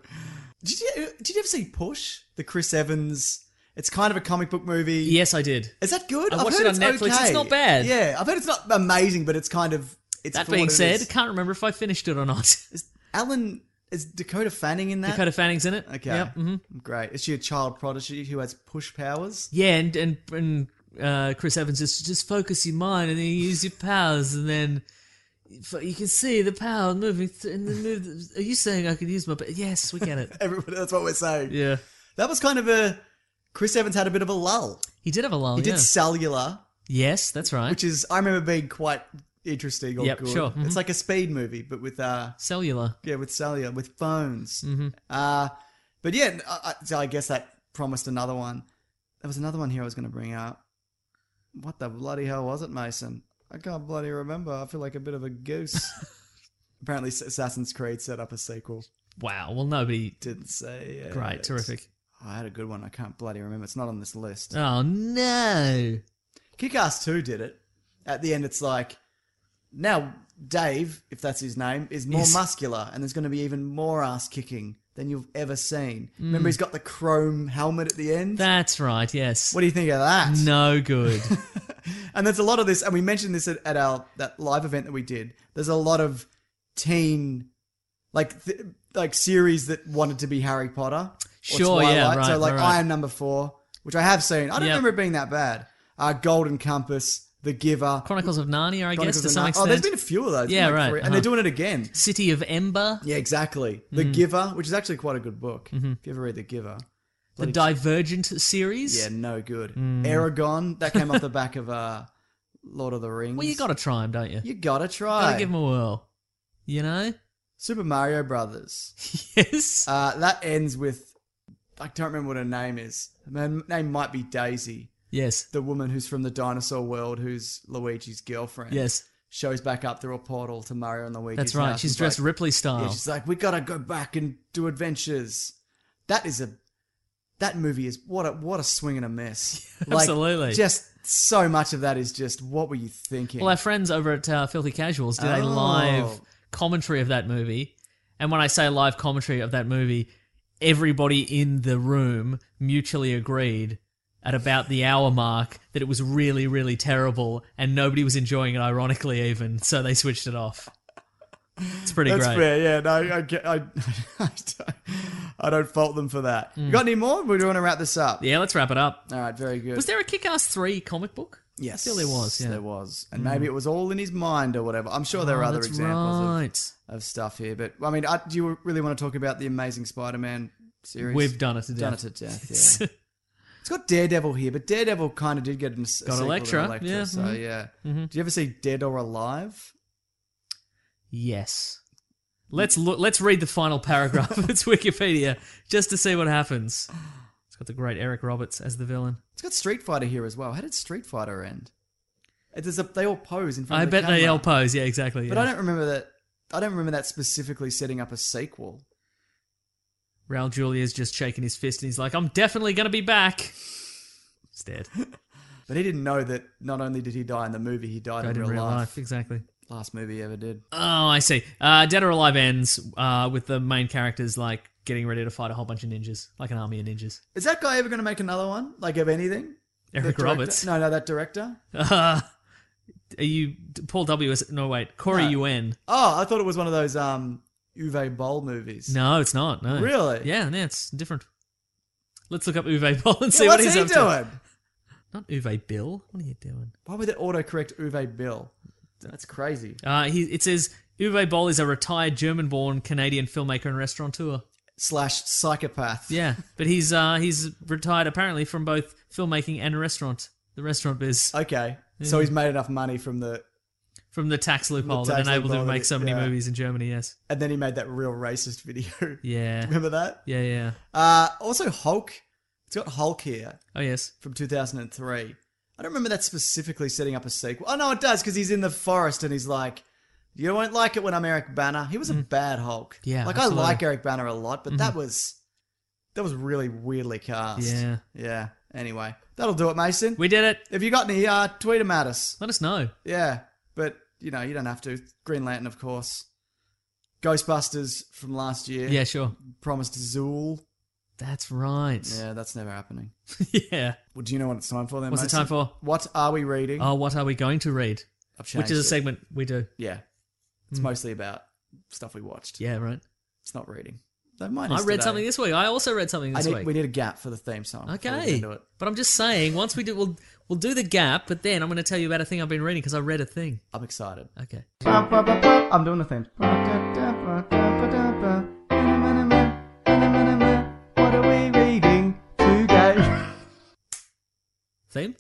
S1: Did you Did you ever see Push? The Chris Evans. It's kind of a comic book movie.
S3: Yes, I did.
S1: Is that good?
S3: I
S1: I've
S3: watched
S1: heard
S3: it on
S1: it's
S3: Netflix.
S1: okay.
S3: It's not bad.
S1: Yeah, I've heard it's not amazing, but it's kind of. It's
S3: That
S1: for
S3: being
S1: what it
S3: said,
S1: is.
S3: can't remember if I finished it or not.
S1: Is Alan is Dakota Fanning in that?
S3: Dakota Fanning's in it.
S1: Okay.
S3: Yep. hmm
S1: Great. Is she a child prodigy who has push powers?
S3: Yeah, and and and uh, Chris Evans just just focus your mind and then you use your powers and then. f- You can see the power moving, th- and the move. Are you saying I could use my? But yes, we get it.
S1: Everybody, that's what we're saying.
S3: Yeah,
S1: That was kind of a. Chris Evans had a bit of a lull.
S3: he did have a lull.
S1: He
S3: Oh, yeah.
S1: did Cellular,
S3: Yes, that's right.
S1: which is I remember being quite interesting or
S3: Yep,
S1: good.
S3: sure, mhm.
S1: It's like a speed movie, but with uh
S3: cellular.
S1: yeah with cellular with phones.
S3: Mm-hmm.
S1: Uh, but yeah, I, I- so I guess that promised another one. There was another one here I was going to bring up. What the bloody hell was it, Mason? I can't bloody remember. I feel like a bit of a goose. Apparently, Assassin's Creed set up a sequel.
S3: Wow. Well, nobody.
S1: Didn't say. it.
S3: Great. Terrific.
S1: I had a good one. I can't bloody remember. It's not on this list.
S3: Oh no.
S1: Kick Ass 2 did it. At the end, it's like, now Dave, if that's his name, is more
S3: Yes.
S1: muscular and there's going to be even more ass kicking than you've ever seen.
S3: Mm.
S1: Remember, he's got the chrome helmet at the end?
S3: That's right. Yes.
S1: what do you think of that?
S3: no good.
S1: And there's a lot of this, and we mentioned this at, at our that live event that we did. There's a lot of teen, like th- like series that wanted to be Harry Potter. or
S3: Sure, yeah,
S1: Twilight.
S3: right,
S1: So like
S3: right, right.
S1: Iron Number Four, which I have seen. I don't
S3: Yep.
S1: remember it being that bad. Uh, Golden Compass, The Giver,
S3: Chronicles of Narnia, I
S1: Chronicles
S3: guess, to
S1: of
S3: some
S1: Nar-
S3: extent.
S1: Oh, there's been a few of those.
S3: Yeah,
S1: Like
S3: right,
S1: three- And
S3: uh-huh.
S1: they're doing it again.
S3: City of Ember,
S1: Yeah, exactly. The
S3: Mm.
S1: Giver, which is actually quite a good book.
S3: Mm-hmm.
S1: If you ever read The Giver.
S3: the Divergent series.
S1: Yeah, no good.
S3: Mm.
S1: Aragon, that came off the back of uh, Lord of the Rings.
S3: Well, you got to try them, don't you?
S1: You gotta try.
S3: got to give them a whirl. You know,
S1: Super Mario Brothers.
S3: yes.
S1: Uh, that ends with I don't remember what her name is. Her name might be Daisy,
S3: yes.
S1: the woman who's from the dinosaur world, who's Luigi's girlfriend.
S3: Yes.
S1: shows back up through a portal to Mario and Luigi's.
S3: That's right.
S1: house
S3: She's
S1: and's
S3: dressed
S1: like,
S3: Ripley style.
S1: Yeah, she's like, we gotta go back and do adventures. That is a that movie is what a what a swing and a miss. Like,
S3: Absolutely.
S1: just so much of that is just what were you thinking?
S3: Well, our friends over at uh, Filthy Casuals did a
S1: Oh.
S3: live commentary of that movie. And when I say live commentary of that movie, everybody in the room mutually agreed at about the hour mark that it was really, really terrible and nobody was enjoying it, ironically, even. So they switched it off. It's pretty
S1: That's
S3: great.
S1: fair. Yeah, no, I, get- I, I, don't, I don't fault them for that. You got any more? We want to wrap this up.
S3: Mm. Yeah, let's wrap it up.
S1: All right, very good.
S3: Was there a Kick Ass 3 comic book?
S1: Yes,
S3: Still there was, yeah. Mm.
S1: there was, and maybe it was all in his mind or whatever. I'm sure there are
S3: Oh,
S1: other
S3: that's
S1: examples of-
S3: right.
S1: of, stuff here, but I mean, I, do you really want to talk about the Amazing Spider-Man series?
S3: We've done it to death.
S1: Done it to death. Yeah. it's got Daredevil here, but Daredevil kind of did get an, a sequel to
S3: Elektra, yeah,
S1: so
S3: mhm.
S1: yeah. Do you ever see Dead or Alive?
S3: Yes. Let's look. Let's read the final paragraph of its Wikipedia just to see what happens. It's got the great Eric Roberts as the villain.
S1: It's got Street Fighter here as well. How did Street Fighter end? It is a, they all pose in front
S3: I
S1: of the
S3: bet they
S1: camera.
S3: all pose. Yeah, exactly.
S1: But
S3: yeah.
S1: I don't remember that. I don't remember that specifically setting up a sequel.
S3: Raul Julia's just shaking his fist and he's like, "I'm definitely gonna be back." It's dead.
S1: But he didn't know that not only did he die in the movie, he died
S3: Died
S1: in real, life.
S3: exactly.
S1: Last movie he ever did.
S3: Oh, I see. Uh, Dead or Alive ends uh, with the main characters like getting ready to fight a whole bunch of ninjas, like an army of ninjas.
S1: Is that guy ever going to make another one? Like of anything? That
S3: Eric
S1: director-
S3: Roberts.
S1: No, no, that director.
S3: Uh, are you Paul W? Is no wait Corey
S1: No.
S3: UN?
S1: Oh, I thought it was one of those um Uwe Boll movies.
S3: No, it's not. No.
S1: Really?
S3: Yeah, yeah, it's different. Let's look up Uwe Boll and
S1: Yeah,
S3: see what
S1: what's
S3: he's
S1: he
S3: up
S1: doing?
S3: to. Not Uwe Bill. What are you doing?
S1: Why would it autocorrect Uwe Bill? That's crazy.
S3: Uh, he, it says Uwe Boll is a retired German-born Canadian filmmaker and restaurateur.
S1: Slash psychopath.
S3: Yeah, but he's uh, he's retired apparently from both filmmaking and restaurant. The restaurant biz
S1: Okay. So
S3: Mm-hmm.
S1: he's made enough money from the,
S3: from the tax loophole
S1: tax
S3: that enabled him to
S1: loophole,
S3: make so many
S1: yeah.
S3: movies in Germany. Yes.
S1: and then he made that real racist video.
S3: Yeah.
S1: Remember that?
S3: Yeah. Yeah.
S1: Uh, also Hulk. It's got Hulk here
S3: Oh yes.
S1: from 2003. I don't remember that specifically setting up a sequel. Oh no, it does because he's in the forest and he's like, "You won't like it when I'm Eric Banner." He was a bad Hulk.
S3: Mm. Yeah,
S1: like
S3: absolutely. Mm-hmm.
S1: I like Eric Banner a lot, but that was that was really weirdly cast.
S3: Yeah.
S1: yeah. Anyway, that'll do it, Mason.
S3: We did it.
S1: if you got any, uh, tweet 'em at us.
S3: Let us know.
S1: Yeah, but you know you don't have to. Green Lantern, of course. Ghostbusters from last year.
S3: Yeah. Sure.
S1: promised Zool.
S3: That's right.
S1: Yeah, that's never happening.
S3: Yeah.
S1: Well, do you know what it's time for then?
S3: What's it
S1: Mason?
S3: time for?
S1: What are we reading?
S3: Oh, what are we going to read?
S1: I've
S3: Which
S1: changed
S3: is a
S1: it.
S3: segment we do.
S1: Yeah, it's mostly about stuff we watched.
S3: Yeah, right.
S1: It's not reading. Though mine
S3: I
S1: is
S3: read
S1: today.
S3: something this week. I also read something
S1: I
S3: this
S1: need,
S3: week.
S1: We need a gap for the theme song. before we get
S3: okay,
S1: into it.
S3: but I'm just saying. Once we do, we'll we'll do the gap. But then I'm going to tell you about a thing I've been reading because I read a thing.
S1: I'm excited.
S3: Okay.
S1: I'm doing the theme. What are we reading today?
S3: Theme?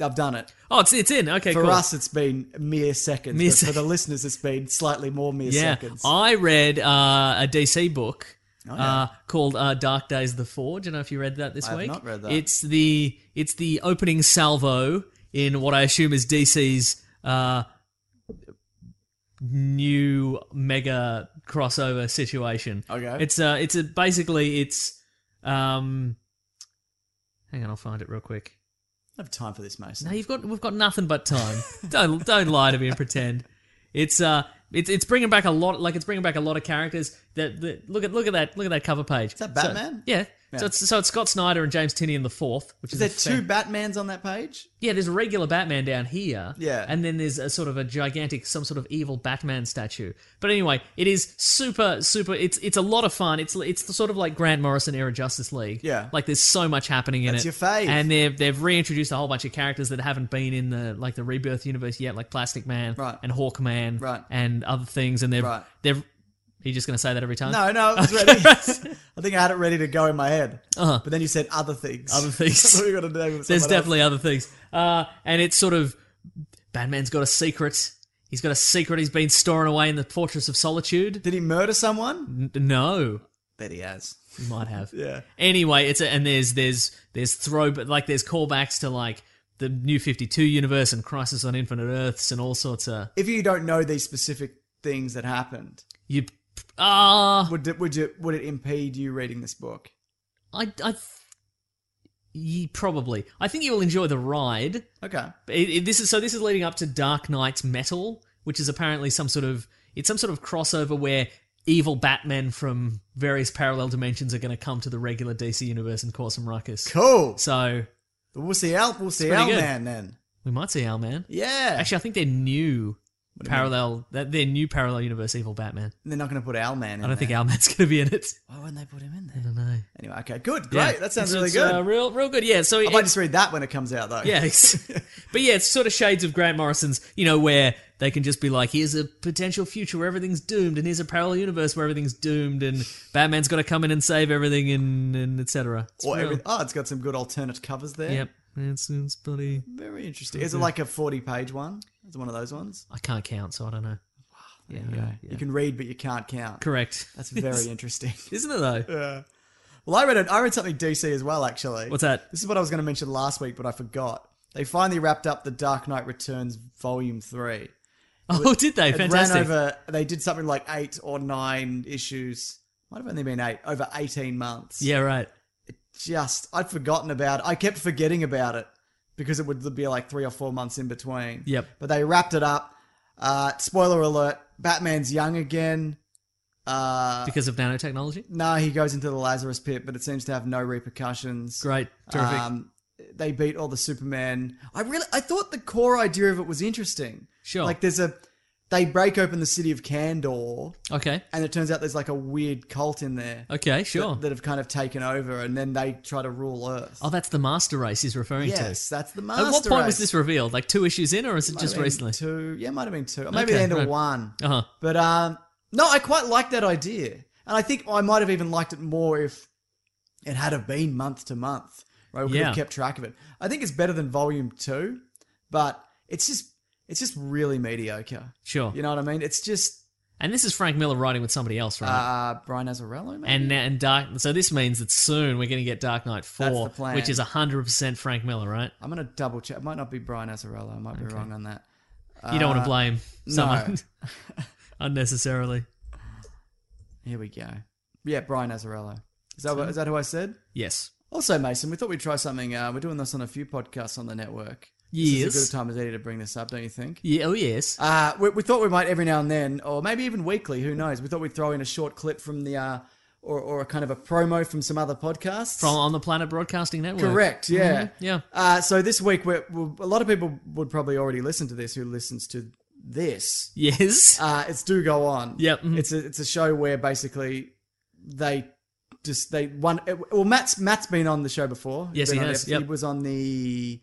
S1: I've done it.
S3: Oh, it's it's in. Okay,
S1: for
S3: cool.
S1: us, it's been mere seconds.
S3: Mere
S1: but
S3: sec-
S1: for the listeners, it's been slightly more mere
S3: yeah. Oh.
S1: seconds.
S3: I read uh, a DC book.
S1: Oh, yeah.
S3: Uh, called uh, Dark Days of the Forge. I don't know if you read that this
S1: I have
S3: week.
S1: not read that.
S3: It's the it's the opening salvo in what I assume is DC's uh, new mega crossover situation.
S1: Okay.
S3: It's uh it's a, basically it's um hang on, I'll find it real quick.
S1: I don't have time for this, Mason.
S3: No, you've got we've got nothing but time. don't don't lie to me and pretend. It's uh it's it's bringing back a lot like it's bringing back a lot of characters that, that look at look at that look at that cover page. Is
S1: that Batman?
S3: yeah.
S1: Yeah.
S3: So it's so it's Scott Snyder and James Tinney in the fourth, which
S1: Is
S3: is,
S1: there
S3: a fan-
S1: two Batmans on that page?
S3: yeah, there's a regular Batman down here.
S1: Yeah.
S3: And then there's a sort of a gigantic, some sort of evil Batman statue. But anyway, it is super, super. It's it's a lot of fun. It's it's the sort of like Grant Morrison era Justice League.
S1: Yeah.
S3: Like there's so much happening in
S1: That's
S3: it.
S1: your fave.
S3: And they've they've reintroduced a whole bunch of characters that haven't been in the like the Rebirth universe yet, like Plastic Man
S1: Right.
S3: and Hawkman
S1: Right.
S3: and other things. And they've
S1: Right.
S3: they've. Are you just gonna say that every time?
S1: No, no, I was ready. I think I had it ready to go in my head.
S3: Uh-huh.
S1: But then you said other things.
S3: Other things.
S1: I thought you were gonna name it someone
S3: There's
S1: else.
S3: definitely other things. Uh, and it's sort of Batman's got a secret. He's got a secret he's been storing away in the Fortress of Solitude.
S1: Did he murder someone?
S3: N- no,
S1: Bet he has.
S3: he might have.
S1: Yeah.
S3: Anyway, it's a, and there's there's there's throw but like there's callbacks to like the New Fifty Two universe and Crisis on Infinite Earths and all sorts of
S1: If you don't know these specific things that happened,
S3: you. Ah,
S1: would it, would you would it impede you reading this book?
S3: I I. th- Ye, probably. I think you'll enjoy the ride.
S1: Okay.
S3: It, it- this is so. This is leading up to Dark Knight's Metal, which is apparently some sort of it's some sort of crossover where evil Batmen from various parallel dimensions are going to come to the regular DC universe and cause some ruckus.
S1: Cool.
S3: So
S1: We'll see out. We'll see
S3: pretty
S1: out,
S3: good.
S1: man. Then.
S3: we might see Owlman.
S1: Yeah.
S3: Actually, I think they're new parallel. That they're new parallel universe evil Batman.
S1: they're not going to put Owlman in
S3: I don't think
S1: there.
S3: Owlman's going to be in it.
S1: Why wouldn't they put him in
S3: I
S1: there?
S3: don't know.
S1: Anyway, okay, good,
S3: Yeah.
S1: great. That sounds
S3: It's-
S1: really
S3: it's,
S1: good.
S3: uh, real, real good. Yeah. So
S1: I might just read that when it comes out, though.
S3: Yeah, it's- but yeah, it's sort of shades of Grant Morrison's, you know, where they can just be like, here's a potential future where everything's doomed, and here's a parallel universe where everything's doomed, and Batman's got to come in and save everything, and, and etc.
S1: Or every, oh, it's got some good alternate covers there.
S3: uh, Yep. It's, it's bloody.
S1: Very interesting. Is it like a forty-page one? Is it one of those ones?
S3: I can't count, so I don't know. Yeah, yeah,
S1: You can read, but you can't count.
S3: Correct.
S1: That's very interesting.
S3: Isn't it though?
S1: Well, I read it. I read something DC as well, actually.
S3: What's that?
S1: This is what I was going to mention last week, but I forgot. They finally wrapped up the Dark Knight Returns Volume Three.
S3: Oh, did they?
S1: It
S3: Fantastic.
S1: ran over. They did something like eight or nine issues. Might have only been eight over eighteen months.
S3: Yeah, right.
S1: just I'd forgotten about it. I kept forgetting about it because it would be like three or four months in between.
S3: Yep.
S1: But they wrapped it up. Uh, spoiler alert: Batman's young again. Uh,
S3: Because of nanotechnology.
S1: no, he goes into the Lazarus pit, but it seems to have no repercussions.
S3: Great. Terrific.
S1: Um, they beat all the Superman. I really, I thought the core idea of it was interesting.
S3: Sure.
S1: Like there's a, they break open the city of Kandor,
S3: okay.
S1: and it turns out there's like a weird cult in there.
S3: Okay, sure.
S1: That, that have kind of taken over, and then they try to rule Earth.
S3: oh, that's the master race he's referring
S1: Yes,
S3: to.
S1: that's the master.
S3: At what point was
S1: race.
S3: this revealed? Like two issues in, or is it
S1: Might
S3: just
S1: have been
S3: recently?
S1: Two, yeah, might have been two. Maybe
S3: Okay,
S1: the end of
S3: right.
S1: one.
S3: Uh huh.
S1: But um, no, I quite like that idea, and I think I might have even liked it more if it had have been month to month. Right, we could
S3: Yeah.
S1: have kept track of it. I think it's better than Volume Two, but it's just it's just really mediocre.
S3: Sure.
S1: You know what I mean? It's just
S3: And this is Frank Miller writing with somebody else, right?
S1: uh, Brian Azzarello, maybe.
S3: and uh, and Dark. So this means that soon we're going to get Dark Knight
S1: That's
S3: Four,
S1: the plan.
S3: which is hundred percent Frank Miller, right?
S1: I'm gonna double check. It might not be Brian Azzarello. I might be wrong on that.
S3: You don't
S1: Uh,
S3: want to blame someone unnecessarily.
S1: Here we go. Yeah, Brian Azzarello. Is that, what, is that who I said?
S3: Yes.
S1: Also, Mason, we thought we'd try something. Uh, we're doing this on a few podcasts on the network. This is
S3: Yes.
S1: as good a time as any to bring this up, don't you think?
S3: Yeah. Oh yes.
S1: Uh, we, we thought we might every now and then, or maybe even weekly, who knows? We thought we'd throw in a short clip from the, uh, or, or a kind of a promo from some other podcasts.
S3: From Mm-hmm. on the Planet Broadcasting Network.
S1: Correct, yeah.
S3: Yeah.
S1: Uh, so this week, we're, we're, a lot of people would probably already listen to this who listens to this.
S3: Yes.
S1: Uh, it's do go on.
S3: Yep. Mhm.
S1: It's a it's a show where basically they just they one. Well, Matt's Matt's been on the show before. He's
S3: Yes,
S1: been
S3: he
S1: on
S3: has.
S1: ep-
S3: Yep.
S1: He was on the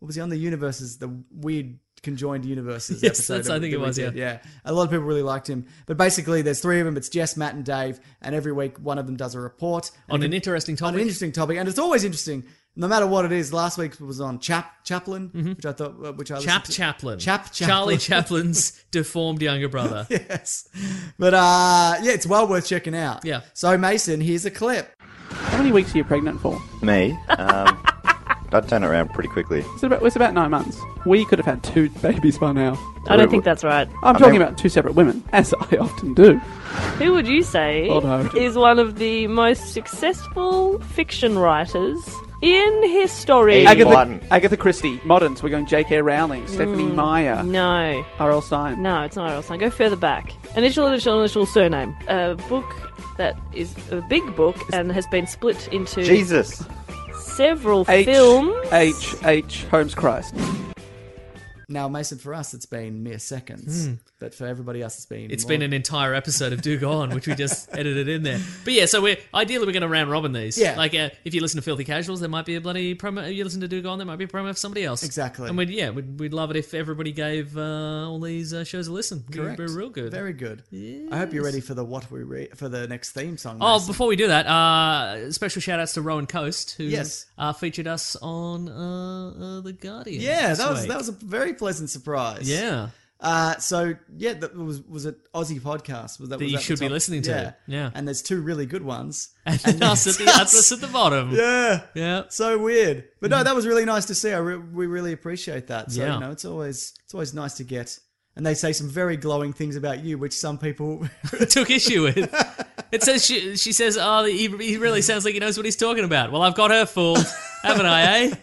S1: what was he on the universes the weird conjoined universes
S3: Yes,
S1: episode
S3: that's-
S1: that
S3: I
S1: we-
S3: think
S1: that
S3: it
S1: we
S3: was,
S1: did.
S3: yeah.
S1: yeah a lot of people really liked him but basically there's three of them it's jess matt and dave and every week one of them does a report
S3: on an interesting
S1: on an
S3: topic.
S1: interesting topic and it's always interesting no matter what it is last week was on chap chaplin which i thought which i listened
S3: Mm-hmm. Chap
S1: to-
S3: Chaplin.
S1: Chap
S3: Charlie
S1: Chaplin.
S3: Chaplin's deformed younger brother.
S1: yes. But uh, yeah, it's well worth checking out.
S3: Yeah.
S1: So Mason, here's a clip.
S9: How many weeks are you pregnant for?
S10: Me? Um, I'd turn it around pretty quickly.
S9: It's about, it's about nine months. We could have had two babies by now.
S11: I don't think that's right.
S9: I'm talking about two separate women, as I often do.
S11: Who would you say
S9: Oh, no.
S11: is one of the most successful fiction writers in history?
S10: Agatha-
S9: Agatha,
S10: Martin.
S9: Agatha Christie, moderns. We're going J.K. Rowling, Stephanie Meyer,
S11: Mm, no,
S9: R.L. Stein.
S11: no, it's not Orson. Go further back. Initial, initial, initial surname. A book that is a big book and has been split into
S10: Jesus!
S11: several
S9: H
S11: films.
S9: H H Holmes Christ.
S1: Now, Mason, for us, it's been mere seconds, but for everybody else, it's been
S3: Hmm. It's
S1: more-
S3: been an entire episode of Do Go On, which we just edited in there. But yeah, so we're ideally we're going to round robin these.
S1: Yeah.
S3: Like uh, if you listen to Filthy Casuals, there might be a bloody promo. If you listen to Do Go On, there might be a promo for somebody else.
S1: Exactly.
S3: And we'd yeah, we'd, we'd love it if everybody gave uh, all these uh, shows a listen.
S1: correct.
S3: We're real good.
S1: Very good. I hope you're ready for the what we re- for the next theme song.
S3: Oh,
S1: Mason.
S3: before we do that, uh, special shout outs to Rowan Coast, who
S1: Yes.
S3: uh, featured us on uh, uh, The Guardian.
S1: yeah,
S3: this
S1: that was
S3: week.
S1: that was a very pleasant surprise.
S3: Yeah.
S1: Uh, so yeah, that was was it Aussie podcast was that,
S3: That
S1: was
S3: you
S1: the
S3: should be
S1: top?
S3: listening to, yeah.
S1: And there's two really good ones, Uh,
S3: And then us at the, us at the bottom.
S1: yeah,
S3: Yeah.
S1: so weird. But no, that was really nice to see. I re- we really appreciate that. So
S3: Mm-hmm. Yeah.
S1: you know, it's always it's always nice to get. And they say some very glowing things about you, which some people
S3: took issue with. It says she, she says, "Oh, he, he really sounds like he knows what he's talking about." Well, I've got her fooled, haven't I? Eh?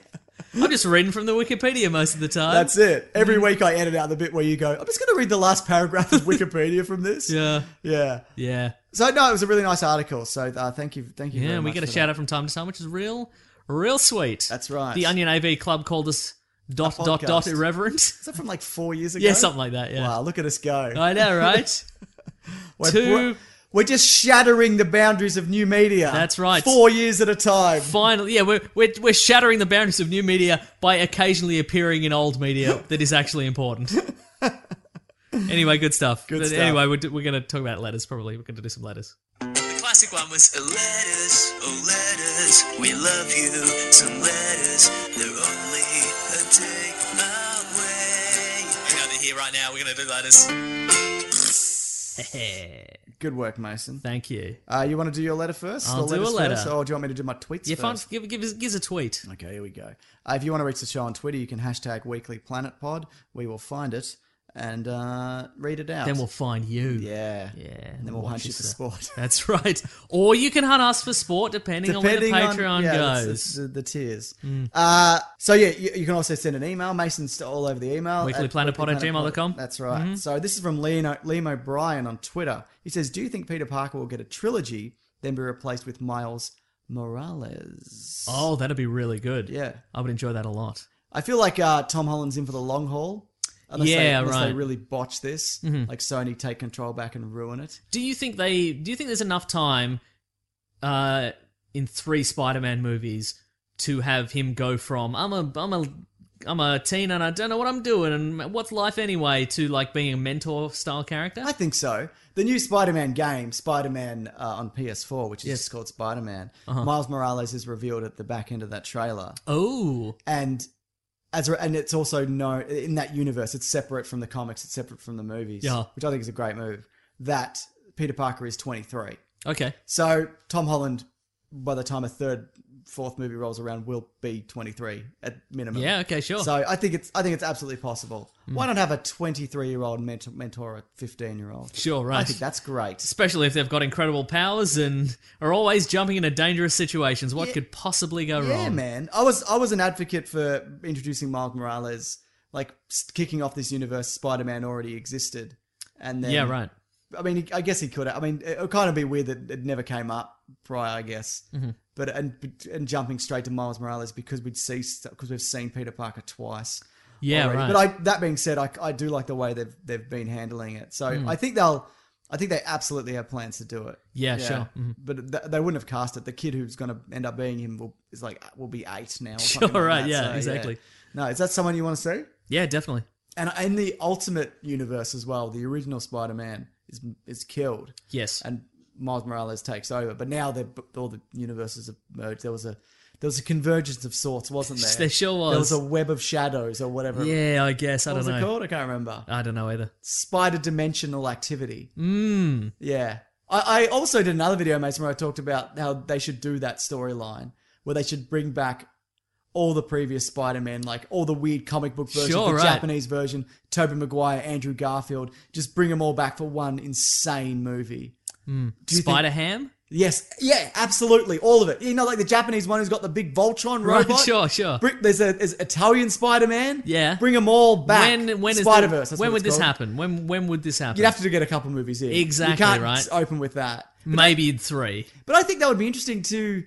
S3: I'm just reading from the Wikipedia most of the time.
S1: That's it. Every
S3: mm.
S1: week I edit out the bit where you go, I'm just going to read the last paragraph of Wikipedia from this.
S3: yeah,
S1: Yeah.
S3: yeah,
S1: So no, it was a really nice article. So uh, thank you, thank you.
S3: yeah.
S1: very
S3: and We
S1: much
S3: get a
S1: for
S3: shout
S1: that.
S3: out from time to time, which is real, real sweet.
S1: That's right.
S3: The Onion AV Club called us dot dot dot
S1: podcast.
S3: irreverent.
S1: Is that from like four years ago?
S3: yeah, something like that. Yeah,
S1: Wow, look at us go.
S3: I know, right?
S1: We're,
S3: Two.
S1: we're, we're just shattering the boundaries of new media.
S3: That's right.
S1: Four years at a time.
S3: Finally, yeah, we're, we're we're shattering the boundaries of new media by occasionally appearing in old media that is actually important. anyway, good stuff.
S1: Good
S3: But
S1: stuff.
S3: Anyway, we're, d- we're going to talk about letters probably. We're going to do some letters.
S2: The classic one was uh, letters, oh letters, we love you. Some letters, they're only a day away.
S3: Hang on, they're here right now. We're going to do letters.
S1: Good work, Mason.
S3: Thank you.
S1: Uh, you want to do your letter first?
S3: I'll
S1: The
S3: do a
S1: letters
S3: letter.
S1: First? Or do you want me to do my tweets
S3: Yeah, fun,
S1: first?
S3: give, give, us, give us a tweet.
S1: Okay, here we go. Uh, if you want to reach the show on Twitter, you can hashtag Weekly Planet Pod. We will find it and uh, read it out.
S3: Then we'll find you.
S1: yeah,
S3: Yeah.
S1: and then we'll
S3: watch
S1: hunt you for
S3: us, uh,
S1: sport.
S3: That's right. Or you can hunt us for sport, depending, on where the Patreon
S1: yeah,
S3: goes. Hmm.
S1: that's- that's the, the tiers. Uh, so yeah, you, you can also send an email. Mason's still all over the email. at
S3: Weeklyplanetpod at gmail.com.
S1: That's right.
S3: Mm-hmm.
S1: So this is from Liam, Liam O'Brien on Twitter. He says, "Do you think Peter Parker will get a trilogy, then be replaced with Miles Morales?"
S3: oh, that'd be really good.
S1: Yeah.
S3: I would enjoy that a lot.
S1: I feel like uh, Tom Holland's in for the long haul. Unless they,
S3: Yeah,
S1: unless they
S3: right. Mm-hmm.
S1: really botch this, like Sony take control back and ruin it.
S3: Do you think they? Do you think there's enough time, uh, in three Spider-Man movies to have him go from I'm a I'm a I'm a teen and I don't know what I'm doing and what's life anyway to like being a mentor style character?
S1: I think so. The new Spider-Man game, Spider-Man uh, on PS4, which is just called Spider-Man.
S3: Uh-huh.
S1: Miles Morales is revealed at the back end of that trailer,
S3: Oh,
S1: and as re- and it's also no in that universe. It's separate from the comics. It's separate from the movies.
S3: Yeah.
S1: which I think is a great move. That Peter Parker is 23.
S3: okay,
S1: So Tom Holland, by the time a third, fourth movie rolls around, will be 23 at minimum.
S3: yeah, okay, sure. Hmm.
S1: So I think it's I think it's absolutely possible. Why not have a 23 year old mentor, mentor a 15 year old?
S3: Sure, right.
S1: I think that's great.
S3: Especially if they've got incredible powers and are always jumping into dangerous situations. What could possibly go
S1: Yeah,
S3: wrong?
S1: man. I was I was an advocate for introducing Miles Morales, like s- kicking off this universe Spider Man already existed, and then
S3: Yeah, right.
S1: I mean, he- I guess he could. I mean, it would kind of be weird that it never came up prior, I guess.
S3: Mm-hmm.
S1: But and and jumping straight to Miles Morales because we'd see because we've seen Peter Parker twice.
S3: Yeah,
S1: already.
S3: right.
S1: But I, that being said, I, I do like the way they've they've been handling it. So
S3: Mm.
S1: I think they'll, I think they absolutely have plans to do it.
S3: Yeah, sure. Mhm.
S1: But th- they wouldn't have cast it. The kid who's going to end up being him will is like will be eight now. Or
S3: Sure,
S1: something like
S3: right,
S1: that.
S3: yeah, exactly.
S1: No, is that someone you want to see?
S3: yeah, definitely.
S1: And in the Ultimate Universe as well, the original Spider Man is is killed
S3: Yes.
S1: and Miles Morales takes over. But now they're all the universes have merged. There was a there was a convergence of sorts, wasn't there?
S3: There sure was.
S1: There was a web of shadows or whatever.
S3: yeah, I guess. I
S1: What was
S3: don't
S1: it
S3: know.
S1: called? I can't remember.
S3: I don't know either.
S1: Spider dimensional activity.
S3: Mm.
S1: Yeah. I, I also did another video, mates, where I talked about how they should do that storyline, where they should bring back all the previous Spider-Man, like all the weird comic book versions,
S3: Sure,
S1: the
S3: right.
S1: Japanese version, Tobey Maguire, Andrew Garfield, just bring them all back for one insane movie. Do you think-
S3: Spider Ham?
S1: Yes, yeah, absolutely, all of it. You know, like the Japanese one who's got the big Voltron
S3: Right,
S1: robot.
S3: sure, sure.
S1: Bring- there's a there's Italian Spider Man.
S3: Yeah.
S1: bring them all back.
S3: When when is the-
S1: Spider Verse?
S3: when would this happen? When when would this happen?
S1: You'd have to get a couple movies in.
S3: Exactly,
S1: you can't
S3: right.
S1: s- Open with that.
S3: Maybe in three.
S1: But I think that would be interesting to.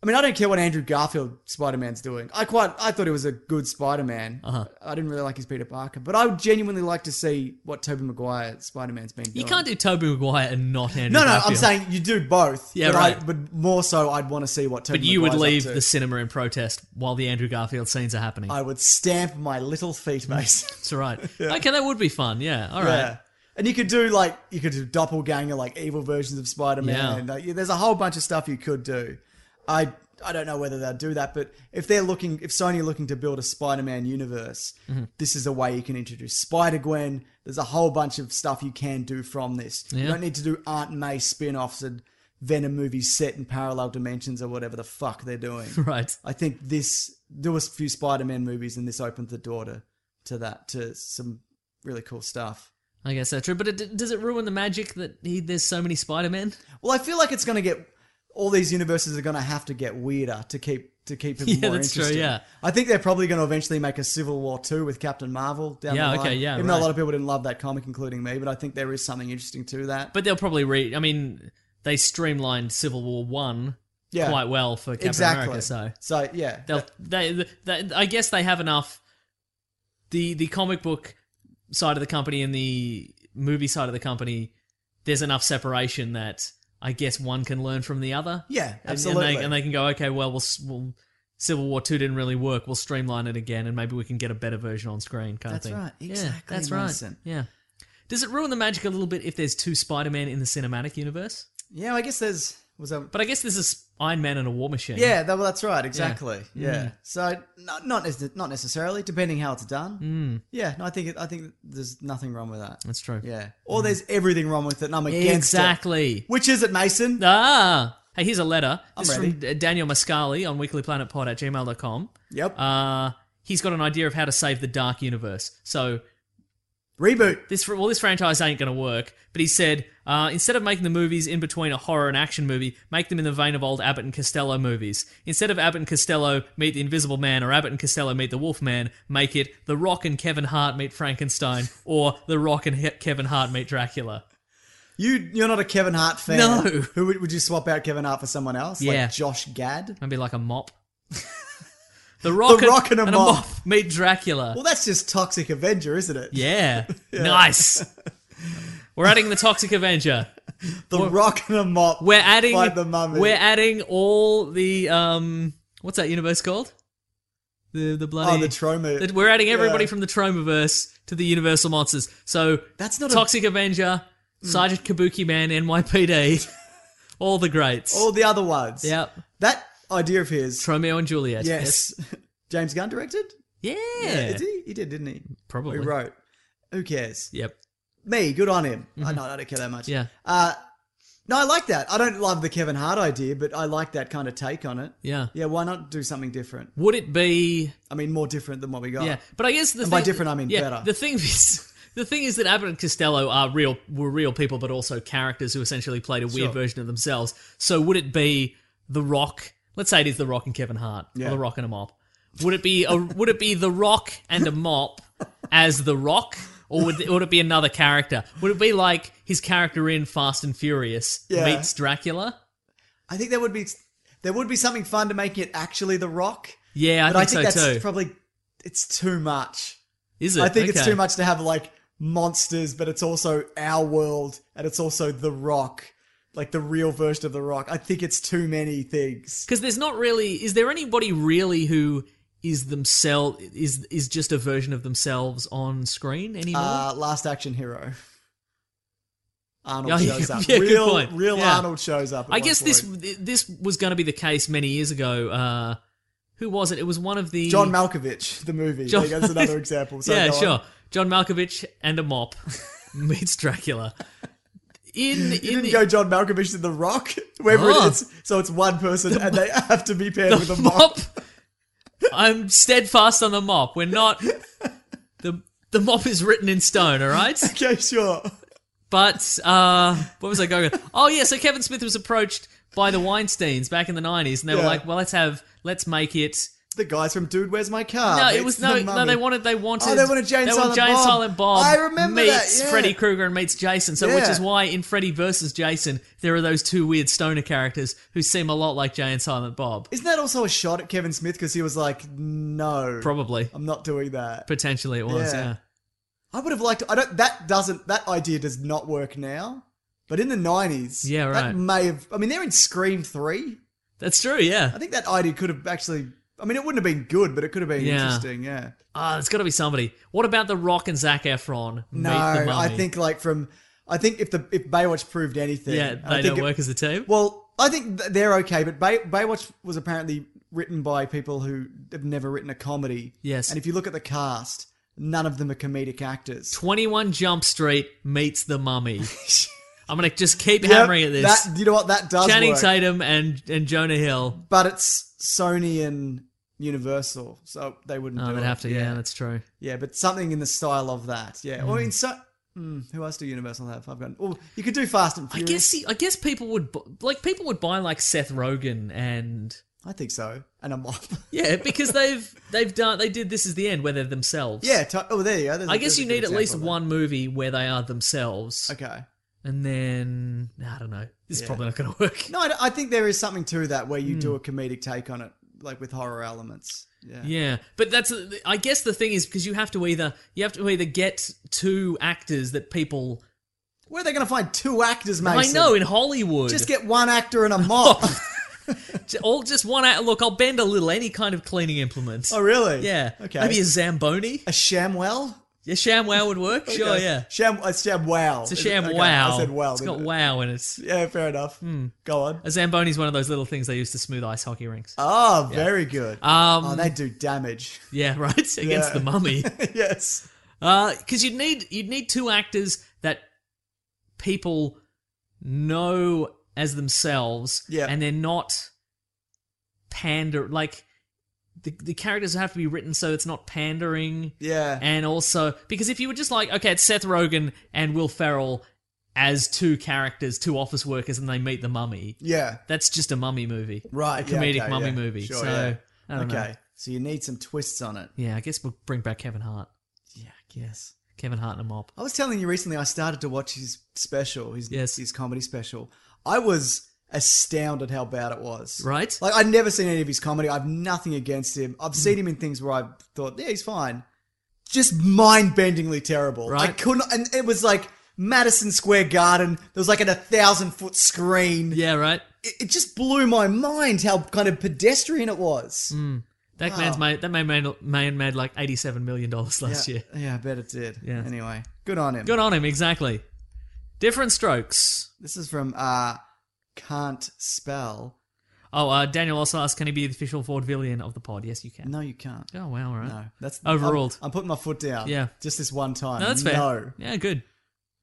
S1: I mean, I don't care what Andrew Garfield Spider Man's doing. I quite I thought it was a good Spider Man. Uh-huh. I didn't really like his Peter Parker, but I would genuinely like to see what Tobey Maguire Spider Man's been.
S3: You
S1: doing.
S3: can't do Toby Maguire and not Andrew.
S1: No, no, I'm
S3: Garfield.
S1: saying you do both.
S3: Yeah,
S1: but I,
S3: right.
S1: but more so, I'd want to see what. Tobey
S3: But you would
S1: Maguire's
S3: leave
S1: up to.
S3: the cinema in protest while the Andrew Garfield scenes are happening.
S1: I would stamp my little feet, mate.
S3: That's right. Okay, that would be fun. Yeah. All right.
S1: Yeah. And you could do like you could do doppelganger, like evil versions of uh, Spider Man.
S3: Yeah.
S1: And like, yeah, there's a whole bunch of stuff you could do. I I don't know whether they'll do that, but if they're looking, if Sony are looking to build a Spider-Man universe,
S3: Mm-hmm.
S1: this is a way you can introduce Spider-Gwen. There's a whole bunch of stuff you can do from this. You
S3: Yeah.
S1: don't need to do Aunt May spin-offs and Venom movies set in parallel dimensions or whatever the fuck they're doing.
S3: Right.
S1: I think this there was a few Spider-Man movies, and this opened the door to to that to some really cool stuff.
S3: I guess that's true. But it, does it ruin the magic that he, there's so many Spider Men?
S1: Well, I feel like it's going to get all these universes are going to have to get weirder to keep to keep people
S3: Yeah,
S1: more
S3: that's true,
S1: interested.
S3: yeah.
S1: I think they're probably going to eventually make a Civil War two with Captain Marvel down
S3: Yeah,
S1: the line.
S3: okay, yeah,
S1: Even though
S3: right.
S1: a lot of people didn't love that comic, including me, but I think there is something interesting to that.
S3: But they'll probably re. I mean, they streamlined Civil War One
S1: Yeah.
S3: quite well for Captain
S1: exactly.
S3: America, so
S1: so yeah,
S3: they'll they, they I guess they have enough. The the comic book side of the company and the movie side of the company, there's enough separation that I guess one can learn from the other.
S1: yeah,
S3: And-
S1: absolutely.
S3: And, they, and they can go, okay, well, we'll, s- we'll Civil War Two didn't really work. We'll streamline it again, and maybe we can get a better version on screen, kind
S1: That's
S3: of thing.
S1: right.
S3: yeah,
S1: Exactly,
S3: that's right.
S1: Mason.
S3: Yeah. Does it ruin the magic a little bit if there's two Spider-Man in the cinematic universe?
S1: yeah, I guess there's was a
S3: But I guess this is Iron Man and a War Machine.
S1: Yeah, that, well, that's right. Exactly. Yeah.
S3: Mm.
S1: So not not nece- not necessarily, depending how it's done. Mm. Yeah. No, I think it, I think there's nothing wrong with that.
S3: that's true.
S1: Yeah. Or there's everything wrong with it, and I'm against
S3: Mm. exactly.
S1: it. Which is it, Mason?
S3: Ah. Hey, here's a letter.
S1: I'm
S3: This is
S1: ready.
S3: from D- Daniel Mascali on weeklyplanetpod at gmail.com.
S1: Yep.
S3: Uh, he's got an idea of how to save the dark universe. So
S1: Reboot.
S3: this well, this franchise ain't going to work. But he said uh, instead of making the movies in between a horror and action movie, make them in the vein of old Abbott and Costello movies. Instead of Abbott and Costello meet the Invisible Man or Abbott and Costello meet the Wolfman, make it The Rock and Kevin Hart meet Frankenstein or The Rock and he- Kevin Hart meet Dracula.
S1: You you're not a Kevin Hart fan.
S3: No.
S1: Who would, would you swap out Kevin Hart for someone else?
S3: Yeah.
S1: Like Josh Gad.
S3: Maybe like a mop. the Rock,
S1: Rock and a mop.
S3: meet Dracula.
S1: Well, that's just toxic Avenger, isn't it?
S3: yeah. nice. We're adding the Toxic Avenger.
S1: The Rock and a Mop.
S3: We're adding.
S1: Fight the mummy.
S3: We're adding all the um. What's that universe called? The the bloody.
S1: oh the trauma.
S3: that we're adding everybody
S1: Yeah.
S3: from the Tromaverse to the Universal monsters. So
S1: That's not a- Hmm.
S3: Toxic Avenger, Sergeant Kabuki Man, NYPD, all the greats.
S1: all the other ones.
S3: yep.
S1: That idea of his.
S3: Romeo and Juliet.
S1: yes. James Gunn directed.
S3: Yes. Yeah.
S1: Did he? He did, didn't he?
S3: Probably.
S1: Who wrote? Who cares?
S3: Yep.
S1: Me, good on him. I know I don't care that much.
S3: Mm-hmm. Yeah.
S1: Uh, no, I like that. I don't love the Kevin Hart idea, but I like that kind of take on it.
S3: Yeah.
S1: Yeah, why not do something different?
S3: Would it be? uh,
S1: I mean, more different than what we got.
S3: Yeah. But I guess the
S1: And
S3: thing,
S1: by different, I mean
S3: yeah,
S1: better.
S3: The thing is. The thing is that Abbott and Costello are real, were real people, but also characters who essentially played a
S1: Sure.
S3: weird version of themselves. So would it be The Rock? Let's say it is The Rock and Kevin Hart, or The Rock and a mop. Would it be a, Would it be The Rock and a mop as The Rock, or would it, would it be another character? Would it be like his character in Fast and Furious
S1: Yeah.
S3: meets Dracula?
S1: I think there would be there would be something fun to make it actually The Rock.
S3: Yeah, I
S1: but
S3: think,
S1: I think
S3: so
S1: that's
S3: too.
S1: probably it's too much.
S3: is it?
S1: I think it's
S3: Okay.
S1: too much to have like monsters, but it's also our world and it's also The Rock, like the real version of The Rock. I think it's too many things.
S3: because there's not really is there anybody really who is themselves is is just a version of themselves on screen anymore
S1: Uh, Last Action Hero.
S3: Yeah,
S1: Arnold
S3: yeah,
S1: shows up.
S3: yeah, good
S1: real
S3: point.
S1: real
S3: Yeah.
S1: Arnold shows up. at
S3: i
S1: one
S3: guess this
S1: point.
S3: this was going to be the case many years ago uh who was it it was one of the
S1: John Malkovich, the movie.
S3: John-
S1: Like, that's another example. So
S3: yeah
S1: go on.
S3: sure john malkovich and a mop meets dracula in
S1: You
S3: in
S1: didn't
S3: the,
S1: go John Malkovich to The Rock, wherever
S3: Oh.
S1: it is. So it's one person, and they have to be paired with
S3: the
S1: a mop.
S3: mop i'm steadfast on the mop we're not the the mop is written in stone all right
S1: Okay, sure.
S3: But uh, what was I going? with? oh yeah, so Kevin Smith was approached by the Weinstein's back in the nineties, and they were
S1: Yeah.
S3: like, "Well, let's have, let's make it."
S1: The guys from Dude, Where's My Car?
S3: No, it
S1: Ah, It's
S3: was
S1: the
S3: no, no.
S1: mummy.
S3: They wanted, they wanted.
S1: Oh, they wanted Jay and
S3: they wanted
S1: Silent
S3: Jay and
S1: Bob.
S3: Silent Bob.
S1: I remember that,
S3: meets
S1: yeah.
S3: Freddy Krueger and meets Jason. So, which
S1: Yeah.
S3: is why in Freddy versus Jason, there are those two weird stoner characters who seem a lot like Jay and Silent Bob.
S1: Isn't that also a shot at Kevin Smith because he was like, no,
S3: Probably,
S1: I'm not doing that.
S3: potentially, it was.
S1: Yeah.
S3: Yeah,
S1: I would have liked. I don't. That doesn't. That idea does not work now. But in the nineties,
S3: Yeah, right.
S1: That may have. I mean, they're in Scream three.
S3: that's true. Yeah,
S1: I think that idea could have actually. I mean, it wouldn't have been good, but it could have been
S3: Yeah.
S1: interesting. Yeah.
S3: ah, there's got to be somebody. What about the Rock and Zac Efron?
S1: No,
S3: meet the mummy?
S1: I think like from. I think if the if Baywatch proved anything,
S3: yeah,
S1: and I
S3: they
S1: think
S3: don't
S1: it-
S3: work as a team.
S1: Well, I think th- they're okay, but Bay- Baywatch was apparently written by people who have never written a comedy.
S3: Yes.
S1: And if you look at the cast, none of them are comedic actors.
S3: 21 Jump Street meets the mummy. I'm going to just keep hammering at this.
S1: That, you know what that does
S3: Channing
S1: work,
S3: Tatum and, and Jonah Hill.
S1: but it's Sony and Universal, so they wouldn't.
S3: Oh,
S1: do
S3: they'd
S1: it.
S3: have to. Yeah. Hmm. that's true.
S1: Yeah, but something in the style of that. Yeah, or in so. Mm, who else do Universal have? I've got. Oh, you could do Fast and
S3: I
S1: Furious.
S3: guess I guess people would bu- like people would buy like Seth Rogen and
S1: I think so. And a mop.
S3: yeah because they've they've done they did this is the end where they're themselves.
S1: yeah. To- oh, there you go. There's a-
S3: I guess
S1: there's a
S3: you
S1: good
S3: need at least
S1: example
S3: one movie where they are themselves,
S1: there. Okay.
S3: and then I don't know. This is probably not going to work.
S1: No, I, I think there is something to that where you
S3: Hmm.
S1: do a comedic take on it, like with horror elements. Yeah.
S3: Yeah, but that's I guess the thing is because you have to either you have to either get two actors that people
S1: Where are they going to find two actors, Mason?
S3: I know in Hollywood
S1: Just get one actor and a mop.
S3: J- all just one act. Look, I'll bend a little. Any kind of cleaning implement.
S1: oh, really?
S3: Yeah.
S1: Okay.
S3: Maybe a zamboni.
S1: a ShamWell.
S3: Yeah, ShamWow would work. Sure.
S1: Okay.
S3: Yeah.
S1: Sham. It's ShamWow.
S3: It's a
S1: Is
S3: sham
S1: it? Okay,
S3: wow.
S1: I said wow.
S3: It's
S1: didn't
S3: got
S1: it?
S3: wow Hmm. in it.
S1: Yeah, fair enough. Go on.
S3: A zamboni is one of those little things they use to smooth ice hockey rinks.
S1: Oh, very good.
S3: Um,
S1: oh, they do damage.
S3: yeah, right. Against the mummy.
S1: yes.
S3: because Uh, you'd need you'd need two actors that people know as themselves,
S1: Yeah.
S3: and they're not pander like the the characters have to be written so it's not pandering,
S1: Yeah.
S3: and also because if you were just like okay, it's Seth Rogen and Will Ferrell as two characters, two office workers, and they meet the mummy.
S1: yeah.
S3: That's just a mummy movie,
S1: Right.
S3: A
S1: yeah,
S3: comedic
S1: okay,
S3: mummy
S1: yeah.
S3: movie.
S1: Sure,
S3: so
S1: yeah.
S3: I don't
S1: okay.
S3: know.
S1: So you need some twists on it.
S3: Yeah, I guess we'll bring back Kevin Hart.
S1: Yeah. Yes.
S3: Kevin Hart and a mop.
S1: I was telling you recently I started to watch his special, his
S3: Yes.
S1: his comedy special. I was astounded how bad it was.
S3: Right? Hmm.
S1: Like I'd never seen any of his comedy. I've nothing against him. I've seen him in things where I've thought, yeah, he's fine. Just mind-bendingly terrible. I
S3: Right.
S1: couldn't and it was like Madison Square Garden. There was like an a thousand foot screen.
S3: yeah, right.
S1: It, it just blew my mind how kind of pedestrian it was.
S3: Hmm. That
S1: Ah.
S3: man's made that man made, man made like eighty seven million dollars last
S1: yeah,
S3: year.
S1: yeah, I bet it did.
S3: Yeah.
S1: Anyway, good on him.
S3: Good on him, exactly. Different strokes.
S1: This is from uh can't spell.
S3: Oh, uh, Daniel also asked, "Can he be the official vaudevillian of the pod?" Yes, you can.
S1: No, you can't.
S3: Oh wow, all right.
S1: No, that's
S3: Overruled.
S1: I'm, I'm putting my foot down.
S3: Yeah.
S1: just this one time.
S3: No, that's fair.
S1: No,
S3: Yeah, good.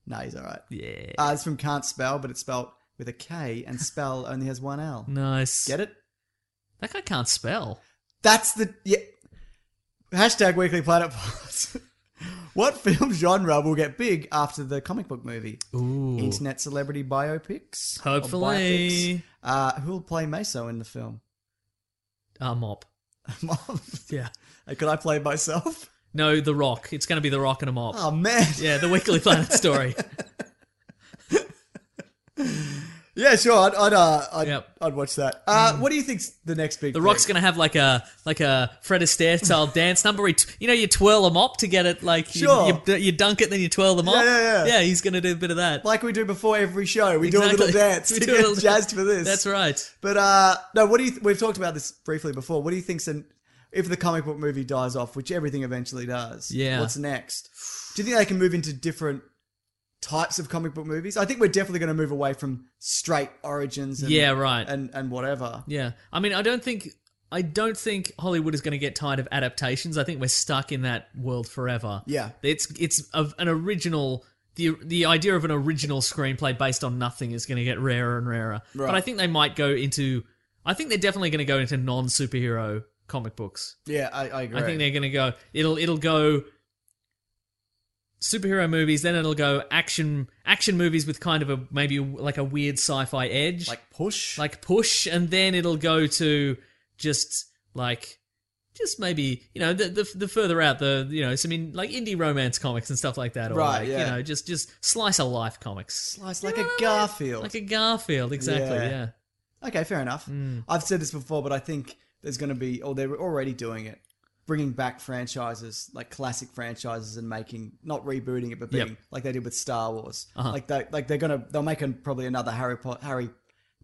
S1: no, he's all right.
S3: Yeah,
S1: Uh, it's from can't spell, but it's spelled with a K, and spell only has one L.
S3: nice.
S1: Get it?
S3: That guy can't spell.
S1: That's the yeah. Hashtag Weekly Planet Pods. what film genre will get big after the comic book movie?
S3: Ooh,
S1: Internet celebrity biopics. Or biopics.
S3: hopefully
S1: Uh, who will play Meso in the film?
S3: a mop.
S1: Mom,
S3: Yeah.
S1: could I play myself?
S3: No, the Rock. It's going to be the Rock and a mop.
S1: Oh man.
S3: Yeah, the Weekly Planet story.
S1: Yeah, sure. I'd I'd, uh, I'd,
S3: Yep. Mm.
S1: I'd watch that. Uh, What do you think's the next big?
S3: The Rock's
S1: thing?
S3: gonna have like a like a Fred Astaire style dance number. Where you, t- you know, you twirl them up to get it. Like you-
S1: Sure.
S3: you, d- you, dunk it, then you twirl them
S1: Yeah,
S3: up.
S1: yeah, yeah.
S3: he's gonna do a bit of that.
S1: like we do before every show. We do a
S3: Exactly.
S1: little dance
S3: We
S1: to
S3: do a
S1: get
S3: little-
S1: jazzed for this.
S3: That's right.
S1: But uh, no, what do you? Th- we've talked about this briefly before. What do you think's in, if the comic book movie dies off, which everything eventually does?
S3: Yeah.
S1: What's next? Do you think they can move into different? Types of comic book movies. I think we're definitely going to move away from straight origins. And,
S3: Yeah, right.
S1: And and whatever.
S3: Yeah, I mean, I don't think I don't think Hollywood is gonna get tired of adaptations. I think we're stuck in that world forever.
S1: Yeah.
S3: it's it's of an original. The, the idea of an original screenplay based on nothing is going to get rarer and rarer. But I think they might go into. I think they're definitely going to go into non superhero comic books.
S1: Yeah, I, I agree.
S3: I think they're going to go. It'll it'll go superhero movies, then it'll go action action movies with kind of a maybe like a weird sci-fi edge,
S1: like push.
S3: like push, and then it'll go to just like just maybe you know the the, the further out the you know some in, like indie romance comics and stuff like that, or
S1: Right,
S3: like,
S1: yeah.
S3: you know just just slice of life comics,
S1: slice like a Garfield.
S3: like a Garfield, exactly,
S1: Yeah.
S3: yeah.
S1: Okay, fair enough.
S3: Mm.
S1: I've said this before, but I think there's going to be, or they're already doing it, bringing back franchises like classic franchises and making not rebooting it, but
S3: Yep. Uh-huh.
S1: being like they did with Star Wars. Like they, like they're gonna, they'll make an, probably another Harry Potter, Harry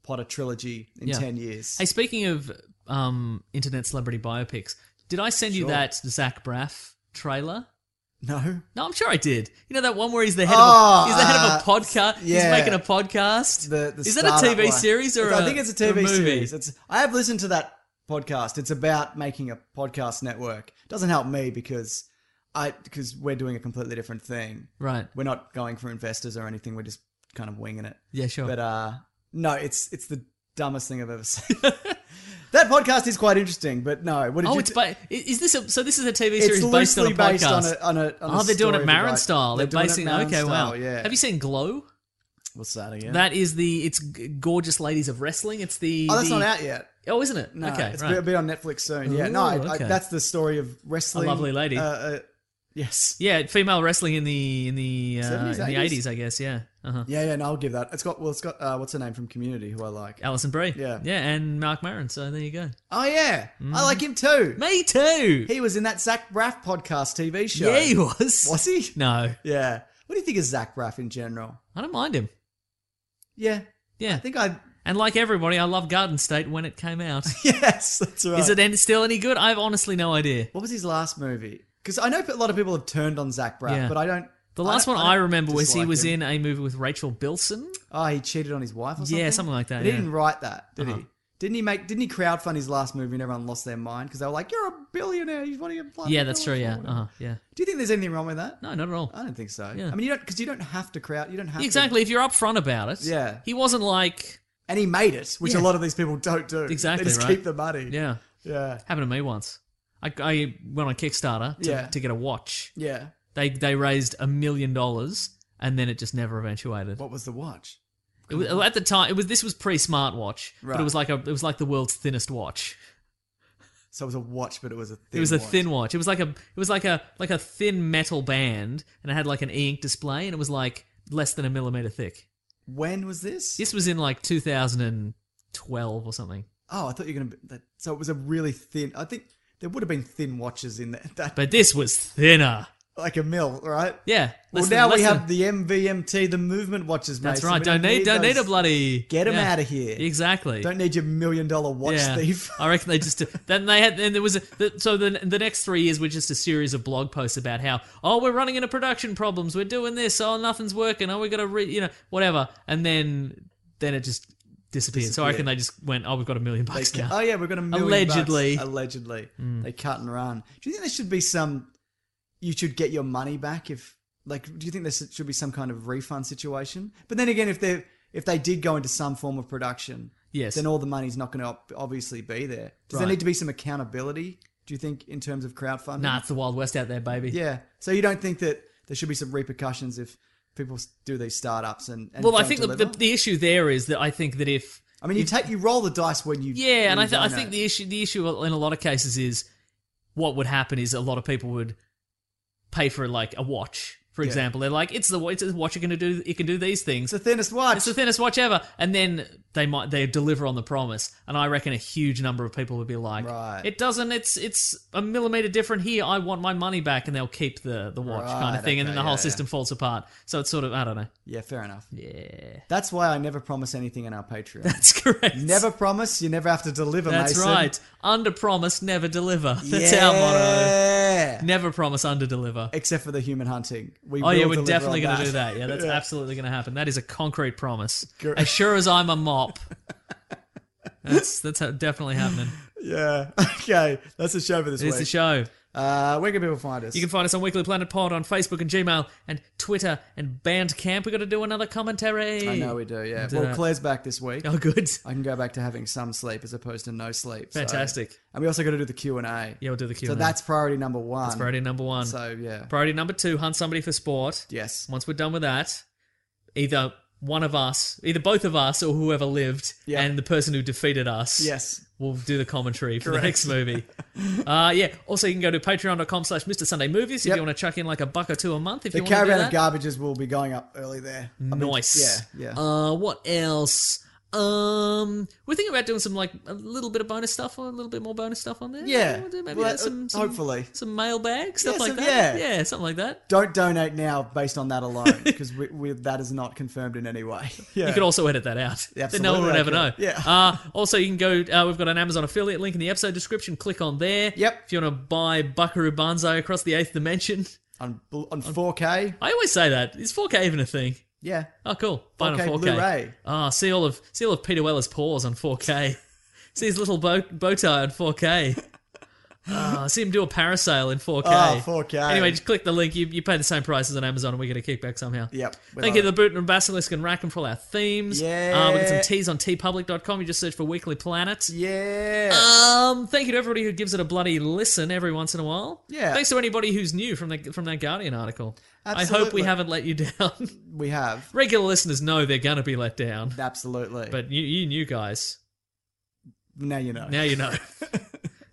S1: Potter trilogy in
S3: Yeah.
S1: ten years.
S3: Hey, speaking of um internet celebrity biopics, did I send you that Zach Braff trailer?
S1: No.
S3: No, I'm sure I did. You know that one where he's the head
S1: Oh,
S3: of a, he's the head of
S1: uh,
S3: a podcast.
S1: yeah.
S3: He's making a podcast.
S1: The, the
S3: Is that a
S1: startup
S3: TV
S1: one.
S3: series or
S1: It's- I
S3: a-
S1: think it's a
S3: or
S1: TV
S3: movie?
S1: series. It's I have listened to that podcast. It's about making a podcast network. Doesn't help me because I because we're doing a completely different thing.
S3: Right.
S1: We're not going for investors or anything. We're just kind of winging it.
S3: Yeah, sure.
S1: But uh no, it's it's the dumbest thing I've ever seen. that podcast is quite interesting, but no, what did
S3: oh,
S1: you
S3: it's
S1: t-
S3: by, is this a, so? This is a TV
S1: It's
S3: series based on a
S1: loosely
S3: podcast.
S1: based on a- on a- on a
S3: oh, they're doing
S1: story
S3: it Marin
S1: about-
S3: style.
S1: they're
S3: They're,
S1: doing it
S3: basing.
S1: Marin
S3: Okay, wow.
S1: style, yeah.
S3: Have you seen Glow?
S1: what's that again?
S3: That is the it's g- gorgeous ladies of wrestling. It's the
S1: oh, that's
S3: the-
S1: not out yet.
S3: Oh, isn't it?
S1: No,
S3: okay,
S1: it's
S3: right.
S1: will be on Netflix soon. Yeah, no,
S3: Ooh,
S1: I, I-
S3: okay.
S1: that's the story of wrestling.
S3: lovely lady.
S1: Uh, uh, yes.
S3: yeah, female wrestling in the in the uh,
S1: 70s,
S3: in the
S1: 80s?
S3: eighties, I guess. Yeah, uh-huh.
S1: Yeah, yeah, no, I'll give that. It's got well, it's got uh, what's her name from Community, who I like.
S3: Alison Brie.
S1: Yeah.
S3: yeah, and Mark Maron. So there you go.
S1: Oh yeah, I
S3: Mm.
S1: like him too.
S3: Me too.
S1: He was in that Zach Braff podcast TV show.
S3: yeah, he was.
S1: Was he?
S3: No,
S1: Yeah. What do you think of Zach Braff in general?
S3: I don't mind him.
S1: Yeah,
S3: Yeah,
S1: I think I.
S3: and like everybody, I love Garden State when it came out.
S1: Yes, that's right.
S3: Is it any, still any good? I have honestly no idea.
S1: What was his last movie? Because I know a lot of people have turned on Zach Braff,
S3: Yeah.
S1: but I don't.
S3: The last
S1: don't-
S3: one
S1: don't
S3: I remember was he
S1: dislike
S3: was
S1: him.
S3: in a movie with Rachel Bilson.
S1: Oh, he cheated on his wife or something?
S3: Yeah, something like that,
S1: But
S3: yeah.
S1: He didn't write that, did
S3: Uh-huh.
S1: he? Didn't he make? Didn't he crowdfund his last movie and everyone lost their mind because they were like, "You're a billionaire. You want to get bloody
S3: Yeah, that's true. Yeah,
S1: billionaire," or whatever.
S3: uh-huh, yeah.
S1: Do you think there's anything wrong with that?
S3: No, not at all.
S1: I don't think so.
S3: Yeah.
S1: I mean, you don't because you don't have to crowd. You don't have to-
S3: Exactly. If you're upfront about it,
S1: Yeah.
S3: He wasn't like,
S1: and he made it, which a
S3: Yeah.
S1: lot of these people don't do.
S3: Exactly,
S1: They just
S3: right.
S1: keep the money.
S3: yeah.
S1: Yeah.
S3: Happened to me once. I, I went on Kickstarter to,
S1: Yeah.
S3: to get a watch.
S1: Yeah.
S3: They they raised a million dollars, and then it just never eventuated.
S1: What was the watch?
S3: It was, at the time, it was this was pre smartwatch, but
S1: Right.
S3: it was like a it was like the world's thinnest watch.
S1: So it was a watch, but it was a. Thin
S3: It was a
S1: watch.
S3: thin watch. It was like a it was like a like a thin metal band, and it had like an e ink display, and it was like less than a millimeter thick.
S1: When was this?
S3: This was in like 2012 or something.
S1: Oh, I thought you were gonna. Be, that, so it was a really thin. I think there would have been thin watches in that, that
S3: But this was thinner.
S1: like a mill, right?
S3: Yeah.
S1: Well,
S3: less than-
S1: now
S3: less
S1: we
S3: than-
S1: have the MVMT, the movement watches.
S3: That's
S1: Mason.
S3: right.
S1: We
S3: Don't need, don't need a
S1: those-
S3: bloody.
S1: Get 'em outta here.
S3: Exactly.
S1: Don't need your million dollar watch
S3: yeah.
S1: thief.
S3: I reckon they just then they had then there was a, the, so the the next three years were just a series of blog posts about how oh we're running into production problems we're doing this oh nothing's working oh we got to re-, you know whatever and then then it just disappeared. So I reckon they just went oh we've got a million
S1: They
S3: bucks
S1: ca-
S3: now.
S1: Oh yeah, we've got a million.
S3: Allegedly. Hmm.
S1: bucks. allegedly, they cut and run. Do you think there should be some? You should get your money back if, like, do you think there should be some kind of refund situation? But then again, if they if they did go into some form of production,
S3: Yes.
S1: then all the money's not going to obviously be there. Does there
S3: Right.
S1: need to be some accountability? Do you think in terms of crowdfunding?
S3: Nah, it's the wild west out there, baby.
S1: Yeah. So you don't think that there should be some repercussions if people s- do these startups and, and
S3: Well, I
S1: don't
S3: think the, the
S1: deliver?
S3: the issue there is that I think that if
S1: I mean, you take you roll the dice when you
S3: Yeah,
S1: when
S3: and I,
S1: you
S3: th- I
S1: donate.
S3: think the issue the issue in a lot of cases is what would happen is a lot of people would pay for like a watch, for example. They're like, it's the wa- it's a watch it can do it can do these things.
S1: it's the thinnest watch.
S3: It's the thinnest watch ever, and then they might they deliver on the promise, and I reckon a huge number of people would be like,
S1: Right.
S3: "It doesn't. It's it's a millimeter different here. I want my money back," and they'll keep the the watch kind
S1: Right,
S3: of thing, and then
S1: okay,
S3: the whole
S1: yeah,
S3: system falls apart. So it's sort of I don't know.
S1: yeah, fair enough.
S3: Yeah,
S1: That's why I never promise anything in our Patreon.
S3: that's correct.
S1: never promise, you never have to deliver.
S3: That's
S1: Mason.
S3: right. Under promise, never deliver. That's
S1: yeah.
S3: our motto. Never promise, under deliver.
S1: Except for the human hunting. We
S3: Oh yeah,
S1: will
S3: we're
S1: deliver
S3: definitely
S1: on
S3: going to do that. Yeah, that's absolutely going to happen. That is a concrete promise.
S1: Correct.
S3: As sure as I'm a mop. That's that's ha- definitely happening.
S1: Yeah. Okay. That's the show for this
S3: It's the
S1: week.
S3: show.
S1: Uh, where can people find us?
S3: You can find us on Weekly Planet Pod on Facebook and Gmail and Twitter and Bandcamp. We got to do another commentary.
S1: I know we do. Yeah.
S3: do
S1: well,
S3: that.
S1: Claire's back this week.
S3: Oh, good.
S1: I can go back to having some sleep as opposed to no sleep. so-
S3: Fantastic.
S1: And we also got to do the Q and A.
S3: Yeah, we'll do the Q.
S1: So that's priority number one.
S3: priority number one.
S1: So yeah.
S3: Priority number two: hunt somebody for sport.
S1: yes.
S3: Once we're done with that, either one of us, either both of us, or whoever lived,
S1: Yeah.
S3: and the person who defeated us,
S1: Yes.
S3: will do the commentary for
S1: Correct.
S3: the next movie. uh, yeah. Also, you can go to patreon.com slash Mr. Sunday Movies if
S1: Yep.
S3: you want to chuck in like a buck or two a month. If
S1: The
S3: you want to do
S1: caravan
S3: that.
S1: of garbages will be going up early there. I mean,
S3: Nice.
S1: yeah. Yeah.
S3: Uh, what else? Um, we're thinking about doing some like a little bit of bonus stuff, or a little bit more bonus stuff on there.
S1: Yeah.
S3: We'll do maybe
S1: Well,
S3: like some, some
S1: hopefully.
S3: some mailbag stuff
S1: Yeah,
S3: like
S1: some-
S3: that.
S1: yeah.
S3: something like that.
S1: Don't donate now based on that alone because we, we, that is not confirmed in any way. Yeah.
S3: You could also edit that out. Then no
S1: Absolutely,
S3: one would
S1: I
S3: ever
S1: could.
S3: know.
S1: Yeah.
S3: Uh, also, you can go. Uh, we've got an Amazon affiliate link in the episode description. Click on there.
S1: Yep.
S3: If you want to buy Buckaroo Banzai across the eighth dimension,
S1: on bl- on 4K.
S3: I always say that. Is 4K even a thing?
S1: Yeah,
S3: Oh, cool. Buy it on
S1: 4K
S3: 4K.
S1: Blu-ray.
S3: Ah, see all of see all of Peter Weller's paws on 4K. see his little bow, bow tie on 4K. Ah, see him do a parasail in 4K.
S1: Oh, 4K.
S3: Anyway, just click the link. You, you pay the same prices on Amazon, and we get a kickback somehow.
S1: Yep, we love
S3: Thank you
S1: it.
S3: to the Boot and Basilisk and Rackham for all our themes. Uh, we got
S1: Yeah.
S3: some teas on tpublic.com. You just search for Weekly Planet.
S1: yeah.
S3: Um, thank you to everybody who gives it a bloody listen every once in a while.
S1: Yeah.
S3: Thanks to anybody who's new from that from that Guardian article. I hope
S1: Absolutely.
S3: we haven't let you down.
S1: we have
S3: Regular listeners know they're gonna be let down,
S1: absolutely. But
S3: but you, you new guys,
S1: now you know.
S3: now you know.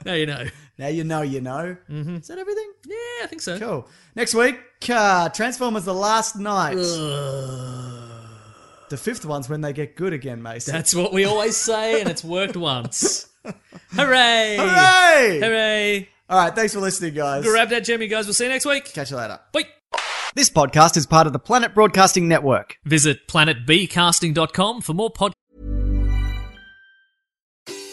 S3: now you know.
S1: Now you know. You know. Mm-hmm. Is that everything?
S3: Yeah, I think so.
S1: Cool. Next week, uh, Transformers: The Last Night. The fifth one's when they get good again, Mason.
S3: That's what we always say, and it's worked once. Hooray!
S1: Hooray!
S3: Hooray!
S1: All right, thanks for listening, guys.
S3: Grab that gem, you guys. We'll see you next week.
S1: Catch you later.
S3: Bye.
S1: This podcast is part of the Planet Broadcasting Network.
S3: Visit planetbcasting.com for more podcasts.